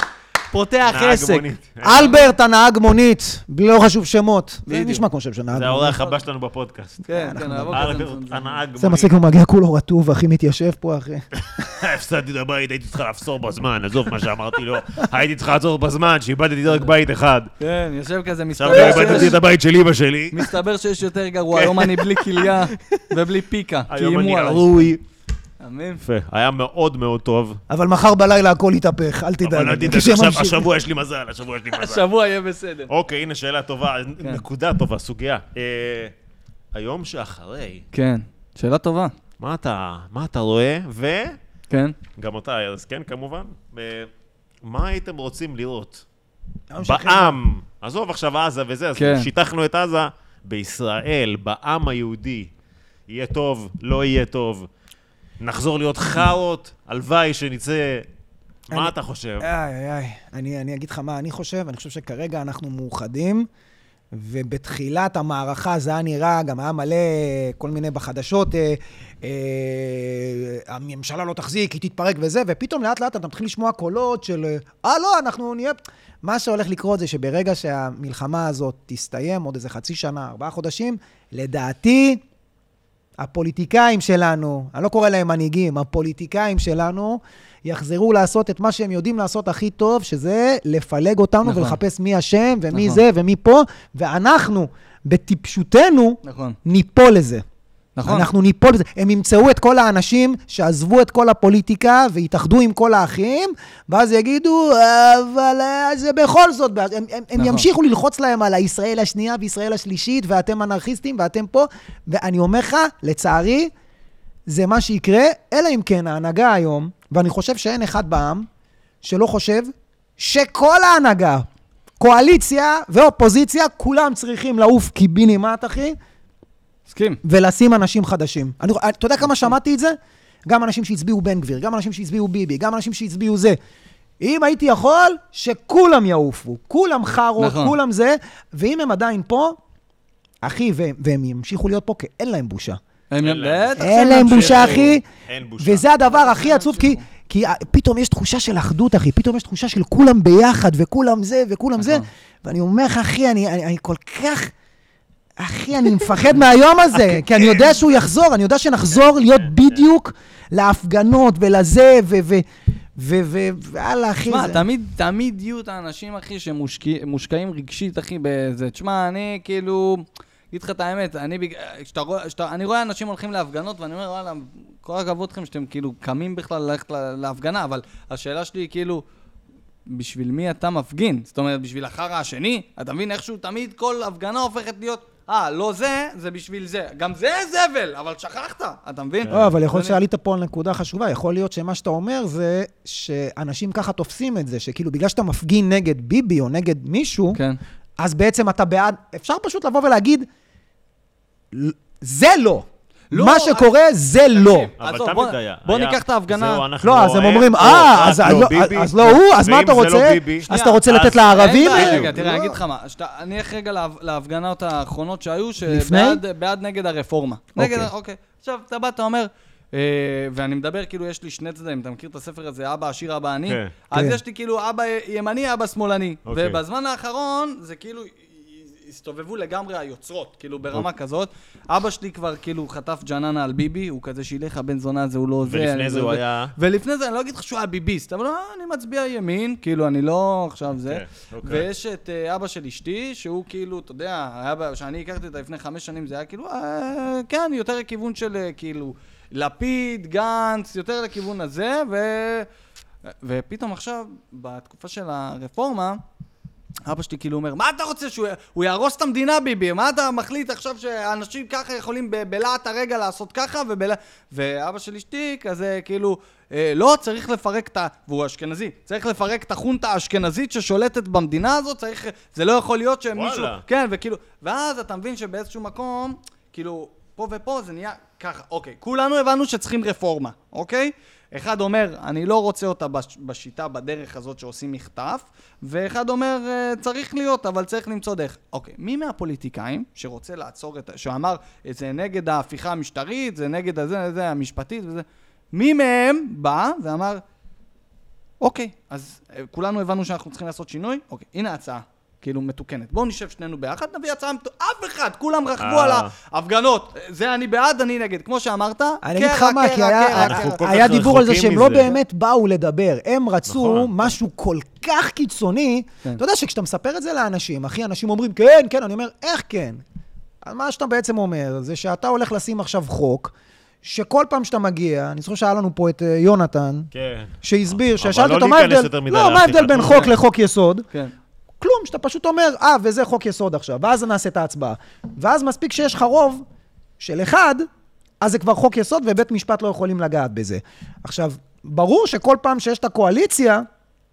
Speaker 3: פותח
Speaker 2: נהג
Speaker 3: עסק.
Speaker 2: מונית.
Speaker 1: אלברט, הנהג מונית, לא חשוב שמות. זה
Speaker 3: בדיוק.
Speaker 1: נשמע כמו שם של נהג
Speaker 2: זה
Speaker 1: מונית.
Speaker 2: האורח הבא שלנו בפודקאסט.
Speaker 3: כן, כן, נעבור כזה
Speaker 2: אלברט,
Speaker 3: מצונזר.
Speaker 2: הנהג
Speaker 1: זה מצחיק, הוא מגיע כולו רטוב, אחי מתיישב פה, אחי.
Speaker 2: הפסדתי את הבית, הייתי צריכה לפסור בזמן, עזוב מה שאמרתי לו. הייתי צריכה לעצור בזמן, שאיבדתי רק בית אחד.
Speaker 3: כן, יושב כזה,
Speaker 2: עכשיו לא
Speaker 3: מסתבר
Speaker 2: איבדתי
Speaker 3: שיש-
Speaker 2: את הבית של אמא שלי.
Speaker 3: מסתבר שיש יותר גרוע, היום אני בלי כליה ובלי פיקה.
Speaker 2: היום אני
Speaker 3: איימו עליי.
Speaker 2: ערוי.
Speaker 3: אמן.
Speaker 2: יפה, היה מאוד מאוד טוב.
Speaker 1: אבל מחר בלילה הכל יתהפך, אל תדאג.
Speaker 2: אבל אל תדאג,
Speaker 1: כשהם
Speaker 2: עכשיו-
Speaker 1: ממשיכים.
Speaker 2: השבוע יש לי מזל, השבוע יש לי מזל.
Speaker 3: השבוע יהיה בסדר.
Speaker 2: אוקיי, הנה שאלה טובה,
Speaker 1: כן.
Speaker 2: נקודה טובה, סוגיה. אה, היום שאחרי,
Speaker 3: כן, שאלה טובה.
Speaker 2: מה אתה מה אתה רואה, וגם
Speaker 3: כן.
Speaker 2: אותה, אז כן, כמובן, אה, מה הייתם רוצים לראות?
Speaker 1: היום שאחרי-
Speaker 2: בעם, עזוב עכשיו עזה וזה, אז
Speaker 3: כן.
Speaker 2: שיטחנו את עזה, בישראל, בעם היהודי, יהיה טוב, לא יהיה טוב, נחזור להיות חארות, הלוואי שנצא...
Speaker 1: אני-
Speaker 2: מה אתה חושב?
Speaker 1: איי, איי, איי. אני, אני אגיד לך מה אני חושב, אני חושב שכרגע אנחנו מאוחדים, ובתחילת המערכה זה היה נראה, גם היה מלא אה, כל מיני בחדשות, אה, אה, הממשלה לא תחזיק, היא תתפרק וזה, ופתאום לאט לאט אתה מתחיל לשמוע קולות של, אה, לא, אנחנו נהיה... מה שהולך לקרות זה שברגע שהמלחמה הזאת תסתיים, עוד איזה חצי שנה, ארבעה חודשים, לדעתי, הפוליטיקאים שלנו, אני לא קורא להם מנהיגים, הפוליטיקאים שלנו יחזרו לעשות את מה שהם יודעים לעשות הכי טוב, שזה לפלג אותנו
Speaker 3: נכון.
Speaker 1: נכון. ולחפש מי אשם ומי
Speaker 3: נכון.
Speaker 1: נכון. זה ומי פה, ואנחנו, בטיפשותנו,
Speaker 3: נכון.
Speaker 1: ניפול לזה.
Speaker 3: נכון.
Speaker 1: אנחנו ניפול לזה. הם ימצאו את כל האנשים שעזבו את כל הפוליטיקה והתאחדו עם כל האחים, ואז יגידו, אבל אה, זה בכל זאת, בעיה." הם, הם, הם
Speaker 3: נכון.
Speaker 1: ימשיכו ללחוץ להם על הישראל השנייה וישראל השלישית, ואתם אנרכיסטים ואתם פה, ואני אומר לך, לצערי, זה מה שיקרה, אלא אם כן ההנהגה היום, ואני חושב שאין אחד בעם שלא חושב שכל ההנהגה, קואליציה ואופוזיציה, כולם צריכים לעוף קיבינימט, אחי,
Speaker 3: מסכים.
Speaker 1: ולשים אנשים חדשים. אני, אה, אתה יודע כמה שמעתי את זה? גם אנשים שהצביעו בן גביר, גם אנשים שהצביעו ביבי, גם אנשים שהצביעו זה. אם הייתי יכול, שכולם יעופו, כולם חארות,
Speaker 3: נכון.
Speaker 1: נכון. כולם זה, ואם הם עדיין פה, אחי, והם, והם ימשיכו להיות פה, כי אין להם בושה.
Speaker 3: הם-
Speaker 2: אין להם-
Speaker 3: בטח
Speaker 1: אין
Speaker 3: שהם
Speaker 1: להם
Speaker 3: ימשיכו.
Speaker 1: בושה, אחי.
Speaker 2: אין בושה.
Speaker 1: וזה הדבר הכי עצוב, כי, כי אה, פתאום יש תחושה של אחדות, אחי, פתאום יש תחושה של כולם ביחד, וכולם זה, וכולם זה,
Speaker 3: נכון.
Speaker 1: ואני אומר לך, אחי, אני, אני, אני כל כך... אחי, אני מפחד מהיום הזה, כי אני יודע שהוא יחזור, אני יודע שנחזור להיות בדיוק להפגנות ולזה, ו... ו... ו... ו... וואלה, אחי,
Speaker 3: תשמע,
Speaker 1: זה-
Speaker 3: תמיד, תמיד יהיו את האנשים, אחי, שמושקעים רגשית, אחי, בזה. תשמע, אני כאילו... אגיד לך את האמת, אני, בג- כשאתה, רוא- כשאתה, אני רואה אנשים הולכים להפגנות ואני אומר, וואלה, כל הכבוד לכם שאתם כאילו קמים בכלל ללכת לה- להפגנה, אבל השאלה שלי היא כאילו, בשביל מי אתה מפגין? זאת אומרת, בשביל החרא השני? אתה מבין איכשהו תמיד כל הפגנה הופכת להיות, אה, לא זה, זה בשביל זה. גם זה זבל, אבל שכחת, אתה מבין?
Speaker 1: לא, אבל יכול להיות
Speaker 3: אני-
Speaker 1: שעלית פה על נקודה חשובה. יכול להיות שמה שאתה אומר זה שאנשים ככה תופסים את זה, שכאילו בגלל שאתה מפגין נגד ביבי או נגד מישהו,
Speaker 3: כן.
Speaker 1: אז בעצם אתה בעד... אפשר פשוט לבוא ולהגיד, "ל- זה לא.
Speaker 3: לא,
Speaker 1: מה שקורה זה לא.
Speaker 2: אבל
Speaker 3: עזוב,
Speaker 2: תמיד
Speaker 3: בוא-
Speaker 2: היה.
Speaker 3: בוא
Speaker 2: היה,
Speaker 3: ניקח את ההפגנה.
Speaker 2: זהו, אנחנו
Speaker 1: לא, אז הם
Speaker 2: הם,
Speaker 1: אומרים,
Speaker 2: או
Speaker 1: אה,
Speaker 2: את,
Speaker 1: אז לא-
Speaker 2: ביבי."
Speaker 1: אז לא הוא, אז מה
Speaker 2: ואם
Speaker 1: אתה
Speaker 2: זה לא
Speaker 1: רוצה?
Speaker 2: ביבי,
Speaker 1: אז אתה רוצה
Speaker 2: אז-
Speaker 1: לתת לערבים?
Speaker 3: אין בעיה,
Speaker 2: בדיוק.
Speaker 3: רגע, תראה, אני
Speaker 1: לא.
Speaker 3: אגיד לך מה, שאתה- אני אלך רגע להפ- להפגנות האחרונות שהיו,
Speaker 1: לפני?
Speaker 3: שבעד בעד נגד הרפורמה. נגד,
Speaker 1: אוקיי.
Speaker 3: אוקיי. עכשיו, אתה בא, אתה אומר, אה, ואני מדבר, כאילו, יש לי שני צדדים, אתה מכיר את הספר הזה, אבא עשיר, אבא עני?
Speaker 2: כן.
Speaker 3: אז
Speaker 1: כן.
Speaker 3: יש לי כאילו אבא ימני, אבא שמאלני.
Speaker 2: אוקיי.
Speaker 3: ובזמן האחרון, זה כאילו... הסתובבו לגמרי היוצרות, כאילו ברמה
Speaker 2: אוקיי.
Speaker 3: כזאת. אבא שלי כבר כאילו חטף ג'ננה על ביבי, הוא כזה שילך הבן זונה הזה, הוא לא זה.
Speaker 2: ולפני
Speaker 3: אני
Speaker 2: זה הוא
Speaker 3: ו-
Speaker 2: היה-
Speaker 3: ולפני זה, אני לא אגיד לך שהוא היה ביביסט, אבל אה, אני מצביע ימין, כאילו, אני לא עכשיו זה.
Speaker 2: אוקיי, אוקיי.
Speaker 3: ויש את אה, אבא של אשתי, שהוא כאילו, אתה יודע, היה ב- כשאני הכרתי אותה לפני חמש שנים, זה היה כאילו, אה, כן, יותר לכיוון של אה, כאילו לפיד, גנץ, יותר לכיוון הזה, ו... ופתאום עכשיו, בתקופה של הרפורמה, אבא שלי כאילו אומר, מה אתה רוצה שהוא י- הוא יהרוס את המדינה, ביבי? מה אתה מחליט עכשיו שאנשים ככה יכולים ב- בלהט הרגע לעשות ככה ובלה... ואבא של אשתי כזה כאילו, אה, לא, צריך לפרק את ה... והוא אשכנזי. צריך לפרק את החונטה האשכנזית ששולטת במדינה הזאת, צריך... זה לא יכול להיות שמישהו...
Speaker 2: וואלה.
Speaker 3: כן, וכאילו... ואז אתה מבין שבאיזשהו מקום, כאילו, פה ופה זה נהיה ככה, אוקיי. כולנו הבנו שצריכים רפורמה, אוקיי? אחד אומר, אני לא רוצה אותה בש- בשיטה, בדרך הזאת שעושים מחטף, ואחד אומר, "אה, צריך להיות, אבל צריך למצוא דרך. אוקיי, מי מהפוליטיקאים שרוצה לעצור את... ה- שאמר, "אה, זה נגד ההפיכה המשטרית, זה נגד הזה, זה המשפטית וזה... מי מהם בא ואמר, אוקיי, אז אה, כולנו הבנו שאנחנו צריכים לעשות שינוי? אוקיי, הנה ההצעה. כאילו מתוקנת. בואו נשב שנינו ביחד, נביא הצעה מת... אף אחד, כולם רכבו
Speaker 2: אה.
Speaker 3: על ההפגנות. אה, זה אני בעד, אני נגד. כמו שאמרת,
Speaker 1: אני אגיד לך מה,
Speaker 3: כן,
Speaker 1: כי היה,
Speaker 2: אנחנו כל כך
Speaker 1: היה דיבור על זה
Speaker 2: רחוקים
Speaker 1: שהם לא
Speaker 2: מזה.
Speaker 1: באמת באו לדבר, הם רצו
Speaker 2: נכון.
Speaker 1: משהו כל כך קיצוני.
Speaker 3: כן.
Speaker 1: אתה יודע שכשאתה מספר את זה לאנשים, אחי, אנשים אומרים, כן, כן, אני אומר, איך כן? אז מה שאתה בעצם אומר, זה שאתה הולך לשים עכשיו חוק, שכל פעם שאתה מגיע, אני זוכר שהיה לנו פה את אה, יונתן,
Speaker 2: כן.
Speaker 1: שהסביר,
Speaker 2: אבל
Speaker 1: ששאלתי
Speaker 2: לא
Speaker 1: אותו מה
Speaker 2: להיכנס
Speaker 1: ההבדל,
Speaker 2: יותר מדי
Speaker 1: לא, מה ההבדל
Speaker 2: לאף
Speaker 1: בין
Speaker 2: אחד.
Speaker 1: חוק לחוק יסוד?
Speaker 3: כן.
Speaker 1: כלום, שאתה פשוט אומר, אה, וזה חוק יסוד עכשיו, ואז נעשה את ההצבעה. ואז מספיק שיש לך רוב של אחד, אז זה כבר חוק יסוד ובית משפט לא יכולים לגעת בזה. עכשיו, ברור שכל פעם שיש את הקואליציה,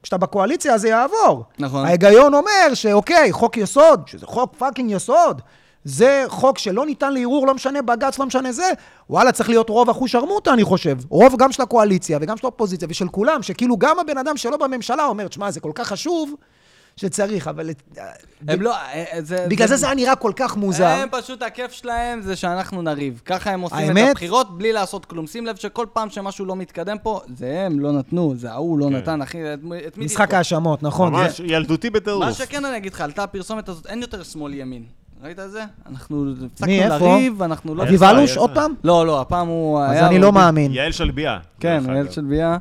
Speaker 1: כשאתה בקואליציה אז זה יעבור.
Speaker 3: נכון.
Speaker 1: ההיגיון אומר שאוקיי, חוק יסוד, שזה חוק פאקינג יסוד, זה חוק שלא ניתן לערעור, לא משנה בג"ץ, לא משנה זה, וואלה, צריך להיות רוב אחושרמוטה, אני חושב. רוב גם של הקואליציה וגם של האופוזיציה ושל כולם, שכאילו גם הבן אדם שלא בממשלה אומר, שמע, זה כל כך חשוב, שצריך, אבל את-
Speaker 3: הם לא... אה, אה, זה,
Speaker 1: בגלל זה זה היה נראה כל כך מוזר.
Speaker 3: הם פשוט, הכיף שלהם זה שאנחנו נריב. ככה הם עושים את
Speaker 1: האמת?
Speaker 3: הבחירות בלי לעשות כלום. שים לב שכל פעם שמשהו לא מתקדם פה, זה הם לא נתנו, זה ההוא לא נתן, אחי, את מי את מי
Speaker 1: משחק
Speaker 3: תתקוף?
Speaker 1: האשמות, נכון.
Speaker 2: ממש ילדותי בטירוף.
Speaker 3: מה שכן אני אגיד לך, עלתה הפרסומת הזאת, אין יותר שמאל-ימין. ראית את זה? אנחנו הפסקנו
Speaker 1: מי, איפה?
Speaker 3: לריב, אנחנו לא...
Speaker 2: אביב
Speaker 1: אביב אלוש,
Speaker 2: יפה.
Speaker 1: עוד פעם?
Speaker 3: לא, לא, הפעם הוא היה...
Speaker 1: אז אני
Speaker 3: הוא-
Speaker 1: לא מאמין.
Speaker 2: יעל שלביה.
Speaker 3: כן,
Speaker 2: דרך
Speaker 3: יעל
Speaker 2: אגב.
Speaker 3: שלביה.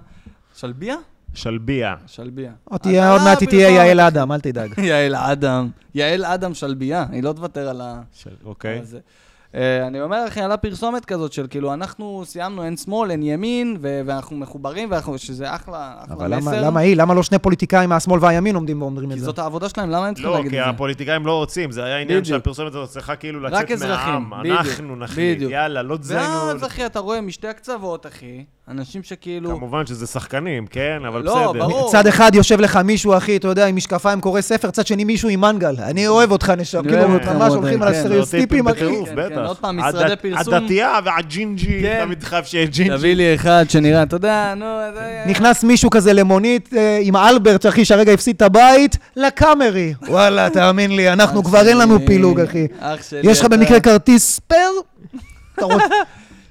Speaker 3: שלביה?
Speaker 2: שלביה.
Speaker 3: שלביה.
Speaker 1: או תהיה, עוד
Speaker 3: אה,
Speaker 1: מעט היא תהיה
Speaker 3: פרסומת.
Speaker 1: יעל אדם, אל תדאג.
Speaker 3: יעל אדם. יעל אדם שלביה, היא לא תוותר על ה...
Speaker 2: של- אוקיי.
Speaker 3: על זה. אה, אני אומר לכם, עלה פרסומת כזאת של כאילו, אנחנו סיימנו, אין שמאל, אין ימין, ו- ואנחנו מחוברים, ואנחנו- שזה אחלה, אחלה
Speaker 1: אבל
Speaker 3: מסר.
Speaker 1: למה- למה היא? למה לא שני פוליטיקאים מהשמאל והימין עומדים ואומרים את
Speaker 3: כי
Speaker 1: זה?
Speaker 3: זאת העבודה שלהם, למה הם צריכים
Speaker 2: לא,
Speaker 3: להגיד
Speaker 2: כי
Speaker 3: את זה?
Speaker 2: הפוליטיקאים לא רוצים, זה היה עניין
Speaker 3: בדיוק.
Speaker 2: שהפרסומת הזאת צריכה כאילו
Speaker 3: רק
Speaker 2: לצאת
Speaker 3: אזרחים,
Speaker 2: מהעם.
Speaker 3: בדיוק,
Speaker 2: אנחנו נחליט,
Speaker 3: בדיוק.
Speaker 2: יאללה, לא
Speaker 3: ואז,
Speaker 2: תזיינו.
Speaker 3: אחי, אתה רואה משתי הקצוות, אחי, אנשים שכאילו...
Speaker 2: כמובן שזה שחקנים, כן, אבל
Speaker 3: לא,
Speaker 2: בסדר.
Speaker 3: ברור.
Speaker 1: צד אחד יושב לך מישהו, אחי, אתה יודע, עם משקפיים קורא ספר, צד שני מישהו עם מנגל. אני אוהב אותך, נשם.
Speaker 3: אני
Speaker 1: כאילו,
Speaker 3: אוהב אותך,
Speaker 1: ממש
Speaker 3: מאוד,
Speaker 1: הולכים
Speaker 3: כן,
Speaker 1: על
Speaker 3: כן.
Speaker 1: הסטריאוסטיפים, אחי.
Speaker 2: בטירוף,
Speaker 3: כן,
Speaker 2: בטח.
Speaker 3: כן, עוד פעם, משרדי
Speaker 2: הדת-
Speaker 3: פרסום.
Speaker 2: הדתייה והג'ינג'י,
Speaker 3: כן.
Speaker 2: תמיד חייב שיהיה ג'ינג'י.
Speaker 3: תביא לי אחד שנראה, אתה יודע, נו, זה...
Speaker 1: נכנס מישהו כזה למונית אה, עם אלברט, אחי, שהרגע הפסיד את הבית, לקאמרי. וואלה, תאמין לי, אנחנו כבר אין לנו פילוג, אחי.
Speaker 3: אח שלי,
Speaker 1: יש לך
Speaker 3: אתה-
Speaker 1: במקרה כרטיס ספייר? אתה רוצ-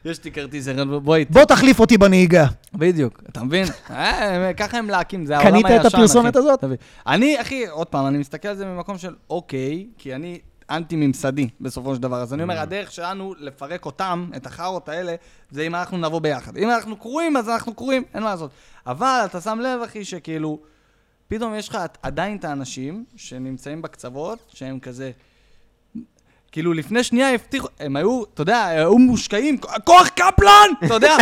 Speaker 3: יש לי כרטיס ערן, בוא איתי.
Speaker 1: בוא תחליף אותי בנהיגה.
Speaker 3: כן, בדיוק, אתה מבין? אה, ככה הם להקים, זה העולם
Speaker 1: קנית
Speaker 3: הישן,
Speaker 1: את הפרסומת
Speaker 3: אחי.
Speaker 1: הזאת?
Speaker 3: אתה מבין? אני, אחי, עוד פעם, אני מסתכל על זה ממקום של אוקיי, כי אני אנטי-ממסדי בסופו של דבר. אז אני אומר,
Speaker 1: Mm.
Speaker 3: הדרך שלנו לפרק אותם, את החארות האלה, זה אם אנחנו נבוא ביחד. אם אנחנו קרואים, אז אנחנו קרואים, אין מה לעשות. אבל אתה שם לב, אחי, שכאילו, פתאום יש לך עדיין את האנשים שנמצאים בקצוות, שהם כזה... כאילו לפני שנייה הבטיחו, הם היו, אתה יודע, היו מושקעים, כוח קפלן, אתה יודע,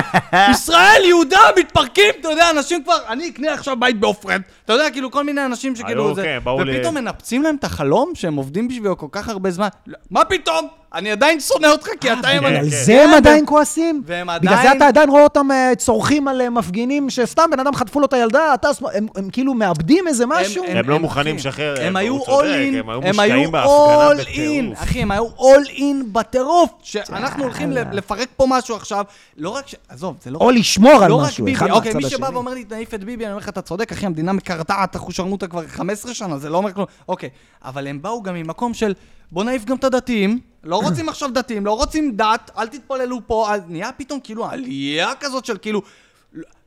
Speaker 3: ישראל, יהודה, מתפרקים, אתה יודע, אנשים כבר, אני אקנה עכשיו בית בעופרת, אתה יודע, כאילו כל מיני אנשים
Speaker 2: היו,
Speaker 3: שכאילו זה,
Speaker 2: כן, באו ל-
Speaker 3: ופתאום מנפצים להם את החלום שהם עובדים בשבילו כל כך הרבה זמן, לא, מה פתאום? אני עדיין שונא אותך כי אתה
Speaker 2: כן,
Speaker 3: ימני.
Speaker 1: על
Speaker 2: כן.
Speaker 1: זה הם
Speaker 3: כן,
Speaker 1: עדיין כועסים?
Speaker 3: והם
Speaker 1: בגלל זה
Speaker 3: עדיין-
Speaker 1: אתה עדיין רואה אותם אה, צורכים על אה, מפגינים שסתם בן אדם חטפו לו את הילדה, אתה, שמאל- הם- הם כאילו מאבדים איזה משהו?
Speaker 2: הם לא
Speaker 3: אחי,
Speaker 2: מוכנים לשחרר,
Speaker 3: הם
Speaker 2: הוא
Speaker 3: היו
Speaker 2: צודק,
Speaker 3: אול
Speaker 2: הם
Speaker 3: אין,
Speaker 2: היו
Speaker 3: הם
Speaker 2: מושקעים
Speaker 3: היו
Speaker 2: בהפגנה
Speaker 3: אול אין,
Speaker 2: בטירוף.
Speaker 3: אחי, הם היו אול אין בטירוף, שאנחנו הולכים ל- לפרק פה משהו עכשיו, לא רק ש... עזוב, זה לא...
Speaker 1: או לשמור על
Speaker 3: לא רק
Speaker 1: משהו, אחד
Speaker 3: ביבי, אוקיי,
Speaker 1: מהצד
Speaker 3: מי
Speaker 1: השני.
Speaker 3: שבא ואומר לי, תעיף את ביבי, אני אומר לך, אתה צודק, אחי, המדינה מקרטעת אחושרמוטה כבר 15 שנה, זה לא אומר כלום. אוקיי, אבל הם באו גם ממקום של, בוא נעיף גם את הדתיים, לא רוצים עכשיו דתיים, לא רוצים דת, אל תתפללו פה, אז נהיה פתאום כאילו עלייה כזאת של כאילו,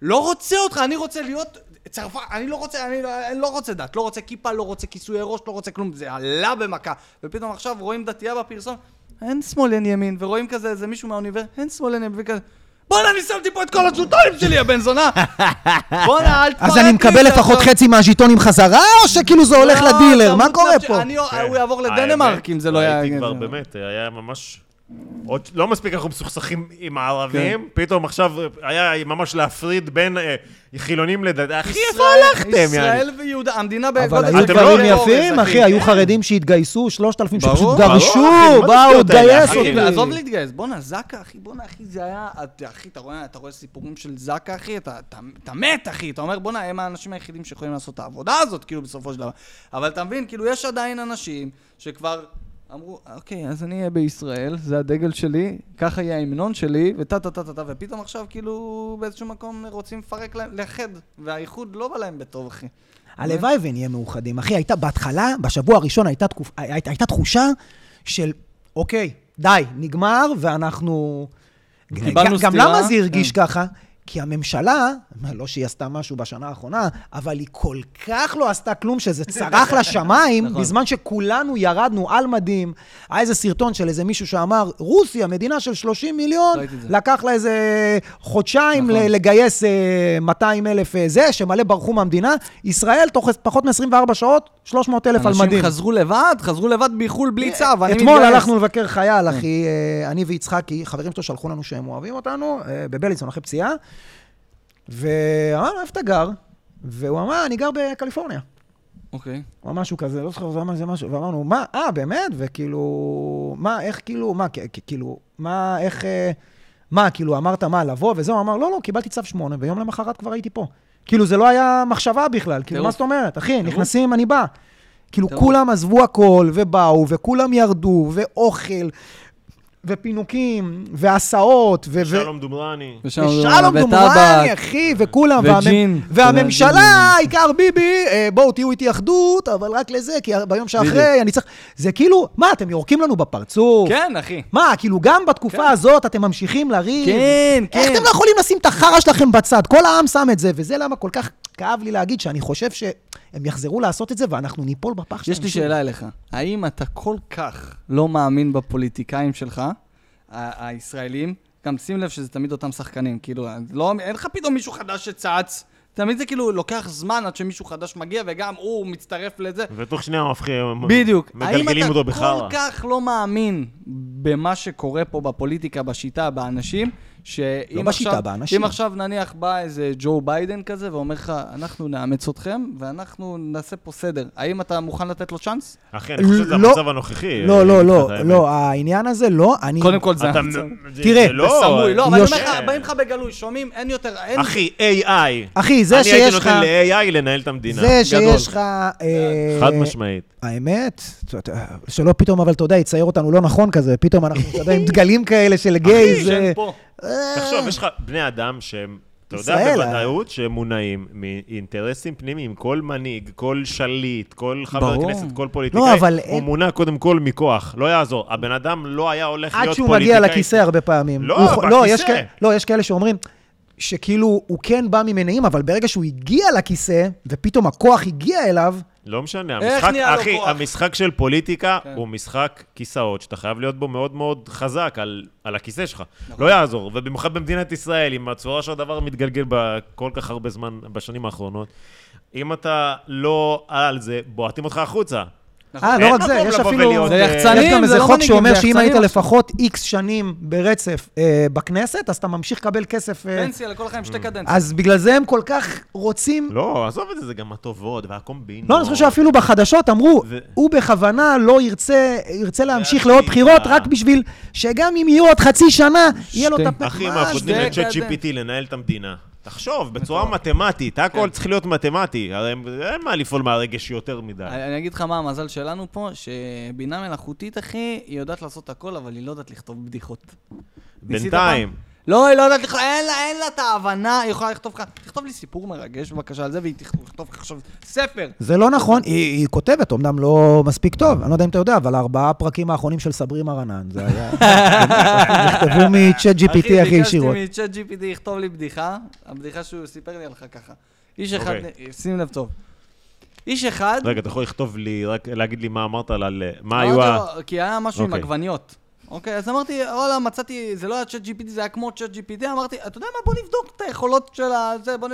Speaker 3: לא רוצה אותך, אני רוצה להיות... צרפת, אני לא רוצה, אני לא, אני לא רוצה דת, לא רוצה כיפה, לא רוצה כיסויי ראש, לא רוצה כלום, זה עלה במכה. ופתאום עכשיו רואים דתייה בפרסום, אין שמאל, אין ימין, ורואים כזה איזה מישהו מהאוניברסיטה, אין שמאל, אין ימין, וכזה, בואנה, אני שמתי פה את כל הז'וטונים שלי, הבן זונה! בואנה, אל תפרק לי
Speaker 1: אז אני
Speaker 3: את
Speaker 1: מקבל
Speaker 3: זה
Speaker 1: לפחות
Speaker 3: עכשיו."
Speaker 1: חצי מהז'יטונים חזרה, או שכאילו זה הולך
Speaker 3: לא,
Speaker 1: לדילר? מה
Speaker 3: אתה מוצנף
Speaker 1: קורה
Speaker 3: ש-
Speaker 1: פה?
Speaker 3: אני- אה, הוא
Speaker 2: כן.
Speaker 3: יעבור
Speaker 2: האמת,
Speaker 3: לדנמרק אם זה לא היה...
Speaker 2: ראיתי כבר באמת, היה ממש עוד לא מספיק אנחנו מסוכסכים עם הערבים, פתאום עכשיו היה ממש להפריד בין אה, חילונים לדעת. אחי, איפה הלכתם, יעני?
Speaker 3: ישראל ויהודה, המדינה
Speaker 1: אבל
Speaker 3: בגודל
Speaker 1: היו
Speaker 2: אתם לא
Speaker 1: דברים
Speaker 2: רואים
Speaker 1: יפים,
Speaker 2: אורז,
Speaker 1: אחי,
Speaker 2: אחי,
Speaker 1: היו
Speaker 2: כן.
Speaker 1: חרדים שהתגייסו, 3,000
Speaker 3: ברור,
Speaker 1: שפשוט
Speaker 3: ברור,
Speaker 2: אחי,
Speaker 1: גרשו,
Speaker 2: מה
Speaker 1: באו,
Speaker 2: השטויות האלה,
Speaker 1: תגייס
Speaker 2: אחי?
Speaker 1: אותי.
Speaker 3: אחי, ועזוב להתגייס, בואנה, זקה, אחי, בואנה, אחי, זה היה... את- אחי, אתה רואה, אתה רואה סיפורים של זקה, אחי, אתה, אתה, אתה מת, אחי, אתה אומר, בואנה, הם האנשים היחידים שיכולים לעשות את העבודה הזאת, כאילו, בסופו של דבר. אבל אתה מבין, כאילו, יש עדיין אנשים שכבר אמרו, אוקיי, אז אני אהיה בישראל, זה הדגל שלי, ככה יהיה ההמנון שלי, וטה טה טה טה טה, ופתאום עכשיו, כאילו, באיזשהו מקום רוצים לפרק להם, לאחד, והאיחוד לא בא להם בטוב, אחי.
Speaker 1: הלוואי ונהיה מאוחדים. אחי, הייתה בהתחלה, בשבוע הראשון הייתה, תקופ... היית, הייתה תחושה של, אוקיי, די, נגמר, ואנחנו...
Speaker 3: קיבלנו
Speaker 1: גם- גם
Speaker 3: סטירה.
Speaker 1: למה זה הרגיש ככה? כי הממשלה, לא שהיא עשתה משהו בשנה האחרונה, אבל היא כל כך לא עשתה כלום שזה צרח לשמיים,
Speaker 3: נכון.
Speaker 1: בזמן שכולנו ירדנו על מדים. היה איזה סרטון של איזה מישהו שאמר, רוסיה, מדינה של 30 מיליון,
Speaker 3: ראיתי את זה.
Speaker 1: לקח לה איזה חודשיים
Speaker 3: נכון.
Speaker 1: ל- לגייס אה, 200 אלף אה, זה, שמלא ברחו מהמדינה. ישראל, תוך פחות מ-24 שעות, 300 אלף על מדים. אה,
Speaker 3: אנשים חזרו לבד, חזרו לבד בחו"ל בלי צו, אני מתגייס. כן.
Speaker 1: אתמול הלכנו לבקר חייל, אחי, אה, אני ויצחקי, חברים שלו שלחו לנו שהם אוהבים אותנו, אה, בבילינסון, אחרי פציעה, ואמרנו, איפה אתה גר? והוא אמר, אני גר בקליפורניה.
Speaker 3: אוקיי.
Speaker 1: או משהו כזה, לא זוכר, זה אמר- זה משהו, ואמרנו, מה, אה, באמת? וכאילו, מה, איך כאילו, מה, כ- כ- כאילו, מה, איך, אה, מה, כאילו, אמרת מה, לבוא, וזהו, אמר, לא, לא, קיבלתי צו שמונה, ויום למחרת כבר הייתי פה. כאילו, זה לא היה מחשבה בכלל, כאילו, מה
Speaker 3: טירוף.
Speaker 1: זאת אומרת? אחי,
Speaker 3: טירוף.
Speaker 1: נכנסים, אני בא. כאילו,
Speaker 3: טירוף.
Speaker 1: כולם עזבו הכל, ובאו, וכולם ירדו, ואוכל, ופינוקים, והסעות, ו... ו-
Speaker 2: שלום דומרני.
Speaker 1: ושלום דומרני, אחי, וכולם, והמ-
Speaker 3: וג'ין. אתה יודע,
Speaker 1: והממשלה, העיקר ביבי, אה, בואו תהיו איתי אחדות, אבל רק לזה, כי ביום שאחרי אני צריך... זה כאילו, מה, אתם יורקים לנו בפרצוף?
Speaker 3: כן, אחי.
Speaker 1: מה, כאילו גם בתקופה הזאת אתם ממשיכים לריב?
Speaker 3: כן,
Speaker 1: איך
Speaker 3: כן.
Speaker 1: אתם לא יכולים לשים את החרא שלכם בצד? כל העם שם את זה, וזה למה כל כך כאב לי להגיד שאני חושב שהם יחזרו לעשות את זה ואנחנו ניפול בפח שלהם.
Speaker 3: יש לי
Speaker 1: שוב.
Speaker 3: שאלה אליך. האם אתה כל כך לא מאמין בפוליטיקאים שלך, ה- הישראלים? גם שים לב שזה תמיד אותם שחקנים, כאילו, לא, אין לך פתאום מישהו חדש שצץ. תמיד זה כאילו לוקח זמן עד שמישהו חדש מגיע, וגם הוא מצטרף לזה.
Speaker 2: ותוך שנייה הופכים...
Speaker 3: בדיוק.
Speaker 2: מגלגלים אותו
Speaker 3: האם אתה
Speaker 2: בחרא.
Speaker 3: כל כך לא מאמין במה שקורה פה בפוליטיקה, בשיטה, באנשים, שאם
Speaker 1: לא בשיטה,
Speaker 3: עכשיו,
Speaker 1: באנשים.
Speaker 3: אם עכשיו נניח בא איזה ג'ו ביידן כזה ואומר לך, אנחנו נאמץ אתכם ואנחנו נעשה פה סדר, האם אתה מוכן לתת לו צ'אנס?
Speaker 2: אחי, אני חושב שזה
Speaker 1: לא-
Speaker 2: המצב הנוכחי.
Speaker 1: לא,
Speaker 2: אה,
Speaker 1: לא,
Speaker 2: מבחינת
Speaker 1: לא,
Speaker 2: האמת.
Speaker 1: לא, העניין הזה, לא, אני...
Speaker 3: קודם כל זה...
Speaker 2: אתה...
Speaker 3: המצב.
Speaker 2: זה-
Speaker 1: תראה,
Speaker 2: זה
Speaker 3: זה
Speaker 2: לא...
Speaker 3: סמוי, לא, אבל אני אומר
Speaker 2: יוש-
Speaker 3: לך, באים לך בגלוי, שומעים, אין יותר, אין...
Speaker 2: אחי, AI.
Speaker 1: אחי, זה
Speaker 2: אני
Speaker 1: שיש
Speaker 2: הייתי
Speaker 1: לך...
Speaker 2: נותן ל-AI לנהל את המדינה.
Speaker 1: זה
Speaker 3: גדול.
Speaker 1: שיש לך... אה,
Speaker 2: חד משמעית.
Speaker 1: האמת, אתה יודע, שלא פתאום, אבל אתה יודע, יצייר אותנו לא נכון כזה, פתאום אנחנו, אתה יודע, עם דגלים כאלה של גיי, זה...
Speaker 3: שאין פה.
Speaker 1: אה,
Speaker 2: תחשוב, יש לך בני אדם שהם, אתה יודע
Speaker 1: ישראל, אה?
Speaker 2: בוודאות שהם מונעים מאינטרסים פנימיים. כל מנהיג, כל שליט, כל חבר
Speaker 3: ברור.
Speaker 2: כנסת, כל
Speaker 1: לא,
Speaker 2: פוליטיקאי,
Speaker 1: אבל
Speaker 2: הוא
Speaker 1: אין-
Speaker 2: מונע קודם כל מכוח. לא יעזור. הבן אדם לא היה הולך
Speaker 1: עד
Speaker 2: להיות
Speaker 1: שהוא
Speaker 2: פוליטיקאי.
Speaker 1: מגיע לכיסא הרבה פעמים.
Speaker 2: לא,
Speaker 1: הוא יכול- לא,
Speaker 2: בכיסא.
Speaker 1: יש כאלה- לא, יש כאלה שאומרים שכאילו הוא כן בא ממניעים, אבל ברגע שהוא הגיע לכיסא, ופתאום הכוח הגיע אליו,
Speaker 2: לא משנה,
Speaker 3: איך
Speaker 2: המשחק,
Speaker 3: נהיה לו
Speaker 2: אחי,
Speaker 3: כוח?
Speaker 2: המשחק של פוליטיקה
Speaker 3: כן.
Speaker 2: הוא משחק כיסאות, שאתה חייב להיות בו מאוד מאוד חזק על, על הכיסא שלך.
Speaker 3: נכון.
Speaker 2: לא יעזור, ובמיוחד במדינת ישראל, עם הצורה שהדבר מתגלגל בכל כך הרבה זמן, בשנים האחרונות. אם אתה לא על זה, בועטים אותך החוצה.
Speaker 1: אה, לא
Speaker 2: אין
Speaker 1: רק זה,
Speaker 2: מקום
Speaker 1: יש
Speaker 2: לבוא
Speaker 1: אפילו...
Speaker 2: ולהיות,
Speaker 3: נכון. זה
Speaker 2: אה,
Speaker 3: יחצנים,
Speaker 1: יש גם
Speaker 3: זה
Speaker 1: איזה
Speaker 3: לא
Speaker 1: חוק
Speaker 3: מנהיגים,
Speaker 1: שאומר
Speaker 3: זה
Speaker 1: שאם
Speaker 3: יחצנים
Speaker 1: היית
Speaker 3: עכשיו.
Speaker 1: לפחות איקס שנים ברצף אה, בכנסת, אז אתה ממשיך לקבל כסף... אה,
Speaker 3: פנסיה לכל החיים, שתי קדנציות.
Speaker 1: אז בגלל זה הם כל כך רוצים
Speaker 2: לא, עזוב את זה, זה גם הטובות והקומבינות.
Speaker 1: לא, אני חושב שאפילו בחדשות אמרו,
Speaker 2: ו-
Speaker 1: הוא בכוונה לא ירצה, ירצה להמשיך לעוד
Speaker 2: הכי
Speaker 1: בחירות,
Speaker 2: רע.
Speaker 1: רק בשביל שגם אם יהיו עוד חצי שנה, יהיה לו את
Speaker 3: שתי-
Speaker 1: הפ...
Speaker 2: אחי,
Speaker 1: מה
Speaker 2: מה,
Speaker 1: זה?
Speaker 2: חוזרים
Speaker 3: זה
Speaker 2: לצ'אט
Speaker 3: כזה.
Speaker 2: GPT לנהל את המדינה. תחשוב, בצורה מתמטית, הכל
Speaker 3: כן.
Speaker 2: צריך להיות מתמטי. הרי אין מה לפעול מהרגש יותר מדי.
Speaker 3: אני אני אגיד לך מה המזל שלנו פה, שבינה מלאכותית, אחי, היא יודעת לעשות הכל, אבל היא לא יודעת לכתוב בדיחות. ניסית
Speaker 2: בינתיים.
Speaker 3: פעם? לא, היא לא יודעת לכתוב, אין לה, אין לה את ההבנה, היא יכולה לכתוב לך, תכתוב לי סיפור מרגש בבקשה על זה, והיא תכתוב תכתוב לך עכשיו ספר.
Speaker 1: זה לא נכון, היא, היא כותבת, אמנם לא מספיק טוב, אני לא יודע אם אתה יודע, אבל הארבעה הפרקים האחרונים של סברי מרנן, זה היה... נכתבו מצ'אט GPT הכי ישירות.
Speaker 3: אחי, ביקשתי מצ'אט GPT לכתוב לי בדיחה, הבדיחה שהוא סיפר לי עליך ככה. איש אחד,
Speaker 2: אוקיי.
Speaker 3: שים לב טוב. איש אחד...
Speaker 2: רגע, אתה יכול לכתוב לי, רק להגיד לי מה אמרת על- על...
Speaker 1: לא,
Speaker 2: מה
Speaker 3: אמרתי
Speaker 2: היו ה...
Speaker 3: לו, כי היה משהו עם
Speaker 2: אה, אוקיי.
Speaker 3: עגבניות. אוקיי, אז אמרתי, וואלה, מצאתי, זה לא היה צ'אט GPT, זה היה כמו צ'אט GPT, אמרתי, אתה יודע מה, בוא נבדוק את היכולות של ה... זה, בוא נ...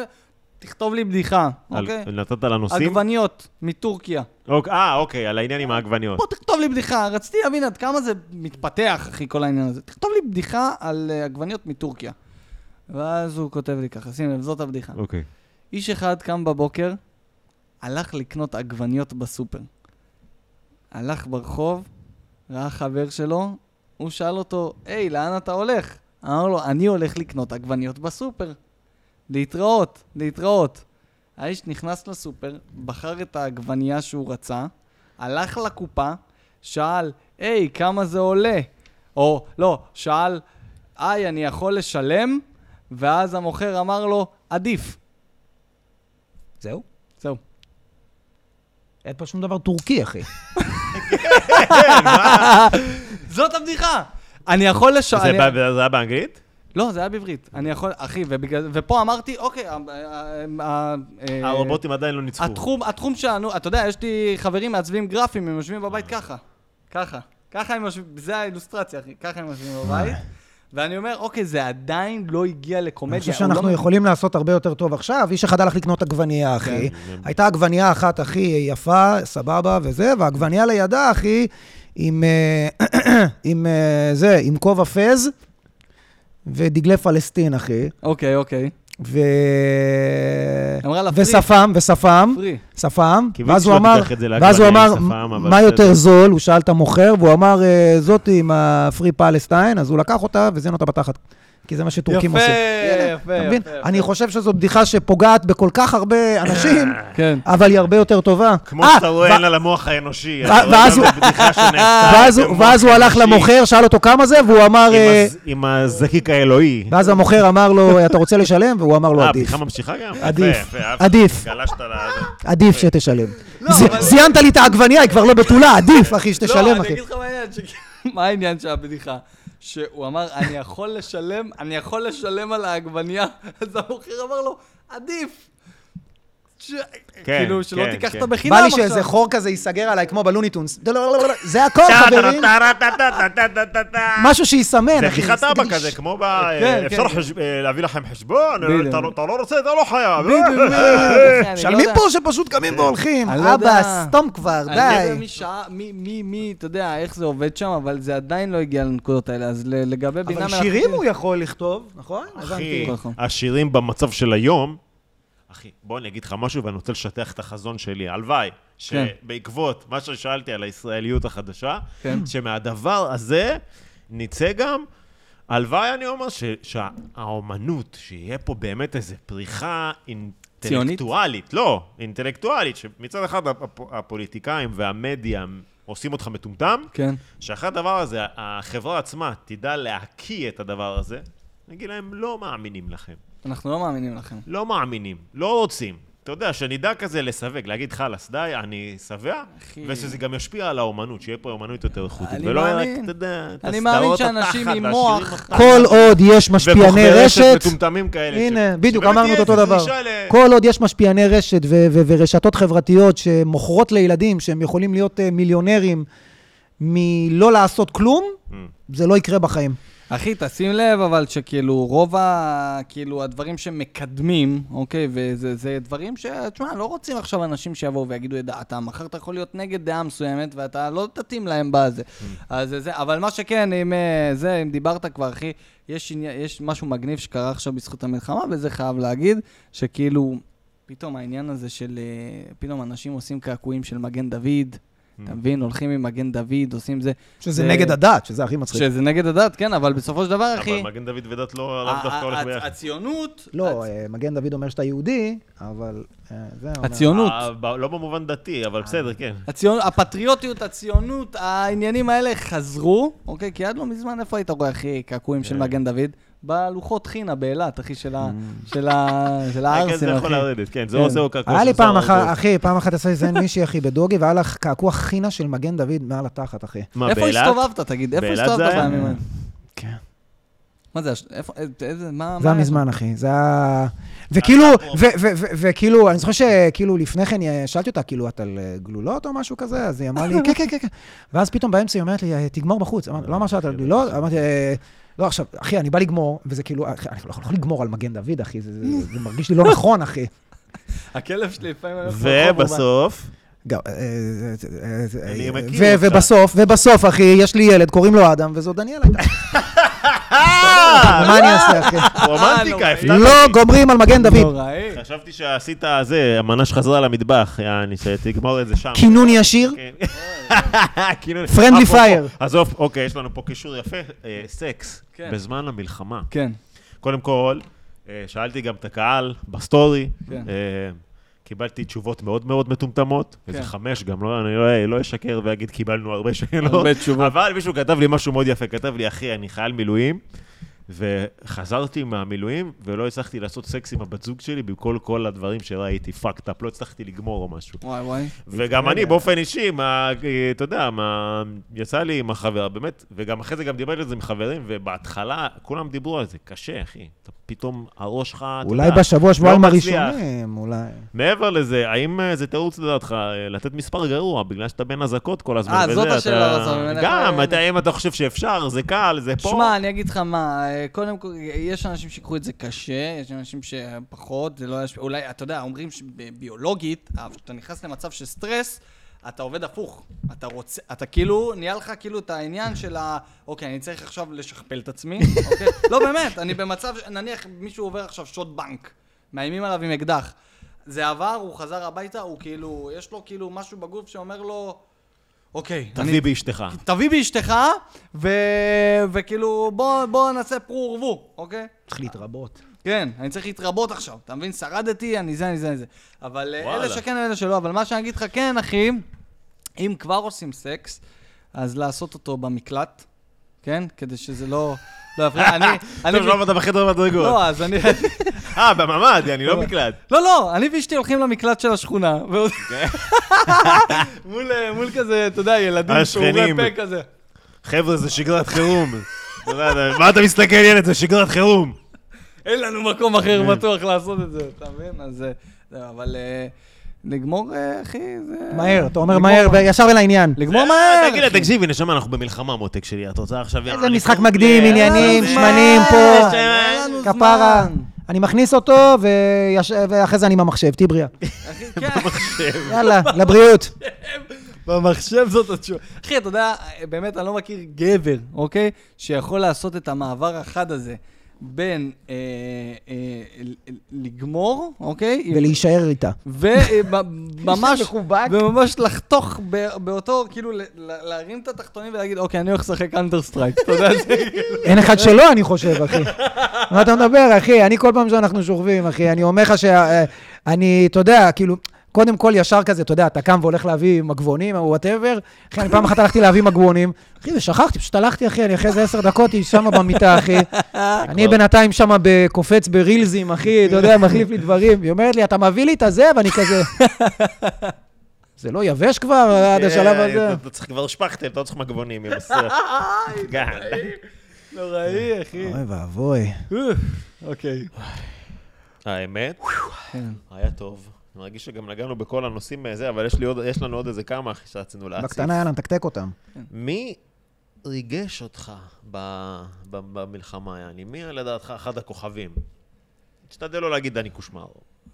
Speaker 3: תכתוב לי בדיחה,
Speaker 2: על-
Speaker 3: אוקיי?
Speaker 2: נתת לנושאים?
Speaker 3: עגבניות מטורקיה.
Speaker 2: אוקיי, אה, אוקיי, על העניין עם העגבניות.
Speaker 3: בוא תכתוב לי בדיחה, רציתי להבין עד כמה זה מתפתח, אחי, כל העניין הזה. תכתוב לי בדיחה על אה, עגבניות מטורקיה. ואז הוא כותב לי ככה, שים לב, זאת הבדיחה.
Speaker 2: אוקיי.
Speaker 3: איש אחד קם בבוקר, הלך לקנות עגבניות בסופר. הלך ברחוב, ראה חבר שלו, הוא שאל אותו, היי, לאן אתה הולך? אמר לו, אני הולך לקנות עגבניות בסופר. להתראות, להתראות. האיש נכנס לסופר, בחר את העגבנייה שהוא רצה, הלך לקופה, שאל, היי, כמה זה עולה? או, לא, שאל, היי, אני יכול לשלם? ואז המוכר אמר לו, עדיף.
Speaker 5: זהו?
Speaker 3: זהו.
Speaker 5: אין פה שום דבר טורקי, אחי.
Speaker 3: זאת הבדיחה! אני יכול לשאול...
Speaker 2: זה בא- זה היה באנגלית?
Speaker 3: לא, זה היה בעברית. אני יכול... אחי, ובגלל... ופה אמרתי, אוקיי, ה- ה- ה- אה,
Speaker 2: הרובוטים עדיין לא ניצחו.
Speaker 3: התחום, התחום שלנו, אתה יודע, יש לי חברים מעצבים גרפים, הם יושבים בבית ככה. ככה. ככה הם יושבים, זה האילוסטרציה, אחי. ככה הם יושבים בבית. ואני אומר, אוקיי, זה עדיין לא הגיע לקומדיה.
Speaker 1: אני חושב
Speaker 3: הוא לא
Speaker 1: שאנחנו יכולים לעשות הרבה יותר טוב עכשיו. איש אחד הלך לקנות עגבנייה, אחי.
Speaker 3: כן,
Speaker 1: הייתה עגבנייה אחת הכי יפה, סבבה וזה, והעגבנייה לידה, אחי, עם, אה, עם אה, זה, עם כובע פז ודגלי פלסטין, אחי.
Speaker 3: אוקיי, אוקיי.
Speaker 1: ו...
Speaker 3: אמרה לה, "פרי".
Speaker 1: ושפם, ושפם,
Speaker 3: פרי.
Speaker 1: שפם,
Speaker 2: קיוויתי
Speaker 1: ואז הוא
Speaker 2: שלא
Speaker 1: אמר,
Speaker 2: תיקח את זה
Speaker 1: ואז הוא
Speaker 2: לעגבניה
Speaker 1: אמר,
Speaker 2: עם שפם, אבל
Speaker 1: מה
Speaker 2: בסדר."
Speaker 1: יותר זול? הוא שאל את המוכר, והוא אמר, "אה, זאתי עם הפרי פלסטיין, אז הוא לקח אותה וזיין אותה בתחת. כי זה מה שטורקים
Speaker 3: יפה,
Speaker 1: עושים.
Speaker 3: יפה,
Speaker 1: אתה מבין?
Speaker 3: יפה, יפה.
Speaker 1: אני חושב שזו בדיחה שפוגעת בכל כך הרבה אנשים,
Speaker 3: כן.
Speaker 1: אבל היא הרבה יותר טובה.
Speaker 2: כמו
Speaker 1: אה,
Speaker 2: שאתה רואה,
Speaker 1: ו-
Speaker 2: לא, אין לה למוח האנושי.
Speaker 1: ו- ואז הוא- אה, ואז הוא- ואז הוא הלך למוכר, שאל אותו כמה זה, והוא אמר... אה,
Speaker 2: עם הזקיק האלוהי.
Speaker 1: ואז המוכר אמר לו, אתה רוצה לשלם? והוא אמר לו,
Speaker 2: אה,
Speaker 1: עדיף.
Speaker 2: הבדיחה ממשיכה גם? יפה,
Speaker 1: עדיף.
Speaker 2: יפה, אהבתי.
Speaker 1: עדיף.
Speaker 2: גלשת ל...
Speaker 1: עדיף שתשלם.
Speaker 3: לא,
Speaker 1: זי-
Speaker 3: אבל-
Speaker 1: זיינת לי את העגבנייה, היא כבר לא בתולה, עדיף, אחי, שתשלם,
Speaker 3: לא, אני
Speaker 1: אחי.
Speaker 3: אגיד לך מה העניין, ש... מה העניין של הבדיחה? שהוא אמר, אני יכול לשלם, אני יכול לשלם על העגבנייה, אז המוכר אמר לו, עדיף. ש...
Speaker 2: כן,
Speaker 3: כאילו, שלא
Speaker 2: כן,
Speaker 3: תיקח
Speaker 2: כן.
Speaker 3: את בחינם
Speaker 1: בא לי
Speaker 3: עכשיו.
Speaker 1: שאיזה חור כזה ייסגר עליי, כמו בלוניטונס. זה הכל, חברים. משהו שיסמן,
Speaker 2: זה
Speaker 1: אחי.
Speaker 2: חתיכת אבא
Speaker 1: תגידי,
Speaker 2: כזה, כמו ב...
Speaker 3: כן,
Speaker 2: אפשר
Speaker 3: כן.
Speaker 2: חש- אה, להביא לכם חשבון?
Speaker 3: בדיוק.
Speaker 2: אתה לא- אתה לא רוצה, אתה לא חייב.
Speaker 3: בדיוק, בדיוק, אחי, אני לא
Speaker 1: משלמים
Speaker 3: יודע-
Speaker 1: פה שפשוט קמים והולכים.
Speaker 3: אני לא יודע.
Speaker 1: אבא, סתום כבר,
Speaker 3: אני לא יודע
Speaker 1: די.
Speaker 3: מי שעה, מי, מי, מי, אתה יודע, איך זה עובד שם, אבל זה עדיין לא הגיע לנקודות האלה, אז ל- לגבי בינה
Speaker 1: אבל
Speaker 3: מלאכותית...
Speaker 1: שירים הוא יכול לכתוב, נכון?
Speaker 2: אחי,
Speaker 1: הבנתי.
Speaker 3: נכון.
Speaker 2: השירים במצב של היום, אחי, בוא אני אגיד לך משהו ואני רוצה לשטח את החזון שלי. הלוואי, שבעקבות מה ששאלתי על הישראליות החדשה,
Speaker 3: כן.
Speaker 2: שמהדבר הזה נצא גם, הלוואי, אני אומר, ש- שהאומנות, שיהיה פה באמת איזו פריחה אינטלקטואלית, לא, אינטלקטואלית, שמצד אחד הפ- הפוליטיקאים והמדיה עושים אותך מטומטם,
Speaker 3: כן.
Speaker 2: שאחרי הדבר הזה, החברה עצמה תדע להקיא את הדבר הזה, נגיד להם, לא מאמינים לכם.
Speaker 3: אנחנו לא מאמינים לכם.
Speaker 2: לא מאמינים, לא רוצים. אתה יודע, שנדע כזה לסווג, להגיד חלאס, די, אני שבע,
Speaker 3: אחי.
Speaker 2: ושזה גם ישפיע על האומנות, שיהיה פה אומנות יותר איכותית.
Speaker 3: אני
Speaker 2: ולא רק,
Speaker 3: מאמין.
Speaker 2: אתה יודע, את
Speaker 3: אני מאמין
Speaker 2: הסדרות
Speaker 3: שאנשים
Speaker 2: התחת
Speaker 3: עם
Speaker 2: והשירים
Speaker 3: מוח-
Speaker 2: התחת.
Speaker 1: כל עוד יש משפיעני
Speaker 2: וכוכבי
Speaker 1: רשת...
Speaker 2: מטומטמים כאלה. ש-
Speaker 1: הנה, בדיוק,
Speaker 2: שבאמת
Speaker 1: אמרנו
Speaker 2: יהיה
Speaker 1: את אותו
Speaker 2: איזה
Speaker 1: דבר.
Speaker 2: דרישה ל-
Speaker 1: כל עוד יש משפיעני רשת ו- ו- ורשתות חברתיות שמוכרות לילדים שהם יכולים להיות אה, מיליונרים מלא לעשות כלום, זה לא יקרה בחיים.
Speaker 3: אחי, תשים לב, אבל שכאילו, רוב ה... כאילו, הדברים שמקדמים, אוקיי, וזה זה דברים ש... תשמע, לא רוצים עכשיו אנשים שיבואו ויגידו את דעתם. מחר אתה יכול להיות נגד דעה מסוימת, ואתה לא תתאים להם בזה. אז זה- זה... אבל מה שכן, אם אה, זה, אם דיברת כבר, אחי, יש, עניין, יש משהו מגניב שקרה עכשיו בזכות המלחמה, וזה חייב להגיד, שכאילו, פתאום העניין הזה של... אה, פתאום אנשים עושים קעקועים של מגן דוד, אתה מבין? הולכים עם מגן דוד, עושים זה.
Speaker 1: שזה
Speaker 3: זה-
Speaker 1: נגד הדת, שזה הכי מצחיק.
Speaker 3: שזה נגד הדת, כן, אבל בסופו של דבר, אחי...
Speaker 2: אבל מגן דוד ודת לא לאו דווקא
Speaker 3: ה-
Speaker 2: הולך
Speaker 3: ה-
Speaker 2: ביחד.
Speaker 3: הציונות...
Speaker 1: לא,
Speaker 3: הצ-
Speaker 1: אה, מגן דוד אומר שאתה יהודי, אבל אה, זה... אומר-
Speaker 3: הציונות. אה,
Speaker 2: אה, ב- לא במובן דתי, אבל בסדר, כן.
Speaker 3: הציונות, הפטריוטיות, הציונות, העניינים האלה חזרו, אוקיי? כי עד לא מזמן, איפה היית רואה, אחי, קעקועים
Speaker 2: כן.
Speaker 3: של מגן דוד? בלוחות חינה באילת, אחי, של ה- של ה-
Speaker 2: כן,
Speaker 3: של
Speaker 2: אה. זה
Speaker 3: הערסים, אחי.
Speaker 2: יכול לרדת, כן,
Speaker 1: לא
Speaker 2: זה
Speaker 3: כן.
Speaker 2: או זה או קרקוש.
Speaker 1: היה לי
Speaker 2: זה
Speaker 1: פעם
Speaker 2: או
Speaker 1: אחת,
Speaker 2: זה.
Speaker 1: אחי, פעם אחת עשה איזה מישהי, אחי, בדוגי, והיה לך קעקוע חינה של מגן דוד מעל התחת, אחי.
Speaker 2: מה,
Speaker 3: איפה
Speaker 2: באילת?
Speaker 3: הסתובבת, תגיד? איפה
Speaker 2: באילת
Speaker 3: הסתובבת
Speaker 2: זה היה? אה.
Speaker 3: בימים האלה?
Speaker 1: כן.
Speaker 3: מה זה, הש- איפה, אה, איזה, מה...
Speaker 1: זה היה
Speaker 3: מה-
Speaker 1: מזמן, אחי. זה היה... וכאילו, ו- ו- ו- וכאילו, אני זוכר שכאילו לפני כן אה, שאלתי אותה, כאילו, את על אה, גלולות או משהו כזה? אז היא אמרה לי, כן, כן, כן, כן. ואז פתאום באמצע היא אומרת לי, "אה, תגמור בחוץ. אמרתי, לא אמרת שאת על גלולות? אמרתי, "אה, לא, עכשיו, "אה, אחי, אני בא לגמור, וזה כאילו, אחי, אני לא יכול לגמור על מגן דוד, אחי, זה- זה זה מרגיש לי לא נכון, אחי.
Speaker 3: הכלב שלי לפעמים... הולך ברחוב, הוא בא-
Speaker 2: ובסוף,
Speaker 1: גם, אה, אה, אה, אה,
Speaker 2: אני
Speaker 1: אה,
Speaker 2: מכיר
Speaker 1: ו-
Speaker 2: אותך.
Speaker 1: ובסוף, ובסוף, אחי, יש לי ילד, קוראים לו אדם, וזו דניאלה.
Speaker 2: לא. אה!
Speaker 1: מה אני אעשה, אחי?
Speaker 2: רומנטיקה, הפתעת
Speaker 1: אה! לא
Speaker 2: אותי.
Speaker 1: גומרים על מגן דוד.
Speaker 3: נוראי.
Speaker 2: חשבתי שעשית זה, המנה שחזרה למטבח, יעני, שתגמור את זה שם.
Speaker 1: כינון ישיר,
Speaker 2: כן. כאילו-
Speaker 1: Friendly
Speaker 2: אפרופו-
Speaker 1: fire.
Speaker 2: עזוב, אוקיי, יש לנו פה קישור יפה, אה, סקס,
Speaker 3: כן.
Speaker 2: בזמן המלחמה.
Speaker 3: כן.
Speaker 2: קודם כל, אה, שאלתי גם את הקהל בסטורי,
Speaker 3: כן.
Speaker 2: אה, קיבלתי תשובות מאוד מאוד מטומטמות, איזה
Speaker 3: כן.
Speaker 2: חמש גם, לא- אני לא- לא אשקר ואגיד קיבלנו הרבה שאלות.
Speaker 3: הרבה תשובות.
Speaker 2: אבל מישהו כתב לי משהו מאוד יפה, כתב לי, אחי, אני חייל מילואים, וחזרתי מהמילואים ולא הצלחתי לעשות סקס עם הבת זוג שלי במקום כל הדברים שראיתי, פאקד אפ, לא הצלחתי לגמור או משהו.
Speaker 3: וואי וואי.
Speaker 2: וגם אני באופן אישי, מה, אה, אתה יודע, מה, יצא לי עם החברה, באמת, וגם אחרי זה גם דיברתי על זה עם חברים, ובהתחלה כולם דיברו על זה, קשה, אחי. אתה פתאום הראש שלך, אתה
Speaker 1: אולי
Speaker 2: יודע,
Speaker 1: בשבוע, שבועיים
Speaker 2: לא מצליח.
Speaker 1: הראשונים, אולי.
Speaker 2: מעבר לזה, האם אה, זה תירוץ לדעתך אה, לתת מספר גרוע, בגלל שאתה בין אזעקות כל הזמן?
Speaker 3: אה,
Speaker 2: וזה,
Speaker 3: זאת
Speaker 2: אתה-
Speaker 3: השאלה, אז אני מניח-
Speaker 2: גם, אתה, אם אתה חושב שאפשר, זה קל, זה פה.
Speaker 3: שמע, אני אגיד לך מה, אה, קודם כל, יש אנשים שיקחו את זה קשה, יש אנשים שפחות, זה לא ישפיע, אולי, אתה יודע, אומרים שביולוגית, כשאתה נכנס למצב של סטרס, אתה עובד הפוך. אתה רוצה, אתה כאילו, נהיה לך כאילו את העניין של ה... אוקיי, אני צריך עכשיו לשכפל את עצמי, אוקיי? לא, באמת, אני במצב, ש- נניח מישהו עובר עכשיו שוד בנק, מאיימים עליו עם אקדח. זה עבר, הוא חזר הביתה, הוא כאילו, יש לו כאילו משהו בגוף שאומר לו, אוקיי, אני
Speaker 2: תביא באשתך.
Speaker 3: תביא באשתך, ו... וכאילו, בוא, בוא נעשה פרו ורבו, אוקיי?
Speaker 1: צריך להתרבות.
Speaker 3: כן, אני צריך להתרבות עכשיו, אתה מבין? שרדתי, אני זה, אני זה, אני זה. אבל אה,
Speaker 2: וואלה.
Speaker 3: אלה שכן, אלה שלא, אבל מה שאני אגיד לך, כן, אחי, אם כבר עושים סקס, אז לעשות אותו במקלט, כן? כדי שזה לא... לא יפריע, אני... אני
Speaker 2: טוב, למה אתה בחדר במדרגות?
Speaker 3: לא, אז אני...
Speaker 2: אה, בממ"ד, אני לא מקלט.
Speaker 3: לא, לא, אני ואשתי הולכים למקלט של השכונה, ועוד-
Speaker 2: אוקיי.
Speaker 3: מול אה, מול כזה, אתה יודע, ילדים פעורי
Speaker 2: השכנים.
Speaker 3: פה כזה.
Speaker 2: חבר'ה, זה שגרת חירום. אתה יודע, מה אתה מסתכל, ילד? זה שגרת חירום.
Speaker 3: אין לנו מקום אחר
Speaker 1: כן.
Speaker 3: בטוח לעשות את זה, אתה מבין? אז אה, זהו, אבל אה, לגמור, אה, אחי, זה...
Speaker 1: מהר, אתה אומר
Speaker 3: לגמור
Speaker 1: מהר,
Speaker 3: מהר.
Speaker 1: וישר אל העניין.
Speaker 3: לגמור מהר!
Speaker 2: אה, תגיד לה,
Speaker 3: אחי.
Speaker 2: תקשיבי, נשמה, אנחנו במלחמה, מותק שלי. את רוצה עכשיו... אה,
Speaker 1: איזה משחק מקדים, עניינים,
Speaker 2: זה-
Speaker 1: שמנים
Speaker 2: זה-
Speaker 1: פה, אה,
Speaker 3: אין לנו זמן.
Speaker 1: כפרה. אני מכניס אותו, ויש- ואחרי זה אני במחשב, תהיי בריאה.
Speaker 3: אחי, כן.
Speaker 1: יאללה, לבריאות.
Speaker 6: במחשב זאת התשובה.
Speaker 3: אחי, אתה יודע, באמת, אני לא מכיר גבר, אוקיי? שיכול לעשות את המעבר החד הזה בין אה, אה, ל- ל- לגמור, אוקיי? עם-
Speaker 1: ולהישאר איתה.
Speaker 3: וממש,
Speaker 1: מחובק.
Speaker 3: וממש לחתוך ב- באותו, כאילו, ל- ל- להרים את התחתונים ולהגיד, אוקיי, אני הולך לשחק אנדר סטרייק, אתה יודע, זה
Speaker 1: אין אחד שלא, אני חושב, אחי. מה אתה מדבר, אחי? אני כל פעם שאנחנו שוכבים, אחי, אני אומר לך שאני, אתה יודע, כאילו, קודם כל ישר כזה, אתה יודע, אתה קם והולך להביא מגבונים או וואטאבר. אחי, אני פעם אחת הלכתי להביא מגבונים. אחי, ושכחתי, פשוט הלכתי, אחי, אני אחרי איזה עשר דקות, היא שמה במיטה, אחי.
Speaker 2: אה,
Speaker 1: אני בינתיים שמה ב- קופץ ברילזים, אחי, אתה יודע, מחליף לי דברים. היא אומרת לי, אתה מביא לי את הזה, ואני כזה... זה לא יבש כבר
Speaker 2: אה,
Speaker 1: עד השלב הזה? אה,
Speaker 2: אתה צריך כבר שפכטל, אתה לא צריך מגבונים. כן.
Speaker 6: נוראי, אחי.
Speaker 1: אוי ואבוי.
Speaker 6: אוקיי.
Speaker 1: אה.
Speaker 2: האמת,
Speaker 1: כן.
Speaker 2: היה טוב. אני מרגיש שגם נגענו בכל הנושאים הזה, אבל יש לי עוד- יש לנו עוד איזה כמה אחי, שרצינו להציג.
Speaker 1: בקטנה היה לה מתקתק אותם.
Speaker 2: מי ריגש אותך ב- ב- במלחמה, יעני? מי היה לדעתך אחד הכוכבים? תשתדל לא להגיד דני קושמרו.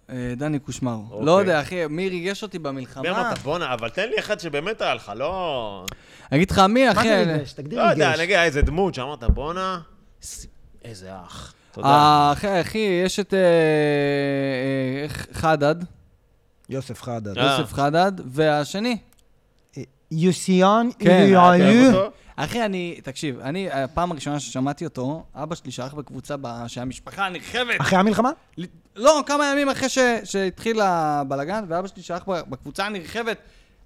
Speaker 3: אה, דני קושמרו.
Speaker 2: אוקיי.
Speaker 3: לא יודע, אחי, מי ריגש אותי במלחמה?
Speaker 2: ברמת בואנה, אבל תן לי אחד שבאמת היה לך, לא...
Speaker 3: אני אגיד לך מי,
Speaker 1: מה
Speaker 3: אחי?
Speaker 1: זה
Speaker 3: אה,
Speaker 1: ריגש? תגדיר
Speaker 2: לא
Speaker 1: ריגש.
Speaker 2: יודע, נגיד היה איזה דמות שאמרת, בואנה, ס- איזה אח. תודה.
Speaker 3: אה, אחי, אחי, יש את אה, אה, חדד,
Speaker 1: יוסף חדד.
Speaker 2: אה.
Speaker 3: יוסף חדד, והשני.
Speaker 1: יוסיון
Speaker 3: כן,
Speaker 2: אתה
Speaker 1: יואיו.
Speaker 2: אוהב אותו?
Speaker 3: אחי, אני, תקשיב, אני, הפעם הראשונה ששמעתי אותו, אבא שלי שלח בקבוצה ב- שהמשפחה נרחבת.
Speaker 1: אחרי המלחמה?
Speaker 3: ל- לא, כמה ימים אחרי ש, שהתחיל הבלגן, ואבא שלי שלח ב- בקבוצה הנרחבת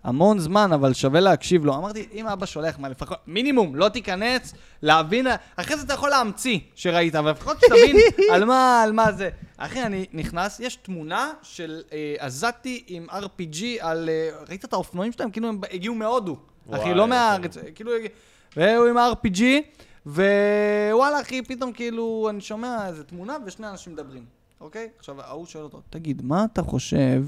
Speaker 3: המון זמן, אבל שווה להקשיב לו. אמרתי, אם אבא שולח, מה לפחות, מינימום, לא תיכנס, להבין, אחרי זה אתה יכול להמציא שראית, אבל לפחות שתבין על מה, על מה זה. אחי, אני נכנס, יש תמונה של אה, עזתי עם RPG על... אה, ראית את האופנועים שלהם? כאילו הם ב- הגיעו מהודו.
Speaker 2: וואי,
Speaker 3: אחי, לא מהארץ, כאילו... והוא עם ה-RPG, ווואלה, אחי, פתאום כאילו, אני שומע איזה תמונה ושני אנשים מדברים, אוקיי? עכשיו, ההוא שואל אותו, תגיד, מה אתה חושב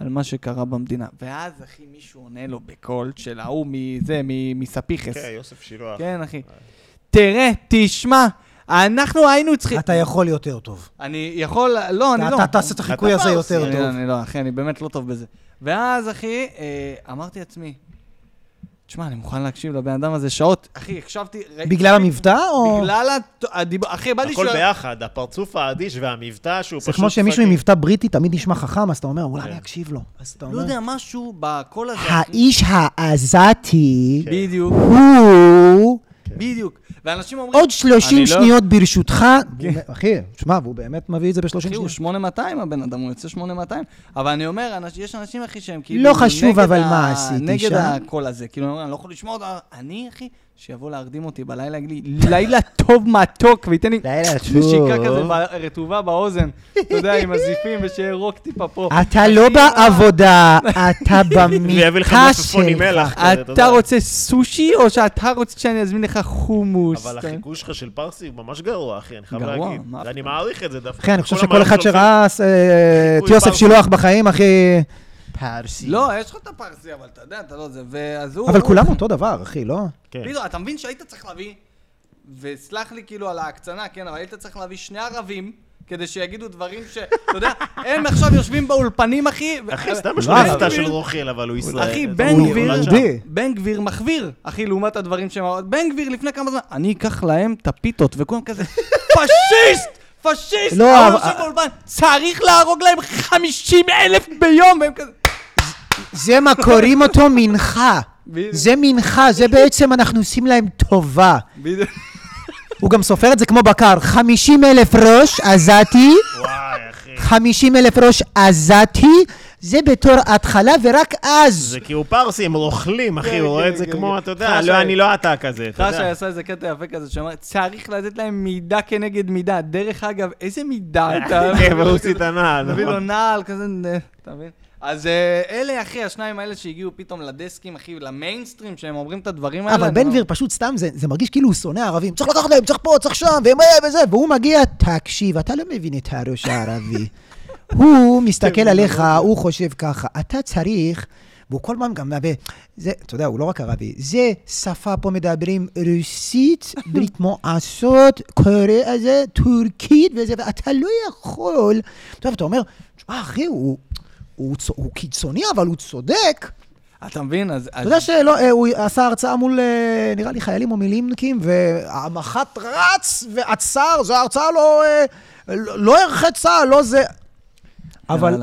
Speaker 3: על מה שקרה במדינה? ואז, אחי, מישהו עונה לו בקול של ההוא מזה, מ- מספיחס.
Speaker 2: כן, יוסף שילוח.
Speaker 3: כן, אחי. תראה, תשמע, אנחנו היינו צריכים...
Speaker 1: אתה יכול יותר טוב.
Speaker 3: אני יכול... לא, אני
Speaker 1: אתה
Speaker 3: לא.
Speaker 1: אתה תעשה את החיקוי הזה יותר
Speaker 3: אני-
Speaker 1: טוב.
Speaker 3: אני לא, אחי, אני באמת לא טוב בזה. ואז, אחי, אה, אמרתי לעצמי, תשמע, אני מוכן להקשיב לבן אדם הזה שעות. אחי, הקשבתי... ראי-
Speaker 1: בגלל המבטא או...
Speaker 3: בגלל הת- הדיבור... אחי, בא לי
Speaker 2: הכל ביחד, הפרצוף האדיש והמבטא שהוא
Speaker 1: זה
Speaker 2: פשוט...
Speaker 1: כמו שמישהו עם
Speaker 2: פאקינג-
Speaker 1: מבטא בריטי תמיד נשמע חכם, אז אתה אומר, אולי
Speaker 2: כן.
Speaker 1: אני אקשיב לו. אז אתה
Speaker 3: לא
Speaker 1: אומר,
Speaker 3: יודע, משהו בקול הזה... אחי.
Speaker 1: האיש העזתי
Speaker 3: בדיוק,
Speaker 1: אוקיי. הוא...
Speaker 3: בדיוק. ואנשים אומרים,
Speaker 1: עוד 30
Speaker 3: אני לא-
Speaker 1: שניות ברשותך.
Speaker 3: כן.
Speaker 1: אחי, שמע, והוא באמת מביא את זה ב-30
Speaker 3: אחי, הוא
Speaker 1: שניות.
Speaker 3: 8200 הבן אדם, הוא יוצא 8200. אבל אני אומר, אנש- יש אנשים, אחי, שהם כאילו...
Speaker 1: לא חשוב,
Speaker 3: נגד
Speaker 1: אבל
Speaker 3: ה-
Speaker 1: מה עשיתי שם?
Speaker 3: נגד הקול הזה. כאילו, אני אומר, אני לא יכול לשמוע אותה. אני, אחי, שיבוא להרדים אותי בלילה, יגיד לי, לילה טוב מתוק, וייתן לי...
Speaker 1: לילה
Speaker 3: נשיקה כזה ב- רטובה באוזן, אתה יודע, עם הזיפים ושיהיה רוק טיפה פה.
Speaker 1: אתה לא בעבודה, אתה
Speaker 2: ויביא לך
Speaker 1: במיטה
Speaker 2: מלפפון עם מלח
Speaker 1: שלך.
Speaker 2: כזה, אתה
Speaker 3: אתה
Speaker 2: יודע.
Speaker 3: רוצה סושי, או שאתה רוצה שאני אזמין לך חומוס?
Speaker 2: אבל
Speaker 3: אתה-
Speaker 2: החיקוי שלך של פרסי הוא ממש גרוע, אחי, אני חייב
Speaker 3: גרוע,
Speaker 2: להגיד.
Speaker 3: מה
Speaker 2: אני
Speaker 3: פתאום.
Speaker 2: מעריך את זה דווקא.
Speaker 1: אחי, אני חושב
Speaker 2: כל
Speaker 1: שכל
Speaker 2: המהלך
Speaker 1: אחד
Speaker 2: שעושים-
Speaker 1: שראה אה, את
Speaker 2: חיקוי
Speaker 1: יוסף
Speaker 2: פרסי.
Speaker 1: שילוח בחיים, אחי... פרסי.
Speaker 3: לא, יש לך את הפרסי, אבל אתה יודע, אתה לא זה. ואז הוא...
Speaker 1: אבל כולם אותו דבר, אחי, לא?
Speaker 2: כן.
Speaker 3: ביטון, אתה מבין שהיית צריך להביא, וסלח לי כאילו על ההקצנה, כן, אבל היית צריך להביא שני ערבים, כדי שיגידו דברים ש... אתה יודע, הם עכשיו יושבים באולפנים, אחי. ו-
Speaker 2: אחי, סתם יש לו
Speaker 1: לא, אבל-
Speaker 2: מבטא של רוחיל, אבל הוא ישראלי.
Speaker 3: אחי,
Speaker 2: אתה
Speaker 3: בן
Speaker 2: מבין?
Speaker 3: גביר,
Speaker 2: נולד שם.
Speaker 1: יהודי.
Speaker 3: בן גביר מחוויר, אחי, לעומת הדברים שהם... אמרו. בן גביר לפני כמה זמן, אני אקח להם את הפיתות, וכולם כזה, פשיסט! פשיסט!
Speaker 1: לא,
Speaker 3: ההוא
Speaker 1: אבל-
Speaker 3: יושב באולפן, צריך להרוג להם 50 אלף ביום! והם כזה...
Speaker 1: זה מה קוראים אותו מנחה.
Speaker 3: בדיוק.
Speaker 1: זה מנחה, זה בעצם אנחנו עושים להם טובה.
Speaker 3: בדיוק.
Speaker 1: הוא גם סופר את זה כמו בקר, 50 אלף ראש עזתי,
Speaker 2: וואי, אחי.
Speaker 1: 50 אלף ראש עזתי, זה בתור התחלה ורק אז.
Speaker 2: זה כאילו פרסים, רוכלים,
Speaker 1: כן,
Speaker 2: אחי, הוא רואה את זה כמו, אתה יודע,
Speaker 3: חש
Speaker 2: לא,
Speaker 3: ה-
Speaker 2: אני לא אתה כזה, אתה
Speaker 3: חשה
Speaker 2: יודע.
Speaker 3: עשה איזה קטע יפה כזה, שאמר, צריך לתת להם מידה כנגד מידה. דרך אגב, איזה מידה אתה...
Speaker 2: כן, ברוסית הנעל.
Speaker 3: מביא לו
Speaker 2: נכון.
Speaker 3: נעל כזה, נ- אתה מבין? אז אה, אלה, אחי, השניים האלה שהגיעו פתאום לדסקים, אחי, למיינסטרים, שהם אומרים את הדברים האלה.
Speaker 1: אבל
Speaker 3: אני לא-
Speaker 1: בן
Speaker 3: אומר,
Speaker 1: גביר פשוט סתם, זה, זה מרגיש כאילו הוא שונא ערבים. צריך לקחת להם, צריך פה, צריך שם, והם אה, וזה, והוא מגיע, תקשיב, אתה לא מבין את הראש הערבי. הוא מסתכל עליך, הוא חושב ככה, אתה צריך, והוא כל פעם גם מהווה, זה, אתה יודע, הוא לא רק ערבי, זה שפה פה מדברים רוסית, ברית מועצות, קוריאה זה, טורקית וזה, ואתה לא יכול. אתה יודע, אתה אומר, תשמע, אחי, הוא... הוא, צ- הוא קיצוני, אבל הוא צודק.
Speaker 3: אתה מבין? אז...
Speaker 1: אתה יודע שלא, אה, הוא עשה הרצאה מול, אה, נראה לי, חיילים או מילואימניקים, והמח"ט רץ ועצר, זו הרצאה לא... אה, לא לא ערכי צה"ל, לא זה... אבל...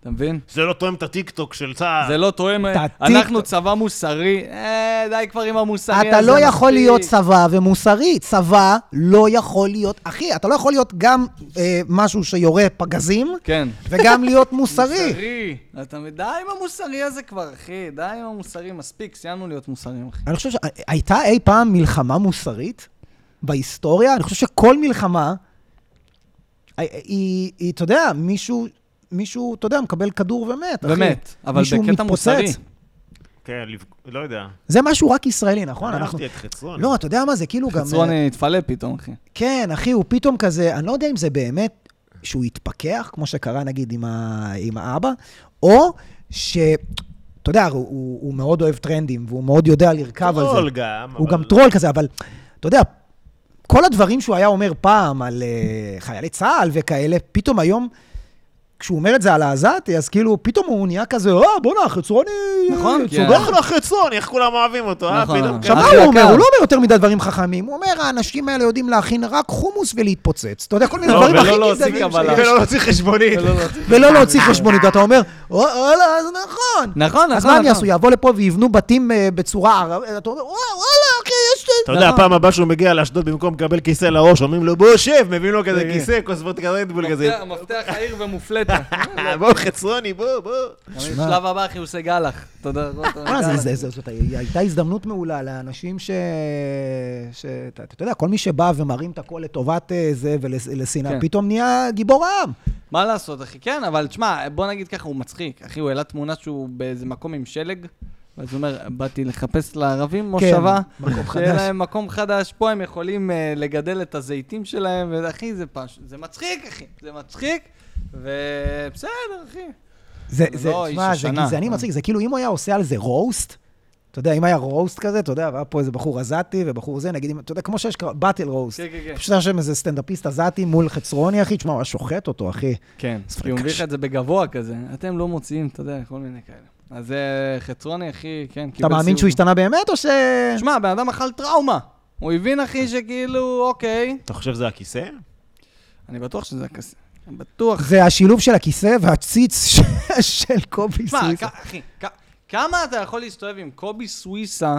Speaker 3: אתה מבין?
Speaker 2: זה לא תואם את הטיקטוק של צה"ל.
Speaker 3: זה לא תואם, אה,
Speaker 1: תעתיק.
Speaker 3: אנחנו צבא מוסרי, אה, די כבר עם המוסרי הזה,
Speaker 1: אתה לא יכול
Speaker 3: מספיק.
Speaker 1: להיות צבא ומוסרי. צבא לא יכול להיות... אחי, אתה לא יכול להיות גם אה, משהו שיורה פגזים,
Speaker 3: כן.
Speaker 1: וגם להיות מוסרי.
Speaker 3: מוסרי. אתה מבין? די עם המוסרי הזה כבר, אחי, די עם המוסרי, מספיק, סיימנו להיות מוסריים, אחי.
Speaker 1: אני חושב שהייתה אי פעם מלחמה מוסרית בהיסטוריה? אני חושב שכל מלחמה, היא- היא, היא, אתה יודע, מישהו, מישהו, אתה יודע, מקבל כדור ומת, אחי.
Speaker 3: באמת, אבל
Speaker 1: מישהו
Speaker 3: בקטע
Speaker 1: מתפוצץ.
Speaker 3: מוסרי.
Speaker 2: כן, לבק- לא יודע.
Speaker 1: זה משהו רק ישראלי, נכון?
Speaker 2: אני
Speaker 1: אנחנו...
Speaker 2: אהבתי את חצרון.
Speaker 1: לא, אתה יודע מה, זה כאילו גם...
Speaker 3: חצרון אה. התפלא פתאום, אחי.
Speaker 1: כן, אחי, הוא פתאום כזה, אני לא יודע אם זה באמת שהוא התפכח, כמו שקרה נגיד עם, ה... עם האבא, או ש... אתה יודע, הוא, הוא, הוא מאוד אוהב טרנדים, והוא מאוד יודע לרכב על זה.
Speaker 2: טרול גם.
Speaker 1: הוא
Speaker 2: אבל-
Speaker 1: גם טרול כזה, אבל אתה יודע, כל הדברים שהוא היה אומר פעם על אה, חיילי צה"ל וכאלה, פתאום היום, כשהוא אומר את זה על העזתי, אז כאילו, פתאום הוא נהיה כזה, אה, בואנה, החצרוני...
Speaker 3: נכון,
Speaker 1: אה,
Speaker 3: כי
Speaker 1: צודק.
Speaker 2: אחלה לא חצרון, איך כולם אוהבים אותו, אה?
Speaker 3: נכון.
Speaker 2: פתאום
Speaker 1: עכשיו,
Speaker 2: ככה.
Speaker 1: מה
Speaker 3: אחי
Speaker 1: הוא אומר?
Speaker 3: יקר.
Speaker 1: הוא לא אומר יותר מדי דברים חכמים. הוא אומר, האנשים האלה יודעים להכין רק חומוס ולהתפוצץ. אתה יודע, כל מיני
Speaker 2: לא,
Speaker 1: דברים
Speaker 2: ולא
Speaker 1: הכי
Speaker 3: להוציא
Speaker 1: גזעניים
Speaker 3: קבלה.
Speaker 1: שיש.
Speaker 2: ולא להוציא חשבונית.
Speaker 1: ולא להוציא חשבונית. ואתה אומר, "או, וואלה, זה נכון.
Speaker 3: נכון, נכון.
Speaker 1: אז מה הם
Speaker 3: נכון.
Speaker 1: יעשו? יבוא לפה ויבנו בתים אה, בצורה ערבית? אתה אומר, "וואו, וואלה, אחי, יש...
Speaker 2: אתה יודע,
Speaker 3: נכון.
Speaker 2: פעם הבאה שהוא מגיע לאשדוד במקום לקבל כיסא לראש, אומרים לו, בוא, שב, מביאים לו כזה
Speaker 3: כן.
Speaker 2: כיסא, כוס וודקה רדבול כזה.
Speaker 3: מפתח- מפתח העיר ומופלטה.
Speaker 2: "אה, בוא, חצרוני, בוא, בוא.
Speaker 3: שלב הבא, אחי, הוא עושה גלח. אתה יודע, רואה אותו
Speaker 1: וואלה, אה, זה-
Speaker 3: גלח.
Speaker 1: זה- זה- זאת הייתה הזדמנות מעולה לאנשים ש... ש- אתה אתה יודע, כל מי שבא ומרים את הכל לטובת אה, זה ולשנאה,
Speaker 3: כן.
Speaker 1: פתאום נהיה גיבור העם.
Speaker 3: מה לעשות, אחי? כן, אבל תשמע, בוא נגיד ככה, הוא מצחיק. אחי, הוא העלה תמונה שהוא באיזה מקום עם שלג, ואז הוא אומר, באתי לחפש לערבים
Speaker 1: כן,
Speaker 3: מושבה,
Speaker 1: מקום
Speaker 3: שיהיה
Speaker 1: חדש.
Speaker 3: להם מקום חדש, פה הם יכולים אה, לגדל את הזיתים שלהם, ואחי, זה פש... זה מצחיק, אחי, זה מצחיק, ובסדר, אחי.
Speaker 1: זה,
Speaker 3: זה
Speaker 1: זה,
Speaker 3: לא איש
Speaker 1: תשמע, זה
Speaker 3: לא, השנה.
Speaker 1: גזעני מצחיק, זה כאילו אם הוא היה עושה על זה רוסט, אתה אתה יודע, אם היה רוסט כזה, אתה יודע, והיה פה איזה בחור עזתי ובחור זה, נגיד, אם- אתה יודע, כמו שיש באטל רוסט.
Speaker 3: כן, כן, כן.
Speaker 1: פשוט היה שם איזה סטנדאפיסט עזתי מול חצרוני, אחי, תשמע, הוא היה שוחט אותו, אחי.
Speaker 3: כן,
Speaker 1: ספק
Speaker 3: כי הוא מביא לך
Speaker 1: קשה.
Speaker 3: את זה בגבוה כזה. אתם לא מוציאים, אתה יודע, כל מיני כאלה. אז אה, חצרוני, אחי, כן,
Speaker 1: אתה
Speaker 3: קיבל
Speaker 1: מאמין
Speaker 3: סיבוב.
Speaker 1: שהוא השתנה באמת, או ש...
Speaker 3: שמע, הבן אדם אכל טראומה. הוא הבין, אחי, שכאילו, אוקיי.
Speaker 2: אתה חושב שזה הכיסא?
Speaker 3: אני בטוח שזה הכסף. אני בטוח.
Speaker 1: זה השילוב של הכיסא והציץ ש- של קובי
Speaker 3: שמע,
Speaker 1: סוויסה.
Speaker 3: כ- אחי, כ- כמה אתה יכול להסתובב עם קובי סוויסה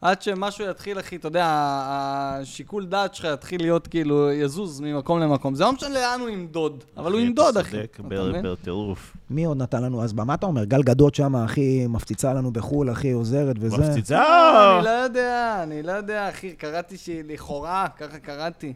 Speaker 3: עד שמשהו יתחיל, אחי, אתה יודע, ה- השיקול דעת שלך יתחיל להיות כאילו, יזוז ממקום למקום. זה לא משנה לאן הוא ימדוד, אבל הוא ימדוד, אחי.
Speaker 2: אתה צודק,
Speaker 3: אתה
Speaker 2: בר-
Speaker 3: מבין?
Speaker 2: בטירוף.
Speaker 1: מי עוד נתן לנו אז במה אתה אומר? גל גדות שם, אחי, מפציצה לנו בחו"ל, אחי, עוזרת וזה.
Speaker 2: מפציצה.
Speaker 3: אה, אני לא יודע, אני לא יודע, אחי, קראתי שהיא לכאורה, ככה קראתי.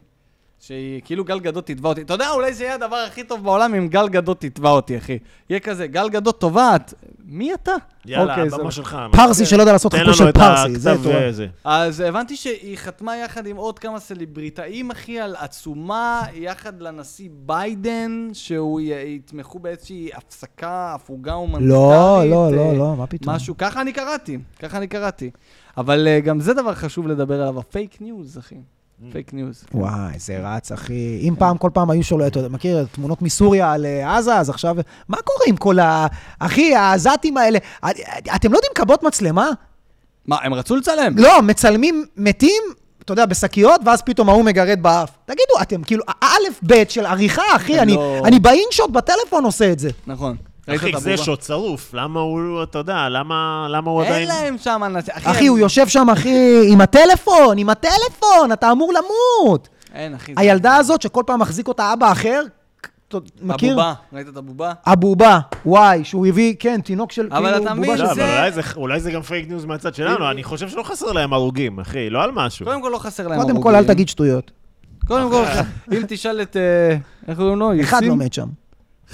Speaker 3: שהיא כאילו גל גדות תתבע אותי. אתה יודע, אולי זה יהיה הדבר הכי טוב בעולם אם גל גדות תתבע אותי, אחי. יהיה כזה, גל גדות תובעת, מי אתה?
Speaker 2: יאללה,
Speaker 3: אוקיי,
Speaker 2: הבמה
Speaker 3: זהו.
Speaker 2: שלך.
Speaker 1: פרסי שלא יודע לעשות
Speaker 2: תן
Speaker 1: חיפוש
Speaker 2: לנו
Speaker 1: של
Speaker 2: את
Speaker 1: פרסי, זה
Speaker 2: הכתב
Speaker 1: טוב.
Speaker 2: זה.
Speaker 3: אז הבנתי שהיא חתמה יחד עם עוד כמה סלבריטאים, אחי, על עצומה, יחד לנשיא ביידן, שהוא י- יתמכו באיזושהי הפסקה, הפוגה הומניטרית.
Speaker 1: לא, לא,
Speaker 3: אה,
Speaker 1: לא, לא, מה פתאום.
Speaker 3: משהו, ככה אני קראתי, ככה אני קראתי. אבל אה, גם זה דבר חשוב לדבר עליו, הפייק ניוז, אחי.
Speaker 2: Mm.
Speaker 3: פייק ניוז.
Speaker 1: וואי, זה רץ, אחי. אם פעם, כל פעם היו שואלים, אתה יודע, מכיר תמונות מסוריה על אה, עזה, אז עכשיו, מה קורה עם כל ה... אחי, העזתים האלה, את- אתם לא יודעים כבות מצלמה?
Speaker 3: מה, הם רצו לצלם?
Speaker 1: לא, מצלמים מתים, אתה יודע, בשקיות, ואז פתאום ההוא מגרד באף. תגידו, אתם כאילו, האלף בית של עריכה, אחי,
Speaker 3: לא.
Speaker 1: אני, אני באינשוט בטלפון עושה את זה.
Speaker 3: נכון. ראית את
Speaker 2: אחי, זה
Speaker 3: הבובה?
Speaker 2: שוט שרוף, למה הוא, אתה יודע, למה למה הוא
Speaker 3: אין
Speaker 2: עדיין...
Speaker 3: להם שם אנשים.
Speaker 1: אחי, הוא יושב שם, אחי, עם הטלפון, עם הטלפון, אתה אמור למות.
Speaker 3: אין, אחי. זה-
Speaker 1: הילדה הזאת שכל פעם מחזיק אותה אבא אחר, אתה מכיר?
Speaker 3: הבובה, ראית את הבובה?
Speaker 1: הבובה, וואי, שהוא הביא, כן, תינוק של,
Speaker 3: אבל
Speaker 1: כאילו, בובה
Speaker 3: אתה מבין,
Speaker 1: של...
Speaker 2: לא, אבל
Speaker 3: זה-
Speaker 2: אולי זה- אולי זה גם פייק ניוז מהצד שלנו, אני חושב שלא חסר להם הרוגים, אחי, לא על משהו.
Speaker 3: קודם כל לא חסר להם
Speaker 1: קודם כל,
Speaker 3: הרוגים.
Speaker 1: אל תגיד שטויות.
Speaker 3: קודם כל,
Speaker 2: אוקיי.
Speaker 3: אם תשאל את, אה, איך קוראים לו?
Speaker 1: אחד לא
Speaker 3: יוסין?
Speaker 1: מת שם.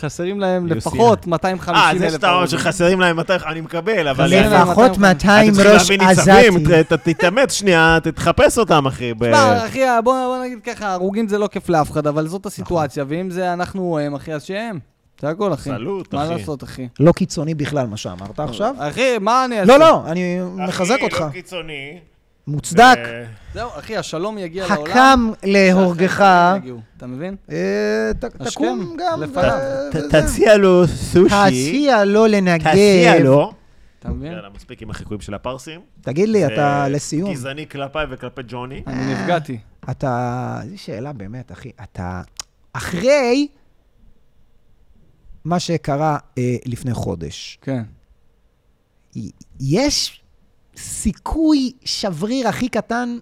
Speaker 3: חסרים להם
Speaker 2: יוסין.
Speaker 3: לפחות 250 אלף.
Speaker 2: אה, זה שאתה אומר שחסרים להם 200, אני מקבל, אבל...
Speaker 3: חסר להם
Speaker 1: לפחות 200
Speaker 2: אתם
Speaker 1: ראש
Speaker 2: צריכים להביא ניצבים,
Speaker 1: עזתי.
Speaker 2: ת- ת- תתאמץ שנייה, תחפש אותם, אחי. ב-
Speaker 3: תשמע, לא, אחי, בוא בוא נגיד ככה, הרוגים זה לא כיף לאף אחד, אבל זאת הסיטואציה, ואם זה אנחנו או הם, אחי, אז שהם. זה הכל, אחי.
Speaker 2: סלוט,
Speaker 3: מה
Speaker 2: אחי.
Speaker 3: לעשות, אחי?
Speaker 1: לא קיצוני בכלל מה שאמרת
Speaker 3: לא.
Speaker 1: עכשיו.
Speaker 3: אחי, מה אני אעשה?
Speaker 1: לא, לא, אני מחזק אותך.
Speaker 2: אחי, לא קיצוני.
Speaker 1: מוצדק.
Speaker 2: אה,
Speaker 3: זהו, אחי, השלום יגיע לעולם.
Speaker 1: חכם להורגך,
Speaker 3: שהחיים יגיעו, אתה מבין?
Speaker 1: אה, ת- תקום
Speaker 3: השכם,
Speaker 1: גם.
Speaker 3: לפניו.
Speaker 1: ו-
Speaker 2: ת-
Speaker 1: וזה.
Speaker 2: תציע לו סושי.
Speaker 1: תציע לא
Speaker 2: תציע
Speaker 1: לנגב.
Speaker 2: לו.
Speaker 3: אתה מבין?
Speaker 2: יאללה, מספיק עם החיקויים של הפרסים.
Speaker 1: תגיד לי, אתה
Speaker 2: אה,
Speaker 1: לסיום,
Speaker 2: גזעני כלפיי וכלפי ג'וני.
Speaker 3: אני נפגעתי.
Speaker 1: אתה... זו שאלה באמת, אחי. אתה... אחרי מה שקרה אה, לפני חודש,
Speaker 3: כן.
Speaker 1: י- יש סיכוי שבריר הכי קטן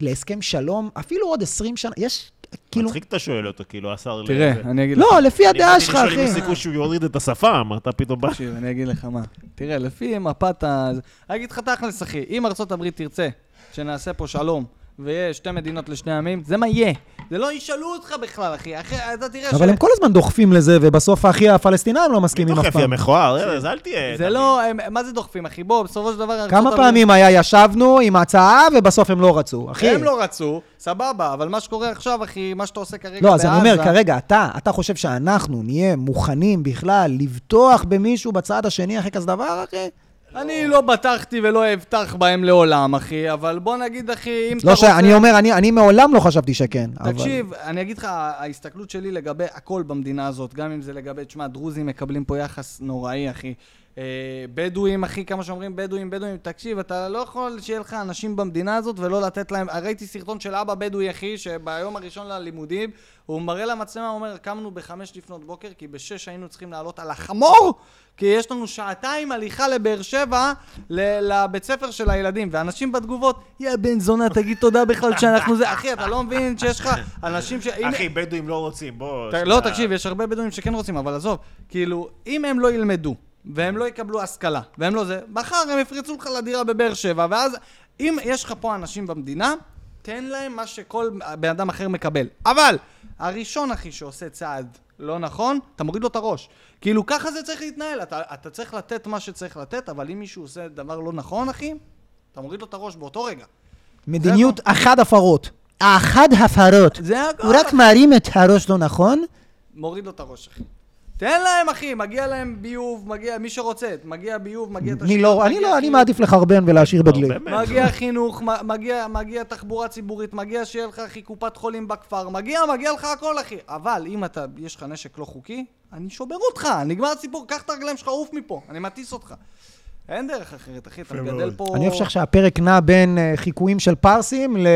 Speaker 1: להסכם שלום, אפילו עוד 20 שנה, יש כאילו...
Speaker 2: מצחיק אתה שואל אותו, כאילו, השר...
Speaker 3: תראה,
Speaker 2: לזה.
Speaker 3: אני אגיד לך.
Speaker 1: לא, לפי
Speaker 2: אני
Speaker 1: הדעה
Speaker 2: באתי
Speaker 1: שלך,
Speaker 2: לשאול אם יש
Speaker 1: אחי.
Speaker 2: סיכוי שהוא יוריד את השפם, אתה פתאום בא...
Speaker 3: תקשיב, אני אגיד לך מה. תראה, לפי מפת ה... זה- אני אגיד לך תכלס, אחי, אם ארצות הברית תרצה שנעשה פה שלום, ויהיה שתי מדינות לשני עמים, זה מה יהיה. זה לא ישאלו אותך בכלל, אחי. אחי, אתה תראה
Speaker 1: אבל הם כל הזמן דוחפים לזה, ובסוף, אחי, הפלסטינאים לא מסכימים אף
Speaker 2: דוחף, יא
Speaker 1: פעם.
Speaker 2: מכוער, ארז, אל תהיה...
Speaker 3: זה לא... הם- מה זה דוחפים, אחי? בוא, בסופו של דבר... ארצות
Speaker 1: כמה
Speaker 3: הברית-
Speaker 1: פעמים היה ישבנו עם ההצעה, ובסוף הם לא רצו, אחי.
Speaker 3: הם לא רצו, סבבה, אבל מה שקורה עכשיו, אחי, מה שאתה עושה כרגע
Speaker 1: לא, אז אני אומר,
Speaker 3: בעזה-
Speaker 1: כרגע, אתה, אתה חושב שאנחנו נהיה מוכנים בכלל לבטוח במישהו בצד השני אחרי כזה דבר, אחי?
Speaker 3: אני לא בטחתי ולא אבטח בהם לעולם, אחי, אבל בוא נגיד, אחי, אם אתה
Speaker 1: לא ש...
Speaker 3: רוצה...
Speaker 1: אני אומר, אני- אני מעולם לא חשבתי שכן. אבל-
Speaker 3: תקשיב, אני אגיד לך, ההסתכלות שלי לגבי הכל במדינה הזאת, גם אם זה לגבי, תשמע, דרוזים מקבלים פה יחס נוראי, אחי. אה, בדואים, אחי, כמה שאומרים בדואים, בדואים, תקשיב, אתה לא יכול שיהיה לך אנשים במדינה הזאת ולא לתת להם... ראיתי סרטון של אבא בדואי, אחי, שביום הראשון ללימודים, הוא מראה למצלמה, הוא אומר, קמנו בחמש לפנות בוקר, כי בשש היינו צריכים לעלות על החמור, כי יש לנו שעתיים הליכה לבאר שבע, ל- לבית ספר של הילדים. ואנשים בתגובות, יא בן זונה, תגיד תודה בכלל שאנחנו זה... אחי, אתה לא מבין שיש לך אנשים ש... אם-
Speaker 2: אחי, בדואים לא רוצים, בוא...
Speaker 3: ת- לא, תקשיב, יש הרבה בדואים שכן רוצים, אבל עזוב, כאילו, אם הם לא ילמדו, והם לא יקבלו השכלה, והם לא זה, מחר הם יפרצו לך לדירה בבאר שבע, ואז אם יש לך פה אנשים במדינה, תן להם מה שכל בן אדם אחר מקבל. אבל, הראשון, אחי, שעושה צעד לא נכון, אתה מוריד לו את הראש. כאילו, ככה זה צריך להתנהל, אתה, אתה צריך לתת מה שצריך לתת, אבל אם מישהו עושה דבר לא נכון, אחי, אתה מוריד לו את הראש באותו רגע.
Speaker 1: מדיניות אחת הפרות. האחד הפרות.
Speaker 3: לא- זה הכל.
Speaker 1: הוא רק מרים את הראש לא נכון,
Speaker 3: מוריד לו את הראש, אחי. תן להם, אחי, מגיע להם ביוב, מגיע, מי שרוצה, מגיע ביוב, מגיע
Speaker 1: אני לא, אני לא, אני מעדיף לחרבן ולהשאיר בדלי.
Speaker 2: הרבה מהם.
Speaker 3: מגיע חינוך, מ- מגיע, מגיע תחבורה ציבורית, מגיע שיהיה לך אחי קופת חולים בכפר, מגיע, מגיע לך הכל אחי. אבל אם אתה, יש לך נשק לא חוקי, אני שובר אותך, נגמר הסיפור, קח את הרגליים שלך, עוף מפה, אני מטיס אותך. אין דרך אחרת, אחי, אתה מגדל פה...
Speaker 1: אני חושב שהפרק נע בין אה, חיקויים של פרסים ל...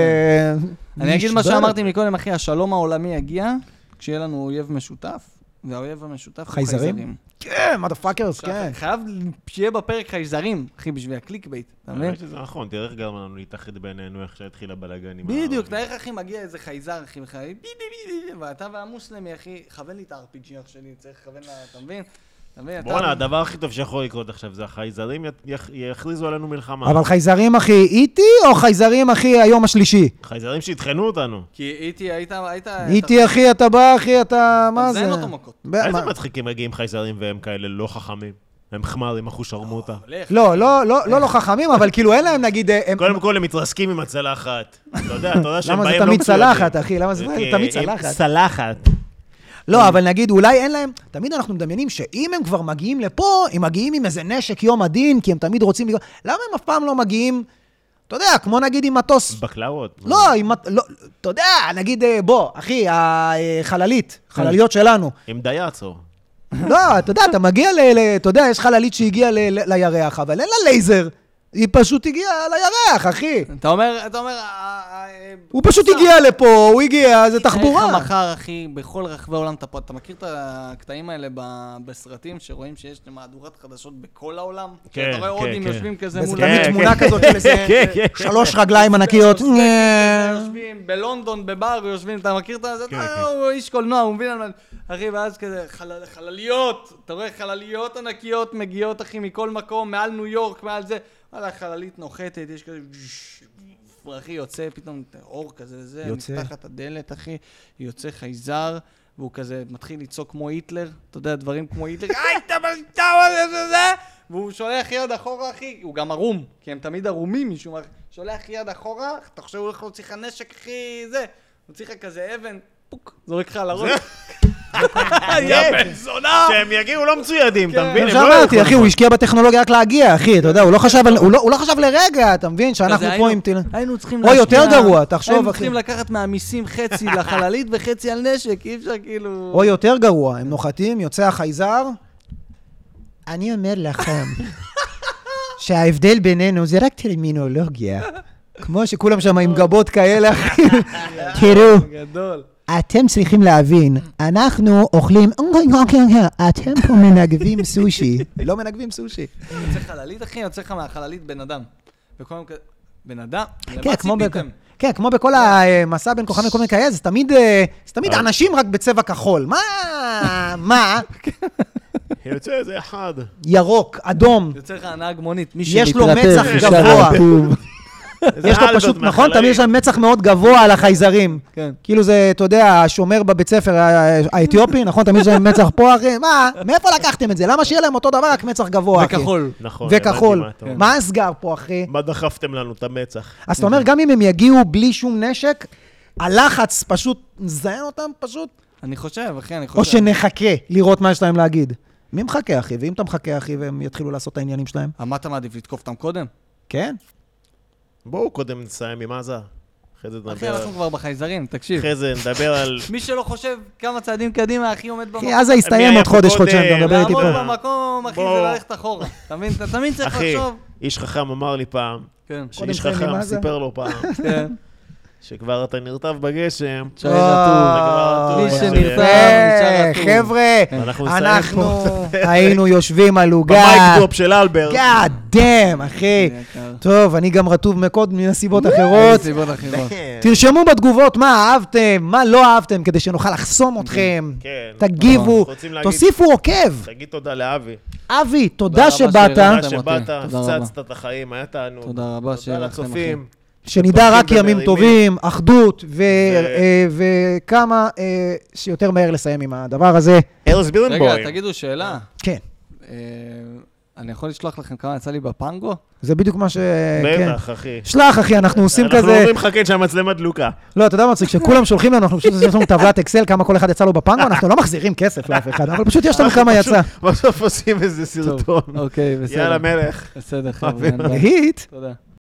Speaker 3: אני אגיד מה
Speaker 1: נשבר.
Speaker 3: שאמרתי מקודם, אחי, השלום העולמי יגיע כשיהיה לנו אויב משותף, והאויב המשותף הוא
Speaker 1: חייזרים?
Speaker 3: חייזרים.
Speaker 1: כן, מודפאקרס, כן.
Speaker 3: אתה חייב שיהיה בפרק חייזרים, אחי, בשביל הקליק בייט, אתה מבין?
Speaker 2: האמת שזה נכון, תראה איך גרם לנו להתאחד בינינו, איך שהתחיל הבלאגן עם
Speaker 3: בדיוק,
Speaker 2: הערבים.
Speaker 3: תאר אחי מגיע איזה חייזר אחי לך, בי בי בי בי, ואתה והמוסלמי אחי, כוון לי את ה-RPG אח שלי, צריך לכוון ל... אתה מבין? אתה מבין? אתה-
Speaker 2: בואנה, הדבר הכי טוב שיכול לקרות עכשיו זה החייזרים ית- יח- יכריזו עלינו מלחמה.
Speaker 1: אבל חייזרים, אחי, איטי, או חייזרים, אחי, היום השלישי?
Speaker 2: חייזרים שיטחנו אותנו.
Speaker 3: כי איטי היית... היית-
Speaker 1: איטי, E אחי, אתה בא, אחי, אתה... מה
Speaker 3: אתה
Speaker 1: זה?
Speaker 3: מזיין אה, אותו מכות.
Speaker 1: ב-
Speaker 2: איזה
Speaker 1: מה-
Speaker 2: מצחיקים מגיעים חייזרים והם כאלה לא חכמים. הם חמרים, אחושרמוטה.
Speaker 3: הולך.
Speaker 1: לא, לא, לא, לא, לא חכמים, אבל כאילו אין להם, נגיד, אה, הם...
Speaker 2: קודם כל הם מתרסקים עם הצלחת. אתה יודע, אתה יודע שהם
Speaker 1: למה זה
Speaker 2: באים לא
Speaker 1: תמיד
Speaker 2: מצוידים.
Speaker 1: צלחת, אחי? למה זה
Speaker 2: כי
Speaker 1: תמיד
Speaker 2: הם-
Speaker 1: צלחת?
Speaker 2: אה, צלחת.
Speaker 1: לא, אבל נגיד, אולי אין להם... תמיד אנחנו מדמיינים שאם הם כבר מגיעים לפה, הם מגיעים עם איזה נשק יום הדין, כי הם תמיד רוצים... לגע- למה הם אף פעם לא מגיעים, אתה יודע, כמו נגיד עם מטוס
Speaker 2: בקלאות.
Speaker 1: לא, אם את... לא, אתה יודע, נגיד, אה, בוא, אחי, החללית, חלליות שלנו.
Speaker 2: עם דייצו.
Speaker 1: לא, אתה יודע, אתה מגיע ל... ל- אתה יודע, יש חללית שהגיעה ל- ל- לירח, אבל אין לה לייזר. היא פשוט הגיעה לירח, אחי.
Speaker 3: אתה אומר, אתה אומר... "אה, אה, אה,
Speaker 1: הוא פשוט
Speaker 3: בסדר."
Speaker 1: הגיע לפה, הוא הגיע, זה
Speaker 3: תאר
Speaker 1: תחבורה.
Speaker 3: לך מחר, אחי, בכל רחבי העולם, אתה פה- אתה מכיר את הקטעים האלה ב- בסרטים, שרואים שיש מהדורת חדשות בכל העולם?
Speaker 2: כן,
Speaker 3: אתה רואה
Speaker 2: כן,
Speaker 3: הודים
Speaker 2: כן.
Speaker 3: יושבים כזה
Speaker 1: וזה
Speaker 3: מול...
Speaker 1: תמיד
Speaker 2: כן,
Speaker 1: תמונה כזאת של איזה
Speaker 2: כן, כן.
Speaker 1: שלוש רגליים ענקיות.
Speaker 3: כן,
Speaker 1: אה.
Speaker 3: יושבים בלונדון, בבר, יושבים, אתה מכיר את זה?
Speaker 2: כן,
Speaker 3: אתה-
Speaker 2: כן.
Speaker 3: הוא איש קולנוע, הוא מבין על מה... אחי, ואז כזה, חלל- חלליות, אתה רואה חלליות ענקיות מגיעות, אחי, מכל מקום, מעל ניו יורק, מעל זה. וואלה, חללית נוחתת, יש כזה... אחי, יוצא פתאום אור כזה, זה,
Speaker 1: יוצא.
Speaker 3: נפתחת הדלת, אחי, יוצא חייזר, והוא כזה מתחיל לצעוק כמו היטלר, אתה יודע, דברים כמו היטלר, היי, אתה אתה מה זה זה זה, והוא שולח יד אחורה, אחי, הוא גם ערום, כי הם תמיד ערומים משום מה, שולח יד אחורה, אתה חושב הוא הולך להוציא לך נשק, אחי, זה, מוציא לך כזה אבן, פוק, זורק לך על הראש.
Speaker 2: יא בן זונה! אה, כן. שהם יגיעו לא מצוידים, אתה מבין?
Speaker 1: כמו
Speaker 2: הם לא
Speaker 1: שאמרתי,
Speaker 2: ילכו.
Speaker 1: כן. אחי, הוא השקיע בטכנולוגיה רק להגיע, אחי, אתה יודע, הוא לא חשב על- הוא לא- הוא לא חשב לרגע, אתה מבין? שאנחנו פה
Speaker 3: כזה,
Speaker 1: עם...
Speaker 3: היינו-
Speaker 1: טיל-
Speaker 3: היינו צריכים
Speaker 1: או יותר גרוע, תחשוב,
Speaker 3: היינו
Speaker 1: אחי.
Speaker 3: צריכים לקחת מהמיסים חצי לחללית וחצי על נשק, אי אפשר כאילו...
Speaker 1: או יותר גרוע, הם נוחתים, יוצא החייזר. אני אומר לכם שההבדל בינינו זה רק טרמינולוגיה. כמו שכולם שם עם גבות כאלה, אחי. תראו,
Speaker 3: גדול.
Speaker 1: אתם צריכים להבין, אנחנו אוכלים, אתם פה מנגבים סושי. לא מנגבים סושי.
Speaker 3: יוצא חללית, אחי, יוצא לך מהחללית בן אדם. וכל היום כזה, בן אדם?
Speaker 1: כן,
Speaker 3: למה
Speaker 1: כמו בכ-
Speaker 3: ציפיתם?
Speaker 1: כן, כמו בכל המסע בין כוכבים לכל מיני כאלה, זה תמיד, אה, זה תמיד
Speaker 2: אבל-
Speaker 1: אנשים רק בצבע כחול. מה? מה?
Speaker 2: יוצא איזה אחד.
Speaker 1: ירוק, אדום.
Speaker 3: יוצא לך הנהג מונית, מי
Speaker 1: יש
Speaker 3: שמתלבט.
Speaker 1: לו מצח
Speaker 2: מתלבט,
Speaker 1: גבוה.
Speaker 2: איזה
Speaker 1: יש לו
Speaker 2: אלברט
Speaker 1: פשוט, נכון?
Speaker 2: מהחללים.
Speaker 1: תמיד יש להם מצח מאוד גבוה על החייזרים.
Speaker 3: כן.
Speaker 1: כאילו זה, אתה יודע, השומר בבית ספר ה- האתיופי, נכון? תמיד יש להם מצח פה, אחי. מה? מאיפה לקחתם את זה? למה שיהיה להם אותו דבר, רק מצח גבוה, אחי?
Speaker 3: וכחול.
Speaker 2: נכון,
Speaker 1: וכחול.
Speaker 2: הבנתי מה אתה אומר.
Speaker 1: מה הסגר פה, אחי?
Speaker 2: מה דחפתם לנו את המצח?
Speaker 1: אז אתה אומר, גם אם הם יגיעו בלי שום נשק, הלחץ פשוט מזיין אותם פשוט,
Speaker 3: אני חושב, אחי, אני חושב.
Speaker 1: או שנחכה לראות מה יש להם להגיד. מי מחכה, אחי? ואם אתה מחכה, אחי, והם יתחילו לעשות את העניינים שלהם?
Speaker 3: אה, מה אתה מעדיף, לתקוף אותם קודם?
Speaker 1: כן?
Speaker 2: בואו קודם נסיים עם עזה. אחרי זה
Speaker 3: אחי,
Speaker 2: נדבר
Speaker 3: אנחנו
Speaker 2: על...
Speaker 3: כבר בחייזרים, תקשיב.
Speaker 2: אחרי זה נדבר על...
Speaker 3: מי שלא חושב כמה צעדים קדימה, אחי עומד במקום.
Speaker 1: אחי, עזה יסתיים
Speaker 2: היה
Speaker 1: עוד
Speaker 2: פה
Speaker 1: חודש,
Speaker 2: קודם?
Speaker 1: חודשיים, אתה מדבר איתי
Speaker 3: לעמוד
Speaker 1: פה.
Speaker 3: במקום, אחי,
Speaker 2: בוא.
Speaker 3: זה ללכת אחורה. אתה מבין? אתה תמיד צריך
Speaker 2: אחי,
Speaker 3: לחשוב.
Speaker 2: איש חכם אמר לי פעם,
Speaker 3: כן.
Speaker 2: שאיש
Speaker 1: נסיים עם
Speaker 2: חכם
Speaker 1: עזה.
Speaker 2: סיפר לו פעם,
Speaker 3: כן.
Speaker 2: שכבר אתה נרטב בגשם,
Speaker 3: שי רטוב.
Speaker 1: אוי,
Speaker 2: מי שנרתם,
Speaker 1: יפה.
Speaker 3: נשאר רטוב.
Speaker 1: חבר'ה,
Speaker 2: אנחנו נסיים
Speaker 1: אנחנו
Speaker 2: פה.
Speaker 1: היינו יושבים על עוגה.
Speaker 2: במייק דרופ של אלברט.
Speaker 1: גאד דאם, אחי.
Speaker 3: יקר.
Speaker 1: טוב, אני גם רטוב מקוד מנסיבות אחרות.
Speaker 3: סיבות אחרות.
Speaker 2: כן.
Speaker 1: תרשמו בתגובות מה אהבתם, מה לא אהבתם, כדי שנוכל לחסום אתכם.
Speaker 2: כן.
Speaker 1: תגיבו,
Speaker 2: אנחנו רוצים להגיד-
Speaker 1: תוסיפו עוקב.
Speaker 2: תגיד תודה לאבי.
Speaker 1: אה, אבי,
Speaker 3: רבה
Speaker 1: תודה שבאת,
Speaker 3: שהרמת.
Speaker 2: תודה
Speaker 3: אותי.
Speaker 2: שבאת,
Speaker 3: תודה
Speaker 2: הפצצת את החיים, היה תענוג.
Speaker 3: תודה רבה
Speaker 2: תודה
Speaker 3: שהערכתם, אחי.
Speaker 2: לצופים.
Speaker 1: שנדע רק
Speaker 2: תומכים
Speaker 1: ימים
Speaker 2: ומרימים.
Speaker 1: טובים, אחדות, ו-
Speaker 2: ו-
Speaker 1: אה, וכמה אה, שיותר מהר לסיים עם הדבר הזה.
Speaker 2: ארז בירנבוים.
Speaker 3: רגע, תגידו שאלה.
Speaker 1: כן.
Speaker 3: אה, אני יכול לשלוח לכם כמה יצא לי בפנגו?
Speaker 1: זה בדיוק מה ש... כן.
Speaker 2: בטח, אחי.
Speaker 1: שלח, אחי, אנחנו עושים
Speaker 2: אנחנו
Speaker 1: כזה...
Speaker 2: אומרים לך, כן, שהמצלמה דלוקה.
Speaker 1: לא, אתה יודע מה מצחיק? כשכולם שולחים לנו, אנחנו פשוט עושים לנו טבלת אקסל, כמה כל אחד יצא לו בפנגו, אנחנו לא מחזירים כסף לאף אחד, אבל פשוט יש לנו כמה יצא.
Speaker 2: בסוף עושים איזה סרטון.
Speaker 3: אוקיי, בסדר.
Speaker 2: יאללה, מלך.
Speaker 1: אוקיי.
Speaker 3: בסדר, חבר'ה. אין בעיה.
Speaker 1: היט.
Speaker 3: תודה.